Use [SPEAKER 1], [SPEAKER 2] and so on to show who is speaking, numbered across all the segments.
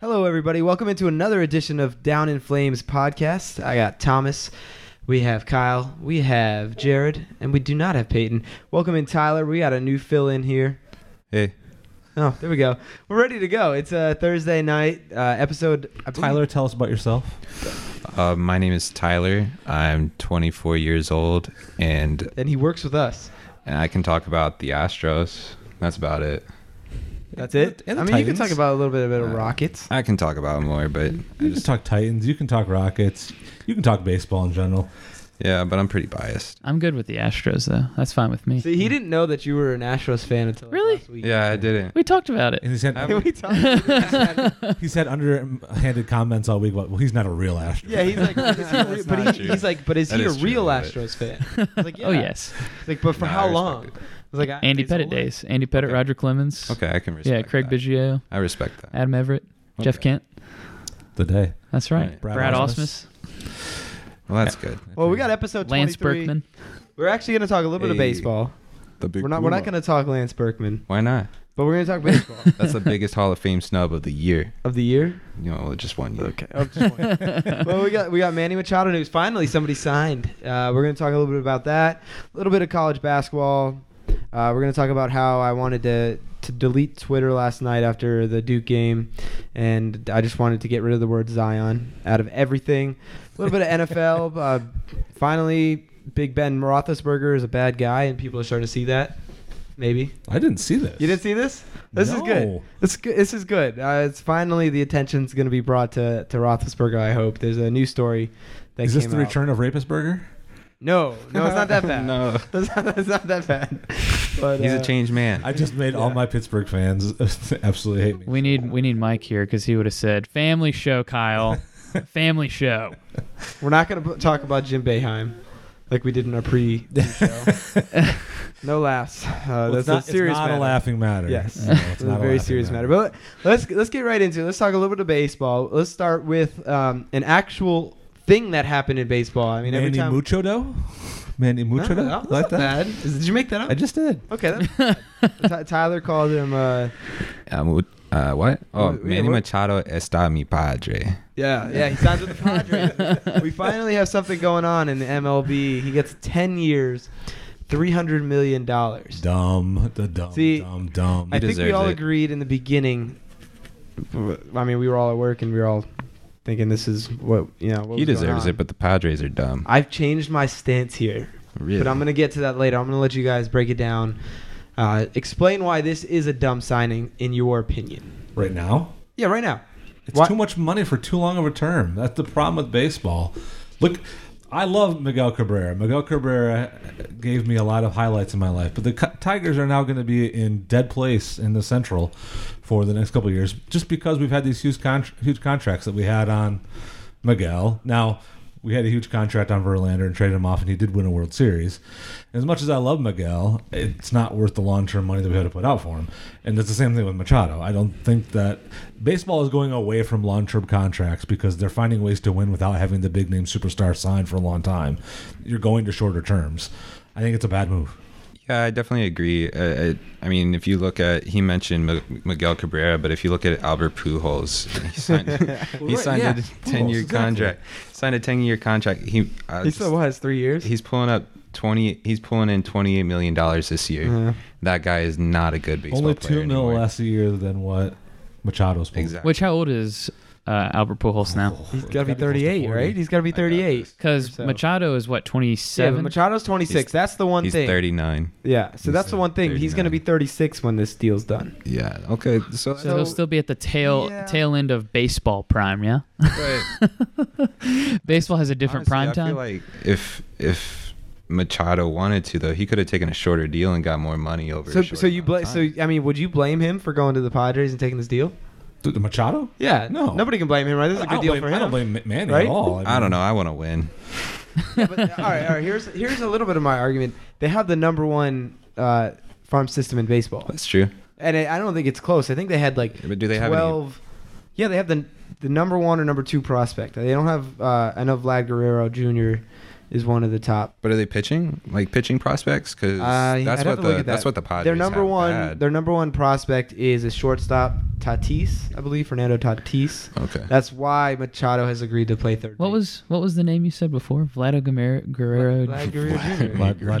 [SPEAKER 1] Hello, everybody. Welcome into another edition of Down in Flames podcast. I got Thomas, we have Kyle, we have Jared, and we do not have Peyton. Welcome in, Tyler. We got a new fill in here.
[SPEAKER 2] Hey,
[SPEAKER 1] Oh, there we go. We're ready to go. It's a Thursday night uh, episode. I believe-
[SPEAKER 3] Tyler, tell us about yourself.
[SPEAKER 2] uh, my name is Tyler. I'm 24 years old, and,
[SPEAKER 1] and he works with us.
[SPEAKER 2] and I can talk about the Astros. That's about it.
[SPEAKER 1] That's it.
[SPEAKER 3] And the
[SPEAKER 1] I mean, you can
[SPEAKER 3] Titans.
[SPEAKER 1] talk about a little bit about
[SPEAKER 2] Uh,
[SPEAKER 1] Rockets.
[SPEAKER 2] I can talk about more, but I
[SPEAKER 3] You can
[SPEAKER 2] just,
[SPEAKER 3] talk Titans. You can talk Rockets. You can talk baseball in general.
[SPEAKER 2] yeah, but I'm pretty biased.
[SPEAKER 4] I'm good with the Astros though. That's fine with me.
[SPEAKER 1] See, he didn't know that you were an Astros fan until like,
[SPEAKER 4] Really?
[SPEAKER 1] last week.
[SPEAKER 2] Yeah, I didn't.
[SPEAKER 4] We talked about it.
[SPEAKER 3] And he's had,
[SPEAKER 1] Can we talk?
[SPEAKER 3] he's had underhanded comments all week. About, well, he's not a real Astro.
[SPEAKER 1] Yeah, he's like, is he a real- but
[SPEAKER 2] not
[SPEAKER 1] he,
[SPEAKER 2] true.
[SPEAKER 1] he's like, but is
[SPEAKER 2] That
[SPEAKER 1] he a
[SPEAKER 2] is true,
[SPEAKER 1] real
[SPEAKER 2] but-
[SPEAKER 1] Astros fan? I was like,
[SPEAKER 4] Oh
[SPEAKER 1] yeah.
[SPEAKER 4] yes,
[SPEAKER 1] It's Like, but for
[SPEAKER 2] Nah, I
[SPEAKER 1] how
[SPEAKER 2] respect
[SPEAKER 1] long?
[SPEAKER 2] it.
[SPEAKER 1] I was like, uh, I-
[SPEAKER 4] Andy
[SPEAKER 1] his whole
[SPEAKER 4] Pettit
[SPEAKER 1] life.
[SPEAKER 4] days. Andy Pettit,
[SPEAKER 2] Okay.
[SPEAKER 4] Roger Clemens.
[SPEAKER 2] Okay, I can respect.
[SPEAKER 4] Yeah, Craig
[SPEAKER 2] that.
[SPEAKER 4] Biggio,
[SPEAKER 2] I respect that.
[SPEAKER 4] Adam Everett, Jeff
[SPEAKER 2] Okay.
[SPEAKER 4] Kent.
[SPEAKER 3] The day.
[SPEAKER 4] That's right.
[SPEAKER 2] Right.
[SPEAKER 4] Brad,
[SPEAKER 3] Brad
[SPEAKER 4] Osmus,
[SPEAKER 2] Well, that's good.
[SPEAKER 1] Well, we got episode
[SPEAKER 4] Lance
[SPEAKER 1] 23.
[SPEAKER 4] Berkman.
[SPEAKER 1] We're actually going to talk a little bit of
[SPEAKER 2] Hey.
[SPEAKER 1] baseball.
[SPEAKER 2] The big
[SPEAKER 1] We're not. We're not
[SPEAKER 2] Puma.
[SPEAKER 1] going to talk Lance Berkman,
[SPEAKER 2] Why not?
[SPEAKER 1] but we're going to talk baseball
[SPEAKER 2] That's the biggest Hall of Fame snub of the year.
[SPEAKER 1] of the year.
[SPEAKER 2] You know, just one year.
[SPEAKER 1] Okay. Oh, just one. well, we got we got Manny Machado news. Finally, somebody signed. Uh, we're going to talk a little bit about that. A little bit of college basketball. Uh, we're going to talk about how I wanted to to delete Twitter last night after the Duke game, and I just wanted to get rid of the word Zion out of everything. A little bit of NFL. Uh, finally, Big Ben Roethlisberger is a bad guy, and people are starting to see that. Maybe
[SPEAKER 3] I didn't see this.
[SPEAKER 1] you didn't see this. This is good.
[SPEAKER 3] No.
[SPEAKER 1] This good. This is good. Uh, it's finally the attention's going to be brought to to Roethlisberger. I hope there's a new story. That
[SPEAKER 3] Is this
[SPEAKER 1] came
[SPEAKER 3] the
[SPEAKER 1] out.
[SPEAKER 3] return of Rapist Burger?
[SPEAKER 1] No, no, it's not that bad.
[SPEAKER 2] no,
[SPEAKER 1] it's, not, it's not that bad. But
[SPEAKER 2] he's
[SPEAKER 1] uh,
[SPEAKER 2] a changed man.
[SPEAKER 3] I just made all
[SPEAKER 1] Yeah.
[SPEAKER 3] my Pittsburgh fans absolutely hate me.
[SPEAKER 4] We need we need Mike here because he would have said family show, Kyle. family show.
[SPEAKER 1] We're not going to talk about Jim Beheim like we did in our pre show. no laughs. Uh,
[SPEAKER 3] Well,
[SPEAKER 1] that's
[SPEAKER 3] it's not,
[SPEAKER 1] a serious
[SPEAKER 3] it's not
[SPEAKER 1] matter.
[SPEAKER 3] a laughing matter.
[SPEAKER 1] Yes.
[SPEAKER 3] No, it's
[SPEAKER 1] It's
[SPEAKER 3] not
[SPEAKER 1] a very
[SPEAKER 3] laughing
[SPEAKER 1] serious matter. But let's let's get right into it. Let's talk a little bit of baseball. Let's start with um, an actual thing that happened in baseball. I mean, every
[SPEAKER 3] Manny
[SPEAKER 1] time
[SPEAKER 3] Mucho though? Manny
[SPEAKER 1] No,
[SPEAKER 3] Mucho though?
[SPEAKER 1] no, that's
[SPEAKER 3] like
[SPEAKER 1] not
[SPEAKER 3] that?
[SPEAKER 1] bad. Is- did you make that up?
[SPEAKER 3] I just did.
[SPEAKER 1] okay. That's Ty- Tyler called him. Uh,
[SPEAKER 2] Um, uh, what? Oh,
[SPEAKER 1] Wait, wait,
[SPEAKER 2] Manny
[SPEAKER 1] what?
[SPEAKER 2] Machado está mi padre.
[SPEAKER 1] yeah, yeah. He signs with the Padres. we finally have something going on in the MLB. He gets ten years, three hundred million dollars.
[SPEAKER 3] Dumb, the dumb,
[SPEAKER 1] See,
[SPEAKER 3] dumb, dumb.
[SPEAKER 1] I think we
[SPEAKER 2] deserves
[SPEAKER 1] all
[SPEAKER 2] it.
[SPEAKER 1] agreed in the beginning. I mean, we were all at work and we were all thinking this is what you know. What was
[SPEAKER 2] He
[SPEAKER 1] going
[SPEAKER 2] deserves
[SPEAKER 1] on.
[SPEAKER 2] it, but the Padres are dumb.
[SPEAKER 1] I've changed my stance here.
[SPEAKER 2] Really?
[SPEAKER 1] But I'm going to get to that later. I'm going to let you guys break it down. Uh, explain why this is a dumb signing, in your opinion.
[SPEAKER 3] right now,
[SPEAKER 1] Yeah, right now.
[SPEAKER 3] It's
[SPEAKER 1] Why-
[SPEAKER 3] too much money for too long of a term. That's the problem with baseball. Look, I love Miguel Cabrera. Miguel Cabrera gave me a lot of highlights in my life, but the Cu- Tigers are now going to be in dead place in the Central for the next couple of years, just because we've had these huge con- huge contracts that we had on Miguel. Now we had a huge contract on Verlander and traded him off, and he did win a World Series. And as much as I love Miguel, it's not worth the long term money that we had to put out for him. And it's the same thing with Machado. I don't think that baseball is going away from long term contracts because they're finding ways to win without having the big name superstar sign for a long time. You're going to shorter terms. I think it's a bad move.
[SPEAKER 2] Yeah, I definitely agree. Uh, I, I mean, if you look at, he mentioned M- Miguel Cabrera, but if you look at Albert Pujols, he signed, he
[SPEAKER 3] right,
[SPEAKER 2] signed
[SPEAKER 3] yeah,
[SPEAKER 2] a
[SPEAKER 3] Pujols,
[SPEAKER 2] ten-year
[SPEAKER 3] exactly.
[SPEAKER 2] contract. Signed a ten-year contract. He uh,
[SPEAKER 1] He still has three years.
[SPEAKER 2] he's pulling up twenty. He's pulling in twenty-eight million dollars this year.
[SPEAKER 1] Yeah.
[SPEAKER 2] That guy is not a good baseball
[SPEAKER 3] Only
[SPEAKER 2] player
[SPEAKER 3] two mil
[SPEAKER 2] anymore.
[SPEAKER 3] less a year than what Machado's pulling.
[SPEAKER 2] Exactly.
[SPEAKER 4] Which how old is uh, Albert Pujols now?
[SPEAKER 1] he's got to be
[SPEAKER 3] Gotta close to
[SPEAKER 1] 38,
[SPEAKER 3] 40.
[SPEAKER 1] right? He's got to be
[SPEAKER 2] got
[SPEAKER 1] 38.
[SPEAKER 2] this.
[SPEAKER 4] Because
[SPEAKER 1] So-
[SPEAKER 4] Machado is what twenty
[SPEAKER 1] Yeah, but
[SPEAKER 4] seven.
[SPEAKER 1] Machado's 26.
[SPEAKER 2] He's-
[SPEAKER 1] that's the one
[SPEAKER 2] He's
[SPEAKER 1] thing.
[SPEAKER 2] thirty-nine.
[SPEAKER 1] Yeah, so
[SPEAKER 3] He's
[SPEAKER 1] that's the one thing. He's going to be
[SPEAKER 2] 39.
[SPEAKER 1] 36 when this deal's done.
[SPEAKER 2] Yeah. Okay. So,
[SPEAKER 4] So, he'll still be at the tail
[SPEAKER 1] Yeah.
[SPEAKER 4] tail end of baseball prime, yeah. Baseball has a
[SPEAKER 2] Honestly,
[SPEAKER 4] different prime
[SPEAKER 2] I
[SPEAKER 4] time.
[SPEAKER 2] feel like if if Machado wanted to, though, he could have taken a shorter deal and got more money over. a
[SPEAKER 1] So,
[SPEAKER 2] shorter
[SPEAKER 1] so you
[SPEAKER 2] amount
[SPEAKER 1] bla-
[SPEAKER 2] of
[SPEAKER 1] so
[SPEAKER 2] time.
[SPEAKER 1] I mean, would you blame him for going to the Padres and taking this deal?
[SPEAKER 3] Th- Machado?
[SPEAKER 1] Yeah,
[SPEAKER 3] No.
[SPEAKER 1] nobody can blame him, right? This is a
[SPEAKER 3] I
[SPEAKER 1] good
[SPEAKER 3] don't
[SPEAKER 1] deal
[SPEAKER 3] blame-
[SPEAKER 1] for him.
[SPEAKER 3] I don't blame Ma- Manny
[SPEAKER 1] right?
[SPEAKER 3] at all.
[SPEAKER 2] I don't know. I want to win.
[SPEAKER 1] but, all right, all right. Here's here's a little bit of my argument. They have the number one uh, farm system in baseball,
[SPEAKER 2] That's true.
[SPEAKER 1] and I, I don't think it's close. I think they had like
[SPEAKER 2] Yeah, but do they have any-
[SPEAKER 1] twelve? yeah, they have the the number one or number two prospect. They don't have. Uh, I know Vlad Guerrero Jr. is one of the top.
[SPEAKER 2] But are they pitching? Like pitching prospects? Because
[SPEAKER 1] Uh,
[SPEAKER 2] that's
[SPEAKER 1] I'd have
[SPEAKER 2] what
[SPEAKER 1] to look
[SPEAKER 2] the
[SPEAKER 1] at that.
[SPEAKER 2] that's what the Padres.
[SPEAKER 1] their number
[SPEAKER 2] have
[SPEAKER 1] one,
[SPEAKER 2] bad.
[SPEAKER 1] their number one prospect is a shortstop, Tatis, I believe, Fernando Tatis.
[SPEAKER 2] okay.
[SPEAKER 1] That's why Machado has agreed to play third.
[SPEAKER 4] What
[SPEAKER 1] base.
[SPEAKER 4] was what was the name you said before? Vlado Gamer- Guerrero
[SPEAKER 1] Vlad Guerrero Jr.
[SPEAKER 2] Vlad-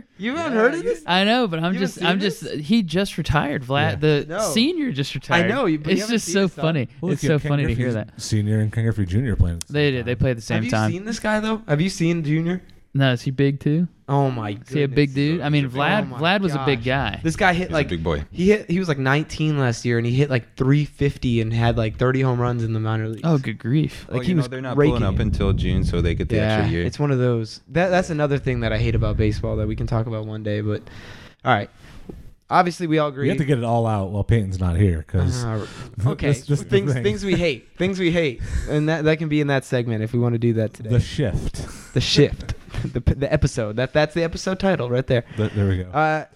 [SPEAKER 4] Jr.
[SPEAKER 1] You haven't heard of this?
[SPEAKER 4] I know, but I'm
[SPEAKER 1] You haven't
[SPEAKER 4] just
[SPEAKER 1] seen
[SPEAKER 4] I'm
[SPEAKER 1] this?
[SPEAKER 4] just he just retired. Vlad
[SPEAKER 3] Yeah.
[SPEAKER 4] the
[SPEAKER 1] No.
[SPEAKER 4] senior just retired.
[SPEAKER 1] know, you- but you
[SPEAKER 4] it's
[SPEAKER 1] haven't
[SPEAKER 4] just
[SPEAKER 1] seen
[SPEAKER 4] so
[SPEAKER 1] this, Tom.
[SPEAKER 4] funny.
[SPEAKER 3] Well, look,
[SPEAKER 4] it's
[SPEAKER 3] you
[SPEAKER 4] so
[SPEAKER 3] have Ken
[SPEAKER 4] funny to hear
[SPEAKER 3] Griffey
[SPEAKER 4] that.
[SPEAKER 3] Senior and Ken Griffey Jr. playing. at the
[SPEAKER 4] They
[SPEAKER 3] same
[SPEAKER 4] did. They
[SPEAKER 3] time.
[SPEAKER 4] played at the
[SPEAKER 1] Have
[SPEAKER 4] same
[SPEAKER 1] you
[SPEAKER 4] time.
[SPEAKER 1] seen this guy though? Have you seen Junior?
[SPEAKER 4] No, is he big too?
[SPEAKER 1] Oh my god.
[SPEAKER 4] Is he a big dude? I mean,
[SPEAKER 1] He's a big-
[SPEAKER 4] Vlad.
[SPEAKER 1] oh my
[SPEAKER 4] Vlad was a big
[SPEAKER 1] gosh.
[SPEAKER 4] guy.
[SPEAKER 1] This guy hit
[SPEAKER 2] He's
[SPEAKER 1] like
[SPEAKER 2] a big boy.
[SPEAKER 1] he hit he was like 19 last year and he hit like 350 and had like 30 home runs in the minor leagues.
[SPEAKER 4] Oh, good grief!
[SPEAKER 1] like
[SPEAKER 2] well,
[SPEAKER 1] he
[SPEAKER 2] you know,
[SPEAKER 1] was
[SPEAKER 2] they're not
[SPEAKER 1] raking
[SPEAKER 2] pulling up
[SPEAKER 1] it.
[SPEAKER 2] until June, so they get the
[SPEAKER 1] yeah,
[SPEAKER 2] extra year.
[SPEAKER 1] it's one of those. That that's another thing that I hate about baseball that we can talk about one day. But all right, obviously we all agree.
[SPEAKER 3] We have to get it all out while Peyton's not here because
[SPEAKER 1] Uh, okay,
[SPEAKER 3] That's just the
[SPEAKER 1] things
[SPEAKER 3] thing.
[SPEAKER 1] things we hate, things we hate, and that that can be in that segment if we want to do that today.
[SPEAKER 3] the shift.
[SPEAKER 1] the shift, the p- the episode. That that's the episode title right there.
[SPEAKER 3] Th- there we go.
[SPEAKER 1] Uh,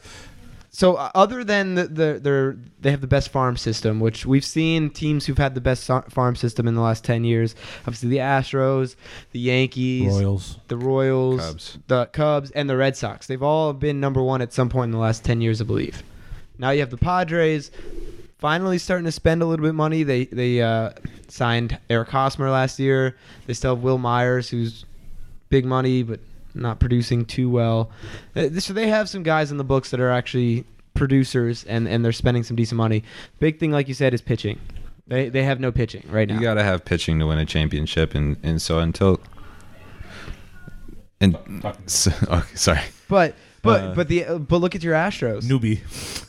[SPEAKER 1] so uh, other than the, the their they have the best farm system, which we've seen teams who've had the best so- farm system in the last ten years. Obviously, the Astros, the Yankees,
[SPEAKER 3] Royals.
[SPEAKER 1] the Royals,
[SPEAKER 2] Cubs.
[SPEAKER 1] the Cubs, and the Red Sox. They've all been number one at some point in the last ten years, I believe. Now you have the Padres. Finally, starting to spend a little bit of money. They they uh, signed Eric Hosmer last year. They still have Will Myers, who's big money but not producing too well. Uh, So they have some guys in the books that are actually producers, and, and they're spending some decent money. Big thing, like you said, is pitching. They they have no pitching right now.
[SPEAKER 2] You got to have pitching to win a championship, and and so until and so, okay, sorry,
[SPEAKER 1] but but
[SPEAKER 3] Uh,
[SPEAKER 1] but the uh, but look at your Astros.
[SPEAKER 3] Newbie.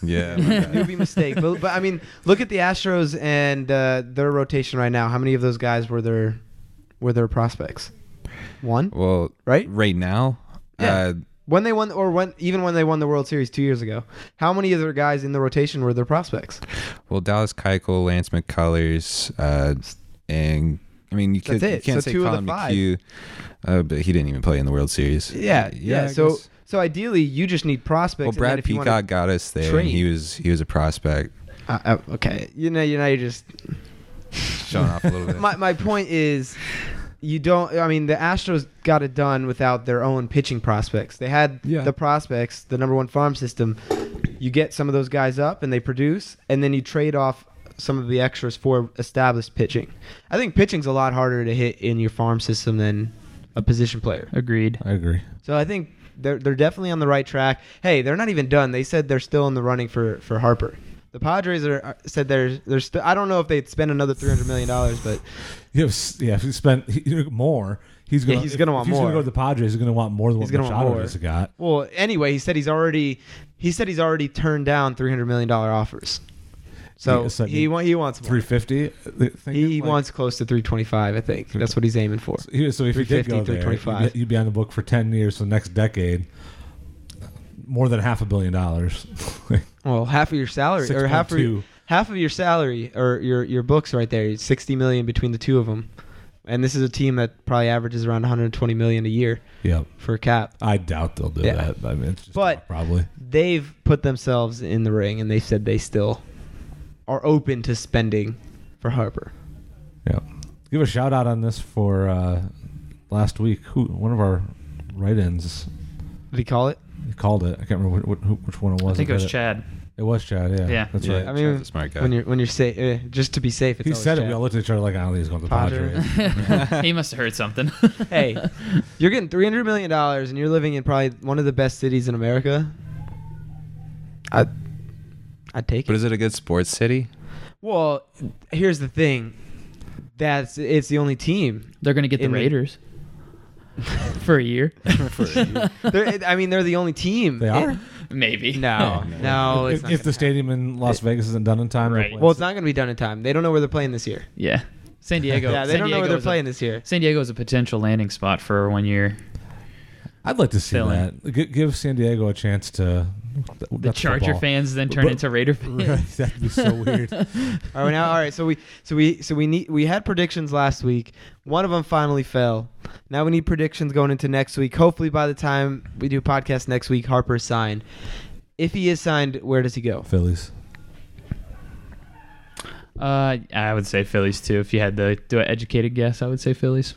[SPEAKER 2] yeah, my bad.
[SPEAKER 1] newbie mistake. But, but I mean, look at the Astros and uh, their rotation right now. How many of those guys were their were their prospects? One,
[SPEAKER 2] well,
[SPEAKER 1] right?
[SPEAKER 2] right now,
[SPEAKER 1] Yeah.
[SPEAKER 2] uh,
[SPEAKER 1] When they won, or when even when they won the World Series two years ago, how many of their guys in the rotation were their prospects?
[SPEAKER 2] well, Dallas Keuchel, Lance McCullers, uh, and I mean, you,
[SPEAKER 1] That's
[SPEAKER 2] could, you
[SPEAKER 1] it.
[SPEAKER 2] can't
[SPEAKER 1] So
[SPEAKER 2] say
[SPEAKER 1] two of the
[SPEAKER 2] Colin
[SPEAKER 1] five.
[SPEAKER 2] McHugh, uh, but he didn't even play in the World Series.
[SPEAKER 1] Yeah, yeah.
[SPEAKER 2] I
[SPEAKER 1] so
[SPEAKER 2] guess.
[SPEAKER 1] so ideally, you just need prospects.
[SPEAKER 2] well,
[SPEAKER 1] and then
[SPEAKER 2] Brad
[SPEAKER 1] if you
[SPEAKER 2] Peacock
[SPEAKER 1] wanna-
[SPEAKER 2] got us there,
[SPEAKER 1] trade.
[SPEAKER 2] and he was he was a prospect,
[SPEAKER 1] uh, uh, okay, you know, you know, you just
[SPEAKER 2] showing off a little bit.
[SPEAKER 1] my, my point is you don't i mean the astros got it done without their own pitching prospects they had
[SPEAKER 2] Yeah.
[SPEAKER 1] the prospects the number one farm system you get some of those guys up and they produce and then you trade off some of the extras for established pitching i think pitching's a lot harder to hit in your farm system than a position player
[SPEAKER 4] Agreed.
[SPEAKER 3] I agree.
[SPEAKER 1] so i think they're, they're definitely on the right track hey they're not even done they said they're still in the running for, for harper the Padres are, are- said they're they're still. I don't know if they'd spend another three hundred million dollars, but
[SPEAKER 3] You have, s- yeah, if he spent he- you know, more, he's gonna
[SPEAKER 1] Yeah, he's
[SPEAKER 3] if-
[SPEAKER 1] gonna
[SPEAKER 3] if
[SPEAKER 1] want
[SPEAKER 3] he's
[SPEAKER 1] more.
[SPEAKER 3] gonna go to the Padres. He's gonna want more than
[SPEAKER 1] He's
[SPEAKER 3] what
[SPEAKER 1] gonna want
[SPEAKER 3] Machado
[SPEAKER 1] more.
[SPEAKER 3] has got.
[SPEAKER 1] Well, anyway, he said he's already he said he's already turned down three hundred million dollar offers. So
[SPEAKER 3] Yeah, so I
[SPEAKER 1] he
[SPEAKER 3] mean,
[SPEAKER 1] wa- he wants more.
[SPEAKER 3] Three fifty. uh,
[SPEAKER 1] He wants close to three twenty five. I think that's what he's aiming for.
[SPEAKER 3] So if he did
[SPEAKER 1] 350,
[SPEAKER 3] go there, you'd
[SPEAKER 1] 325.
[SPEAKER 3] be- you'd be on the book for ten years. So the next decade, more than half a billion dollars.
[SPEAKER 1] Well, half of your salary or half of your,
[SPEAKER 3] 6.2.
[SPEAKER 1] half of your salary or your your books right there. It's sixty million between the two of them, and this is a team that probably averages around one hundred twenty million a year
[SPEAKER 3] yep.
[SPEAKER 1] for cap.
[SPEAKER 3] I doubt they'll do
[SPEAKER 1] Yeah.
[SPEAKER 3] that. I mean, it's just
[SPEAKER 1] But-
[SPEAKER 3] talk, probably.
[SPEAKER 1] They've put themselves in the ring, and they said they still are open to spending for Harper.
[SPEAKER 3] Yeah. Give a shout out on this for uh, last week. Who one of our write-ins
[SPEAKER 1] Did he call it?
[SPEAKER 3] called it. I can't remember what, who, which one it was.
[SPEAKER 4] I think it
[SPEAKER 3] that
[SPEAKER 4] was Chad.
[SPEAKER 3] It was Chad. Yeah.
[SPEAKER 4] Yeah.
[SPEAKER 3] That's
[SPEAKER 2] Yeah,
[SPEAKER 3] right.
[SPEAKER 1] I mean,
[SPEAKER 2] Chad's a smart guy.
[SPEAKER 1] When you're when you're safe, uh, just to be safe. It's
[SPEAKER 3] he
[SPEAKER 1] always
[SPEAKER 3] said it.
[SPEAKER 1] Chad.
[SPEAKER 3] We all looked at each other like, I don't think he's going to the
[SPEAKER 1] Padres.
[SPEAKER 3] Padres.
[SPEAKER 4] he must have heard something.
[SPEAKER 1] hey, you're getting three hundred million dollars, and you're living in probably one of the best cities in America. I, I'd take
[SPEAKER 2] but
[SPEAKER 1] it.
[SPEAKER 2] is it a good sports city?
[SPEAKER 1] Well, here's the thing. That's it's the only team.
[SPEAKER 4] They're gonna get the
[SPEAKER 1] In the-
[SPEAKER 4] Raiders for a year,
[SPEAKER 1] They're, I mean, they're the only team.
[SPEAKER 3] They are?
[SPEAKER 4] maybe.
[SPEAKER 1] no, no. It's not
[SPEAKER 3] if if the
[SPEAKER 1] gonna happen.
[SPEAKER 3] stadium in Las Vegas isn't done in time,
[SPEAKER 4] Right.
[SPEAKER 3] they'll play
[SPEAKER 1] well, it's
[SPEAKER 3] it.
[SPEAKER 1] not going to be done in time. They don't know where they're playing this year.
[SPEAKER 4] Yeah. San Diego.
[SPEAKER 1] yeah, they
[SPEAKER 4] San
[SPEAKER 1] don't know where
[SPEAKER 4] Diego
[SPEAKER 1] they're
[SPEAKER 4] is a-
[SPEAKER 1] playing this year.
[SPEAKER 4] San Diego is a potential landing spot for one year.
[SPEAKER 3] I'd like to see
[SPEAKER 4] Philly.
[SPEAKER 3] that. G- give San Diego a chance to.
[SPEAKER 4] The Charger fans then turn
[SPEAKER 3] But-
[SPEAKER 4] into Raider fans.
[SPEAKER 3] Right, that'd be so weird.
[SPEAKER 1] All right, now, all right. So we, so we, so we need. We had predictions last week. One of them finally fell. Now we need predictions going into next week. Hopefully, by the time we do podcast next week, Harper's signed. If he is signed, where does he go?
[SPEAKER 3] Phillies.
[SPEAKER 4] Uh, I would say Phillies too. If you had to do an educated guess, I would say Phillies.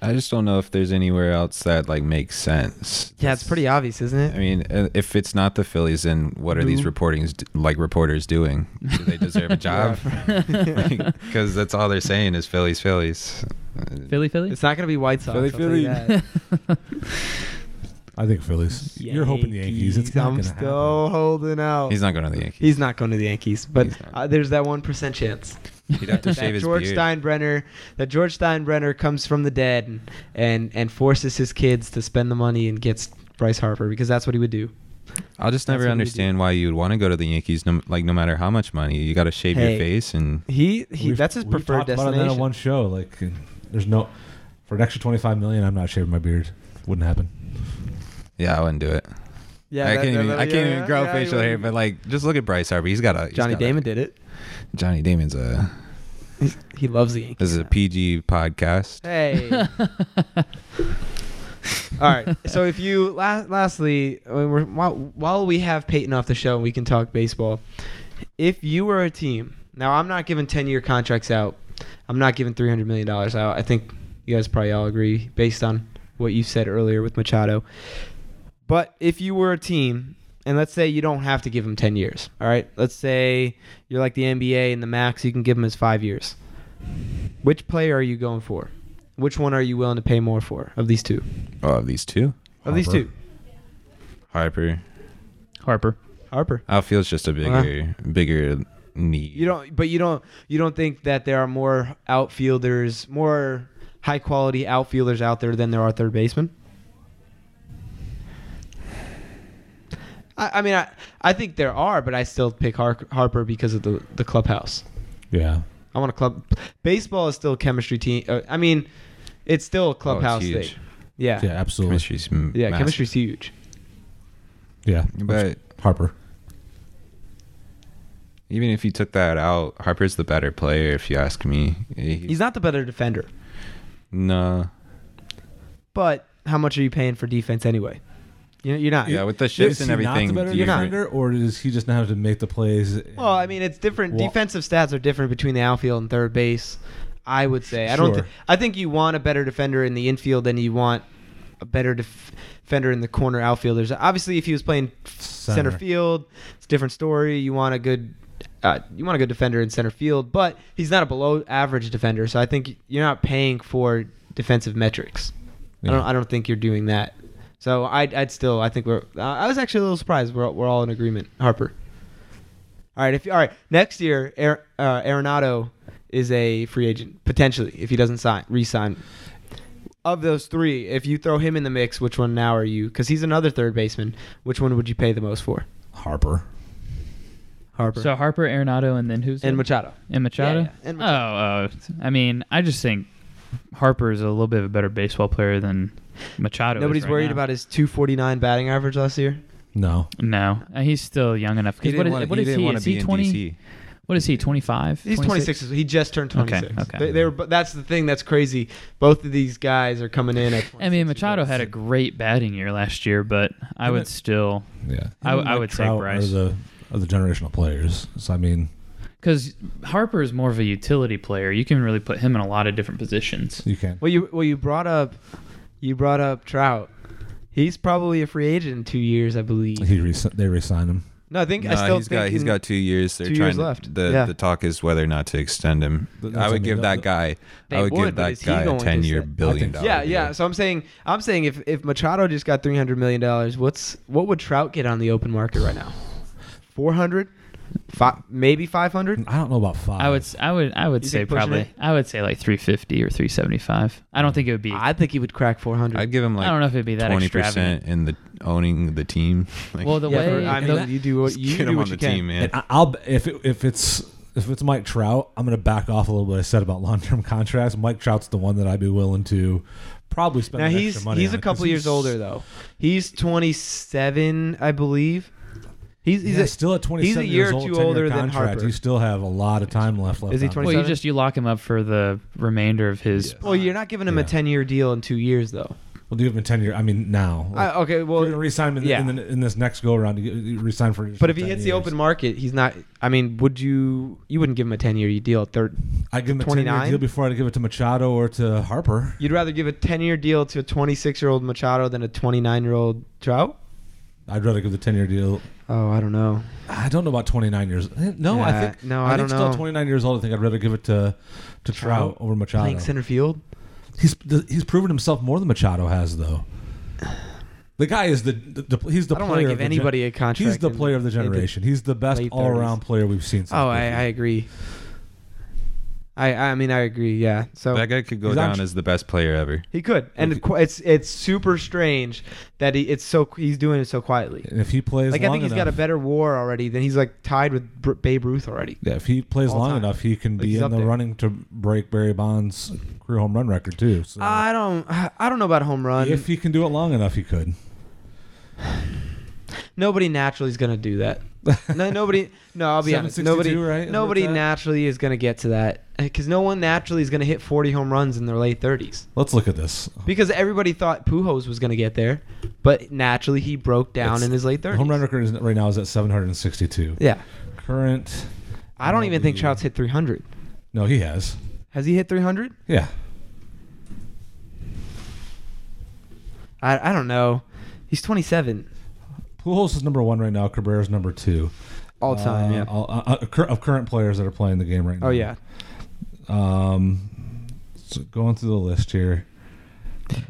[SPEAKER 2] I just don't know if there's anywhere else that like makes sense.
[SPEAKER 1] Yeah, it's pretty obvious, isn't
[SPEAKER 2] I
[SPEAKER 1] it?
[SPEAKER 2] mean, uh, if it's not the Phillies, then what are these
[SPEAKER 1] Who?
[SPEAKER 2] reportings d- like reporters doing? Do they deserve a job? Because that's all they're saying is Phillies, Phillies.
[SPEAKER 4] Philly, Philly.
[SPEAKER 1] It's not going to be White Sox.
[SPEAKER 3] Philly,
[SPEAKER 1] I'll tell
[SPEAKER 3] Philly.
[SPEAKER 1] you that.
[SPEAKER 3] I think Phillies. You're hoping the Yankees. It's not
[SPEAKER 1] I'm
[SPEAKER 3] gonna
[SPEAKER 1] still holding out.
[SPEAKER 2] He's not going to the Yankees.
[SPEAKER 1] He's not going to the Yankees, but
[SPEAKER 2] He's not.
[SPEAKER 1] uh, there's that one percent chance
[SPEAKER 2] He'd have to shave
[SPEAKER 1] that
[SPEAKER 2] his
[SPEAKER 1] George
[SPEAKER 2] beard.
[SPEAKER 1] Steinbrenner, that George Steinbrenner comes from the dead and, and and forces his kids to spend the money and gets Bryce Harper because that's what he would do.
[SPEAKER 2] I'll just
[SPEAKER 1] That's what
[SPEAKER 2] never
[SPEAKER 1] we do.
[SPEAKER 2] understand why you would want to go to the Yankees. No, like no matter how much money, you got to shave
[SPEAKER 1] Hey.
[SPEAKER 2] your face and
[SPEAKER 1] He he,
[SPEAKER 3] We've-
[SPEAKER 1] that's his
[SPEAKER 3] we've
[SPEAKER 1] preferred
[SPEAKER 3] talked about it then on
[SPEAKER 1] destination.
[SPEAKER 3] one show, like and there's no for an extra 25 million. I'm not shaving my beard. Wouldn't happen.
[SPEAKER 2] yeah, I wouldn't do it.
[SPEAKER 1] Yeah,
[SPEAKER 2] I
[SPEAKER 1] that-
[SPEAKER 2] can't even.
[SPEAKER 1] that-
[SPEAKER 2] I
[SPEAKER 1] yeah,
[SPEAKER 2] can't even
[SPEAKER 1] yeah,
[SPEAKER 2] grow
[SPEAKER 1] yeah,
[SPEAKER 2] facial
[SPEAKER 1] you
[SPEAKER 2] hair.
[SPEAKER 1] wouldn't.
[SPEAKER 2] But like, just look at Bryce Harper. He's got a he's
[SPEAKER 1] Johnny
[SPEAKER 2] got a-
[SPEAKER 1] Damon did it.
[SPEAKER 2] Johnny Damon's a
[SPEAKER 1] He's- He loves the Yankees.
[SPEAKER 2] this is a PG podcast.
[SPEAKER 1] Hey. All right. So if you la- lastly, I mean, we're, while, while we have Peyton off the show and we can talk baseball, if you were a team, now I'm not giving 10-year contracts out. I'm not giving 300 million dollars out. I think you guys probably all agree based on what you said earlier with Machado. But if you were a team, and let's say you don't have to give him 10 years, all right? Let's say you're like the NBA and the max you can give him is 5 years. Which player are you going for? Which one are you willing to pay more for of these two?
[SPEAKER 2] Oh, these two,
[SPEAKER 1] Of these
[SPEAKER 3] Harper.
[SPEAKER 1] two,
[SPEAKER 2] Harper.
[SPEAKER 4] Harper.
[SPEAKER 1] Harper.
[SPEAKER 2] Outfield's just a bigger, bigger need.
[SPEAKER 1] Uh-huh. You don't, but you don't, you don't think that there are more outfielders, more high quality outfielders out there than there are third basemen. I, I mean, I, I think there are, but I still pick Har- Harper because of the the clubhouse.
[SPEAKER 3] Yeah.
[SPEAKER 1] I want a club. Baseball is still a chemistry team. Uh, I mean, it's still a clubhouse
[SPEAKER 2] huge.
[SPEAKER 1] thing. Yeah,
[SPEAKER 3] Yeah.
[SPEAKER 1] yeah,
[SPEAKER 3] Absolutely.
[SPEAKER 2] Chemistry's m- massive.
[SPEAKER 1] chemistry's huge.
[SPEAKER 3] Yeah.
[SPEAKER 2] But
[SPEAKER 3] Harper.
[SPEAKER 2] even if you took that out, Harper's the better player. If you ask me,
[SPEAKER 1] He's not the better defender.
[SPEAKER 2] no.
[SPEAKER 1] But how much are you paying for defense anyway? You know, you're not.
[SPEAKER 2] Yeah, with the shifts
[SPEAKER 3] Is
[SPEAKER 2] and
[SPEAKER 3] he not the
[SPEAKER 2] everything,
[SPEAKER 3] better
[SPEAKER 2] you-
[SPEAKER 3] defender, or does he just not have to make the plays?
[SPEAKER 1] Well, I mean, it's different.
[SPEAKER 3] Well-
[SPEAKER 1] Defensive stats are different between the outfield and third base. I would say. I don't.
[SPEAKER 3] Sure.
[SPEAKER 1] thi- I think you want a better defender in the infield than you want a better def- defender in the corner outfielders. Obviously, if he was playing center,
[SPEAKER 3] Center.
[SPEAKER 1] field, it's a different story. You want a good. Uh, you want a good defender in center field, but he's not a below average defender. So I think you're not paying for defensive metrics. I don't.
[SPEAKER 3] Yeah.
[SPEAKER 1] I don't think you're doing that. So I'd, I'd still. I think we're. Uh, I was actually a little surprised. We're we're all in agreement. Harper. All right. If all right next year, Air, uh, Arenado is a free agent potentially if he doesn't sign re-sign. Of those three, if you throw him in the mix, which one now are you? Because he's another third baseman. Which one would you pay the most for?
[SPEAKER 3] Harper.
[SPEAKER 1] Harper
[SPEAKER 4] So Harper, Arenado, and then who's
[SPEAKER 1] and
[SPEAKER 4] it?
[SPEAKER 1] Machado.
[SPEAKER 4] And Machado?
[SPEAKER 1] Yeah, yeah, and
[SPEAKER 4] Oh, oh, I mean, I just think Harper is a little bit of a better baseball player than Machado. is
[SPEAKER 1] Nobody's
[SPEAKER 4] right
[SPEAKER 1] worried
[SPEAKER 4] now.
[SPEAKER 1] about his 249 batting average last year.
[SPEAKER 3] No.
[SPEAKER 4] No, Uh, he's still young enough.
[SPEAKER 2] He
[SPEAKER 4] 'Cause what
[SPEAKER 2] didn't
[SPEAKER 4] is,
[SPEAKER 2] wanna-
[SPEAKER 4] what
[SPEAKER 2] he
[SPEAKER 4] is
[SPEAKER 2] didn't
[SPEAKER 4] he?
[SPEAKER 2] wanna
[SPEAKER 4] Is he
[SPEAKER 2] be in
[SPEAKER 4] 20?
[SPEAKER 2] DC.
[SPEAKER 4] What is he? 25?
[SPEAKER 1] He's 26. He just turned 26.
[SPEAKER 4] Okay, okay.
[SPEAKER 1] They, they were, but that's the thing that's crazy. Both of these guys are coming in at. 26.
[SPEAKER 4] I mean, Machado had a great batting year last year, but I
[SPEAKER 3] Him
[SPEAKER 4] would
[SPEAKER 3] and-
[SPEAKER 4] still
[SPEAKER 3] Yeah.
[SPEAKER 4] I
[SPEAKER 3] Him and
[SPEAKER 4] w- I
[SPEAKER 3] Mike
[SPEAKER 4] would say
[SPEAKER 3] Trout
[SPEAKER 4] Bryce.
[SPEAKER 3] Are the, are the generational players. So I mean,
[SPEAKER 4] because Harper is more of a utility player. You can really put him in a lot of different positions.
[SPEAKER 3] you can.
[SPEAKER 1] Well, you well you brought up, you brought up Trout. He's probably a free agent in two years, I believe.
[SPEAKER 3] He re- they re-signed him.
[SPEAKER 1] No, I think I
[SPEAKER 2] No,
[SPEAKER 1] still
[SPEAKER 2] he's
[SPEAKER 1] think
[SPEAKER 2] got he's
[SPEAKER 1] in-
[SPEAKER 2] got two years. They're
[SPEAKER 1] two
[SPEAKER 2] trying
[SPEAKER 1] years
[SPEAKER 2] to-
[SPEAKER 1] left.
[SPEAKER 2] The
[SPEAKER 1] Yeah.
[SPEAKER 2] the talk is whether or not to extend him.
[SPEAKER 3] Th- that's
[SPEAKER 2] I
[SPEAKER 3] what
[SPEAKER 2] would
[SPEAKER 3] I
[SPEAKER 2] give
[SPEAKER 3] mean.
[SPEAKER 2] that guy.
[SPEAKER 1] They
[SPEAKER 2] I would,
[SPEAKER 1] would,
[SPEAKER 2] give
[SPEAKER 1] but
[SPEAKER 2] that
[SPEAKER 1] is he
[SPEAKER 2] guy
[SPEAKER 1] going
[SPEAKER 2] a
[SPEAKER 1] to
[SPEAKER 2] ten year
[SPEAKER 1] extend?
[SPEAKER 2] billion dollar.
[SPEAKER 3] I think
[SPEAKER 1] Yeah,
[SPEAKER 2] deal.
[SPEAKER 1] yeah. So I'm saying I'm saying if if Machado just got 300 million dollars, what's what would Trout get on the open market right now? 400, Fi maybe 500.
[SPEAKER 3] I don't know about five.
[SPEAKER 4] I would, s- I would, I would
[SPEAKER 1] You
[SPEAKER 4] say
[SPEAKER 1] think pushing
[SPEAKER 4] probably,
[SPEAKER 1] it?
[SPEAKER 4] I would say like 350 or 375. I don't think it would be. I,
[SPEAKER 1] I think he would crack 400.
[SPEAKER 2] I'd give him like
[SPEAKER 4] don't know if it'd be that
[SPEAKER 2] twenty
[SPEAKER 4] extravagant.
[SPEAKER 2] percent in the owning the team. Like,
[SPEAKER 4] Well, the
[SPEAKER 1] yeah,
[SPEAKER 4] way
[SPEAKER 1] I mean,
[SPEAKER 4] the-
[SPEAKER 1] you do what
[SPEAKER 2] just
[SPEAKER 1] you
[SPEAKER 2] get
[SPEAKER 1] do
[SPEAKER 2] him
[SPEAKER 1] what
[SPEAKER 2] on
[SPEAKER 1] you
[SPEAKER 2] the
[SPEAKER 1] can.
[SPEAKER 2] team, man.
[SPEAKER 3] And I- I'll if it, if it's if it's Mike Trout, I'm gonna back off a little bit. I said about long term contracts. Mike Trout's the one that I'd be willing to probably spend.
[SPEAKER 1] Now
[SPEAKER 3] the
[SPEAKER 1] he's
[SPEAKER 3] extra money
[SPEAKER 1] he's
[SPEAKER 3] on
[SPEAKER 1] a
[SPEAKER 3] 'cause
[SPEAKER 1] couple years
[SPEAKER 3] he's-
[SPEAKER 1] older though. He's 27, I believe. He's he's
[SPEAKER 3] yeah,
[SPEAKER 1] a,
[SPEAKER 3] still at 27
[SPEAKER 1] he's a year
[SPEAKER 3] years old,
[SPEAKER 1] too
[SPEAKER 3] 10-year
[SPEAKER 1] older than
[SPEAKER 3] contract.
[SPEAKER 1] Harper.
[SPEAKER 3] You still have a lot of time left. left
[SPEAKER 1] Is he
[SPEAKER 3] on it.
[SPEAKER 1] 27?
[SPEAKER 4] well, you just you lock him up for the remainder of his.
[SPEAKER 1] Well, you're not giving him a
[SPEAKER 3] Yeah.
[SPEAKER 1] 10 year deal in two years, though.
[SPEAKER 3] We'll do it in ten years. I mean, now.
[SPEAKER 1] I, okay,
[SPEAKER 3] If you're
[SPEAKER 1] well,
[SPEAKER 3] gonna resign him in,
[SPEAKER 1] yeah.
[SPEAKER 3] in, the, in this next go around. You you resign for.
[SPEAKER 1] but if he
[SPEAKER 3] 10
[SPEAKER 1] hits the
[SPEAKER 3] years.
[SPEAKER 1] open market, he's not. I mean, would you? You wouldn't give him a ten year deal. at Third,
[SPEAKER 3] I give him a
[SPEAKER 1] 29?
[SPEAKER 3] ten-year deal before I would give it to Machado or to Harper.
[SPEAKER 1] you'd rather give a ten year deal to a twenty six year old Machado than a twenty nine year old Trout.
[SPEAKER 3] I'd rather give the ten-year deal.
[SPEAKER 1] Oh, I don't know.
[SPEAKER 3] I don't know about twenty-nine years. eh, No, I
[SPEAKER 1] Yeah,
[SPEAKER 3] think
[SPEAKER 1] no,
[SPEAKER 3] I,
[SPEAKER 1] I
[SPEAKER 3] think
[SPEAKER 1] don't
[SPEAKER 3] still
[SPEAKER 1] know.
[SPEAKER 3] twenty-nine years old. I think I'd rather give it to to Trout,
[SPEAKER 1] Trout?
[SPEAKER 3] over Machado.
[SPEAKER 1] Playing center field.
[SPEAKER 3] He's he's proven himself more than Machado has though. The guy is the, the, the- he's the
[SPEAKER 1] I don't want
[SPEAKER 3] player.
[SPEAKER 1] to give
[SPEAKER 3] of the gen-
[SPEAKER 1] anybody a contract.
[SPEAKER 3] he's the
[SPEAKER 1] in-
[SPEAKER 3] player of the
[SPEAKER 1] in
[SPEAKER 3] generation. He's the best
[SPEAKER 1] late 30s.
[SPEAKER 3] all-around player we've seen. Since
[SPEAKER 1] Oh, I,
[SPEAKER 3] Griffey.
[SPEAKER 1] I agree. I I mean I agree. Yeah. So
[SPEAKER 2] that guy could go
[SPEAKER 3] He's on
[SPEAKER 2] down
[SPEAKER 3] tr-
[SPEAKER 2] as the best player ever.
[SPEAKER 1] he could, and
[SPEAKER 3] If-
[SPEAKER 1] it, qui- it's it's super strange that he it's so he's doing it so quietly.
[SPEAKER 3] And if he plays
[SPEAKER 1] Like I
[SPEAKER 3] long
[SPEAKER 1] think he's
[SPEAKER 3] enough,
[SPEAKER 1] got a better WAR already than he's like tied with Br- Babe Ruth already.
[SPEAKER 3] Yeah, if he plays
[SPEAKER 1] All
[SPEAKER 3] long
[SPEAKER 1] time.
[SPEAKER 3] enough, he can
[SPEAKER 1] Like,
[SPEAKER 3] be
[SPEAKER 1] he's
[SPEAKER 3] in
[SPEAKER 1] up
[SPEAKER 3] the
[SPEAKER 1] there.
[SPEAKER 3] running to break Barry Bonds' career home run record too. So
[SPEAKER 1] I don't I don't know about home run.
[SPEAKER 3] if he can do it long enough, he could.
[SPEAKER 1] nobody naturally is gonna do that. No, nobody. No, I'll be honest.
[SPEAKER 3] 762,
[SPEAKER 1] Nobody.
[SPEAKER 3] right? Is that
[SPEAKER 1] Nobody
[SPEAKER 3] that?
[SPEAKER 1] naturally is gonna get to that because no one naturally is gonna hit 40 home runs in their late 30s.
[SPEAKER 3] Let's look at this.
[SPEAKER 1] Because everybody thought Pujols was going to get there, but naturally he broke down
[SPEAKER 3] It's-
[SPEAKER 1] in his late
[SPEAKER 3] The
[SPEAKER 1] 30s.
[SPEAKER 3] home run record is, right now is at 762.
[SPEAKER 1] Yeah.
[SPEAKER 3] Current?
[SPEAKER 1] I don't even think
[SPEAKER 3] MLB.
[SPEAKER 1] Trout's hit 300.
[SPEAKER 3] No, he has.
[SPEAKER 1] Has he hit 300?
[SPEAKER 3] Yeah,
[SPEAKER 1] I, I don't know. He's 27
[SPEAKER 3] Pujols is number one right now. Cabrera's number two.
[SPEAKER 1] all time,
[SPEAKER 3] Uh,
[SPEAKER 1] yeah.
[SPEAKER 3] all- uh, uh, cur- of current players that are playing the game right now.
[SPEAKER 1] oh, yeah.
[SPEAKER 3] Um, so going through the list here.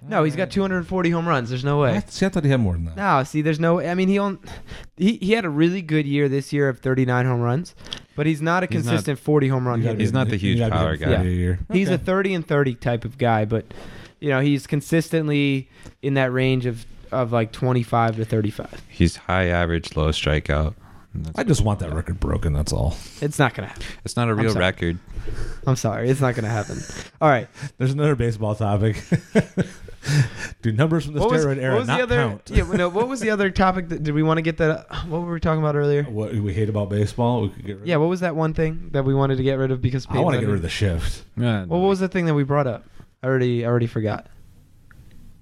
[SPEAKER 1] No, he's got 240 home runs. There's no
[SPEAKER 3] I,
[SPEAKER 1] way.
[SPEAKER 3] see, I thought he had more than that.
[SPEAKER 1] No, see, there's no. I mean, he on, he he had a really good year this year of 39 home runs, but he's not a
[SPEAKER 2] He's not-
[SPEAKER 1] consistent 40 home run
[SPEAKER 3] You gotta
[SPEAKER 1] hitter.
[SPEAKER 3] be-
[SPEAKER 2] He's not the
[SPEAKER 3] you
[SPEAKER 2] huge
[SPEAKER 3] gotta be
[SPEAKER 2] power
[SPEAKER 3] hitting
[SPEAKER 2] guy.
[SPEAKER 3] 40 a year.
[SPEAKER 1] He's a
[SPEAKER 3] Okay.
[SPEAKER 1] 30 and 30 type of guy, but you know, he's consistently in that range of of like 25 to 35.
[SPEAKER 2] He's high average, low strikeout. And
[SPEAKER 3] I
[SPEAKER 2] that's-
[SPEAKER 3] just want that record broken. That's all.
[SPEAKER 1] It's not going to happen.
[SPEAKER 2] It's not a
[SPEAKER 1] I'm
[SPEAKER 2] real
[SPEAKER 1] sorry.
[SPEAKER 2] record.
[SPEAKER 1] I'm sorry. It's not going to happen. All right.
[SPEAKER 3] There's another baseball topic. Do numbers from the
[SPEAKER 1] What was-
[SPEAKER 3] steroid era
[SPEAKER 1] what was
[SPEAKER 3] not
[SPEAKER 1] the other
[SPEAKER 3] count?
[SPEAKER 1] Yeah, no, what was the other topic that did we want to get that what were we talking about earlier?
[SPEAKER 3] What we hate about baseball, we could get rid
[SPEAKER 1] Yeah,
[SPEAKER 3] of.
[SPEAKER 1] what was that one thing that we wanted to get rid of because
[SPEAKER 3] I want to get rid of the shift.
[SPEAKER 2] Yeah,
[SPEAKER 1] Well, what was the thing that we brought up? I already I already forgot.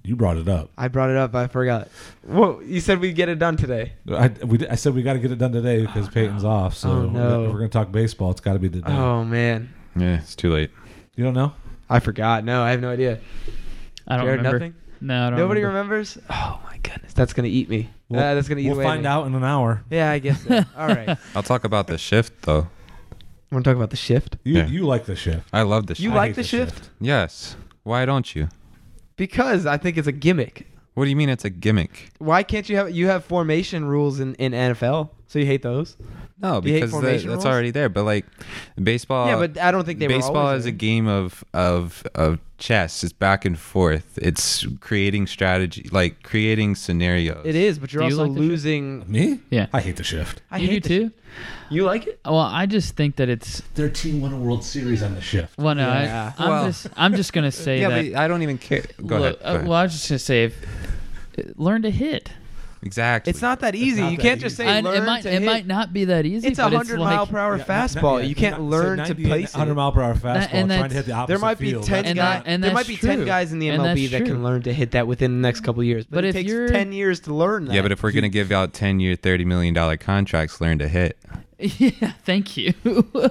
[SPEAKER 3] You brought it up.
[SPEAKER 1] I brought it up, I forgot. Well, you said we'd get it done today.
[SPEAKER 3] I, we, d- I said we got to get it done today because Peyton's off. So
[SPEAKER 1] Oh, no.
[SPEAKER 3] if we're going to talk baseball, it's got to be today.
[SPEAKER 1] Oh Uh, man.
[SPEAKER 2] yeah, it's too late.
[SPEAKER 3] You don't know?
[SPEAKER 1] I forgot. No, I have no idea.
[SPEAKER 4] I don't
[SPEAKER 1] Jared,
[SPEAKER 4] remember.
[SPEAKER 1] nothing?
[SPEAKER 4] No, I don't
[SPEAKER 1] Nobody
[SPEAKER 4] remember.
[SPEAKER 1] remembers? Oh my goodness. That's going to eat me.
[SPEAKER 3] We'll-
[SPEAKER 1] Uh, that's going to eat
[SPEAKER 3] We'll
[SPEAKER 1] away at
[SPEAKER 3] find
[SPEAKER 1] me.
[SPEAKER 3] out in an hour.
[SPEAKER 1] Yeah, I guess. So. All right.
[SPEAKER 2] I'll talk about the shift though.
[SPEAKER 1] Want to talk about the shift?
[SPEAKER 3] You
[SPEAKER 2] Yeah.
[SPEAKER 3] you like the shift?
[SPEAKER 2] I love the shift.
[SPEAKER 1] You
[SPEAKER 3] I
[SPEAKER 1] like
[SPEAKER 3] hate
[SPEAKER 1] the shift?
[SPEAKER 2] yes. Why don't you?
[SPEAKER 1] Because I think it's a gimmick.
[SPEAKER 2] What do you mean it's a gimmick?
[SPEAKER 1] Why can't you have you have formation rules in, in NFL? So you hate those?
[SPEAKER 2] No,
[SPEAKER 1] Do you hate
[SPEAKER 2] because the-
[SPEAKER 1] formation
[SPEAKER 2] that's
[SPEAKER 1] rules?
[SPEAKER 2] already there. But like
[SPEAKER 4] Uh,
[SPEAKER 2] baseball,
[SPEAKER 1] yeah, but I don't think they were
[SPEAKER 2] baseball
[SPEAKER 1] always
[SPEAKER 2] is a
[SPEAKER 1] there.
[SPEAKER 2] game of of of chess. It's back and forth. It's creating strategy, like creating scenarios.
[SPEAKER 1] It is, but you're
[SPEAKER 4] Do you
[SPEAKER 1] also
[SPEAKER 4] like the shift?
[SPEAKER 1] losing.
[SPEAKER 3] Me?
[SPEAKER 4] Yeah.
[SPEAKER 3] I hate the shift.
[SPEAKER 1] I
[SPEAKER 4] you
[SPEAKER 1] hate the
[SPEAKER 4] do too?
[SPEAKER 1] shift. You like it?
[SPEAKER 4] Well, I just think that it's.
[SPEAKER 3] Their team won a World Series on the shift.
[SPEAKER 4] Well, no,
[SPEAKER 1] Yeah.
[SPEAKER 4] I, I'm
[SPEAKER 2] Well-
[SPEAKER 4] just. I'm just gonna say
[SPEAKER 2] Yeah,
[SPEAKER 4] that.
[SPEAKER 2] but I don't even care. Go
[SPEAKER 4] Look,
[SPEAKER 2] ahead. Go
[SPEAKER 4] uh,
[SPEAKER 2] ahead.
[SPEAKER 4] well, I was just gonna say, if, uh, learn to hit.
[SPEAKER 2] Exactly.
[SPEAKER 1] It's not that easy.
[SPEAKER 3] not
[SPEAKER 1] you
[SPEAKER 3] that
[SPEAKER 1] can't just
[SPEAKER 3] easy.
[SPEAKER 1] say
[SPEAKER 4] I-
[SPEAKER 1] learn
[SPEAKER 4] it might.
[SPEAKER 1] to
[SPEAKER 4] it
[SPEAKER 1] hit.
[SPEAKER 4] might not be that easy.
[SPEAKER 1] it's a
[SPEAKER 4] but
[SPEAKER 1] hundred
[SPEAKER 4] like-
[SPEAKER 1] mile per hour fastball. you can't learn to place
[SPEAKER 3] Hundred
[SPEAKER 1] it.
[SPEAKER 3] mile per hour fastball, trying
[SPEAKER 4] and that's-
[SPEAKER 3] to hit the opposite
[SPEAKER 1] There might be
[SPEAKER 3] field.
[SPEAKER 1] ten
[SPEAKER 4] And
[SPEAKER 1] guys.
[SPEAKER 4] that- and
[SPEAKER 1] there might
[SPEAKER 4] that's
[SPEAKER 1] be ten
[SPEAKER 4] true.
[SPEAKER 1] guys in the
[SPEAKER 4] And
[SPEAKER 1] MLB
[SPEAKER 4] that's
[SPEAKER 1] that
[SPEAKER 4] true.
[SPEAKER 1] can learn to hit that within the next couple years. But,
[SPEAKER 4] But
[SPEAKER 1] it
[SPEAKER 4] if
[SPEAKER 1] takes
[SPEAKER 4] you're-
[SPEAKER 1] ten years to learn that.
[SPEAKER 2] yeah, but if we're gonna give out ten-year, thirty-million dollar contracts, learn to hit.
[SPEAKER 4] Yeah, thank you.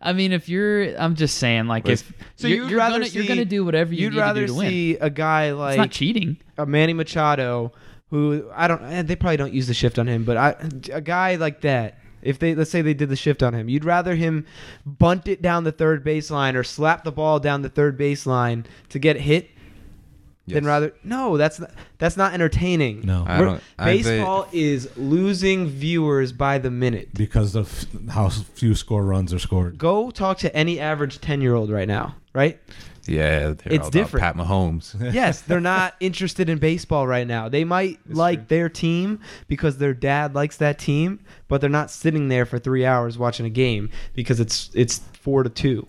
[SPEAKER 4] I mean, if you're, I'm just saying, like,
[SPEAKER 2] Whereas-
[SPEAKER 4] if
[SPEAKER 1] So
[SPEAKER 4] you're,
[SPEAKER 1] you'd
[SPEAKER 4] you're
[SPEAKER 1] rather
[SPEAKER 4] gonna, you're
[SPEAKER 1] see-
[SPEAKER 4] gonna do whatever you
[SPEAKER 1] you'd
[SPEAKER 4] need
[SPEAKER 1] rather
[SPEAKER 4] to do to win.
[SPEAKER 1] see a guy
[SPEAKER 4] it's not
[SPEAKER 1] like
[SPEAKER 4] cheating.
[SPEAKER 1] a Manny Machado, who I don't. eh, They probably don't use the shift on him, but I, a guy like that. If they let's say they did the shift on him, you'd rather him bunt it down the third baseline or slap the ball down the third baseline to get hit
[SPEAKER 2] Yes.
[SPEAKER 1] than rather no. That's not, that's not entertaining.
[SPEAKER 3] No.
[SPEAKER 2] I
[SPEAKER 1] We're-
[SPEAKER 2] don't- I- they-
[SPEAKER 1] baseball is losing viewers by the minute.
[SPEAKER 3] because of how few score runs are scored.
[SPEAKER 1] Go talk to any average ten year old right now, right?
[SPEAKER 2] Yeah, they're
[SPEAKER 1] It's
[SPEAKER 2] all about
[SPEAKER 1] different.
[SPEAKER 2] Pat Mahomes.
[SPEAKER 1] yes, they're not interested in baseball right now. They might like their team because their dad likes that team, but they're not sitting there for three hours watching a game because it's it's four to two.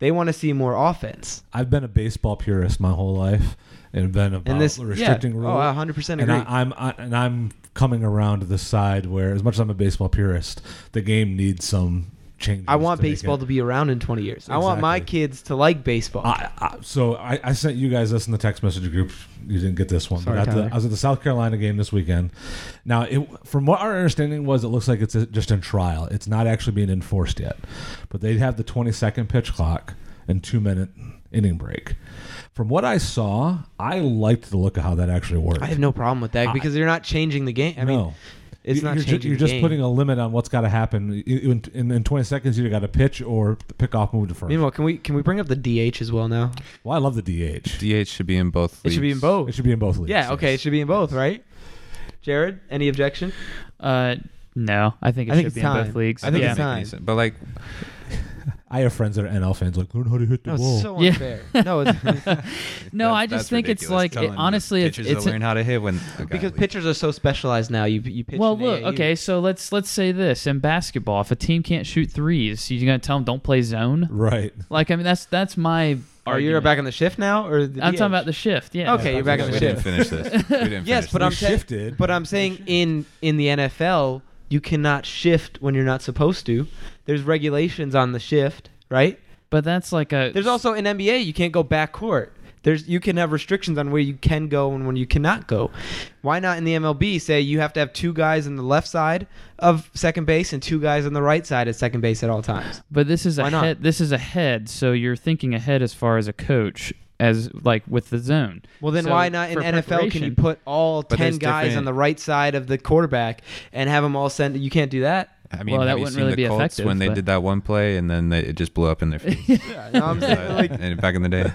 [SPEAKER 1] They want to see more offense.
[SPEAKER 3] I've been a baseball purist my whole life, and been about
[SPEAKER 1] And this
[SPEAKER 3] restricting
[SPEAKER 1] yeah,
[SPEAKER 3] rules.
[SPEAKER 1] Oh, I 100%
[SPEAKER 3] and
[SPEAKER 1] agree.
[SPEAKER 3] I, I'm I, and I'm coming around to the side where, as much as I'm a baseball purist, the game needs some changes.
[SPEAKER 1] I want
[SPEAKER 3] to make
[SPEAKER 1] baseball
[SPEAKER 3] it.
[SPEAKER 1] to be around in 20 years. I want my
[SPEAKER 3] Exactly.
[SPEAKER 1] kids to like baseball.
[SPEAKER 3] I, I, so I, I sent you guys this in the text message group. You didn't get this one.
[SPEAKER 1] Sorry,
[SPEAKER 3] but at the-
[SPEAKER 1] Tyler.
[SPEAKER 3] I was at the South Carolina game this weekend. Now, it, from what our understanding was, it looks like it's just in trial. It's not actually being enforced yet. But they have the 22nd pitch clock and two minute inning break. From what I saw, I liked the look of how that actually worked.
[SPEAKER 1] I have no problem with that
[SPEAKER 3] I-
[SPEAKER 1] because you're not changing the game. I mean,
[SPEAKER 3] No.
[SPEAKER 1] it's
[SPEAKER 3] You-
[SPEAKER 1] not
[SPEAKER 3] you're ju-
[SPEAKER 1] changing.
[SPEAKER 3] you're
[SPEAKER 1] the
[SPEAKER 3] just
[SPEAKER 1] game.
[SPEAKER 3] putting a limit on what's got to happen. You- In, in, in 20 seconds, you got to pitch or pick off, move to first.
[SPEAKER 1] Meanwhile, can we can we bring up the DH as well now?
[SPEAKER 3] Well, I love the DH.
[SPEAKER 2] DH should be in both.
[SPEAKER 1] It should be in
[SPEAKER 2] leagues.
[SPEAKER 1] both.
[SPEAKER 3] It should be in both leagues.
[SPEAKER 1] Yeah, okay, it
[SPEAKER 3] yes.
[SPEAKER 1] should be in both, right? Jared, any objection?
[SPEAKER 4] Uh, no, I think it
[SPEAKER 1] I think
[SPEAKER 4] should
[SPEAKER 1] it's
[SPEAKER 4] be in
[SPEAKER 1] time.
[SPEAKER 4] both leagues.
[SPEAKER 1] I think
[SPEAKER 4] yeah.
[SPEAKER 1] it's
[SPEAKER 2] Doesn't make any
[SPEAKER 1] time.
[SPEAKER 2] sense. But like,
[SPEAKER 3] I have friends that are NL fans like learn how to hit the
[SPEAKER 1] No, it's
[SPEAKER 3] ball.
[SPEAKER 1] so
[SPEAKER 4] Yeah.
[SPEAKER 1] unfair. no, it's,
[SPEAKER 4] No,
[SPEAKER 2] that's-
[SPEAKER 4] I just
[SPEAKER 2] that's
[SPEAKER 4] think it's
[SPEAKER 2] ridiculous.
[SPEAKER 4] like it-
[SPEAKER 2] Telling the
[SPEAKER 4] honestly, it's,
[SPEAKER 2] pitchers
[SPEAKER 4] it's
[SPEAKER 2] to learn how to hit when okay,
[SPEAKER 1] because
[SPEAKER 2] we-
[SPEAKER 1] pitchers are so specialized now. You you pitch.
[SPEAKER 4] well,
[SPEAKER 1] in
[SPEAKER 4] look,
[SPEAKER 1] AAU.
[SPEAKER 4] okay, so let's let's say this in basketball, if a team can't shoot threes, you're gonna tell them don't play zone.
[SPEAKER 3] Right.
[SPEAKER 4] Like, I mean, that's that's my.
[SPEAKER 1] Are you
[SPEAKER 4] argument.
[SPEAKER 1] back on the shift now, or the
[SPEAKER 4] I'm
[SPEAKER 1] DH?
[SPEAKER 4] talking about the shift. Yeah.
[SPEAKER 1] Okay, you're back on
[SPEAKER 2] we
[SPEAKER 1] the
[SPEAKER 2] didn't
[SPEAKER 1] shift.
[SPEAKER 2] finish this. We didn't
[SPEAKER 1] Yes,
[SPEAKER 2] finish
[SPEAKER 1] but
[SPEAKER 2] this.
[SPEAKER 1] I'm
[SPEAKER 3] We
[SPEAKER 1] saying-
[SPEAKER 3] shifted.
[SPEAKER 1] But uh, I'm saying in in the NFL, you cannot shift when you're not supposed to. There's regulations on the shift, right?
[SPEAKER 4] But that's like a.
[SPEAKER 1] There's also in NBA, you can't go backcourt. There's you can have restrictions on where you can go and when you cannot go. Why not in the MLB say you have to have two guys on the left side of second base and two guys on the right side at second base at all times?
[SPEAKER 4] But this is
[SPEAKER 1] Why
[SPEAKER 4] a
[SPEAKER 1] not?
[SPEAKER 4] head. This is a head. So you're thinking ahead as far as a coach, as like with the zone.
[SPEAKER 1] Well, then
[SPEAKER 4] So
[SPEAKER 1] why not in
[SPEAKER 4] for
[SPEAKER 1] NFL can you
[SPEAKER 4] preparation-
[SPEAKER 1] put all
[SPEAKER 2] But
[SPEAKER 1] ten
[SPEAKER 2] there's
[SPEAKER 1] guys on
[SPEAKER 2] different-
[SPEAKER 1] the right side of the quarterback and have them all send? You can't do that.
[SPEAKER 2] I mean,
[SPEAKER 4] Well, that
[SPEAKER 2] have you
[SPEAKER 4] wouldn't
[SPEAKER 2] seen
[SPEAKER 4] really
[SPEAKER 2] the
[SPEAKER 4] be
[SPEAKER 2] Colts
[SPEAKER 4] effective,
[SPEAKER 2] when they
[SPEAKER 4] but-
[SPEAKER 2] did that one play and then they, it just blew up in their face?
[SPEAKER 1] No, I'm saying, like,
[SPEAKER 2] and back in the day,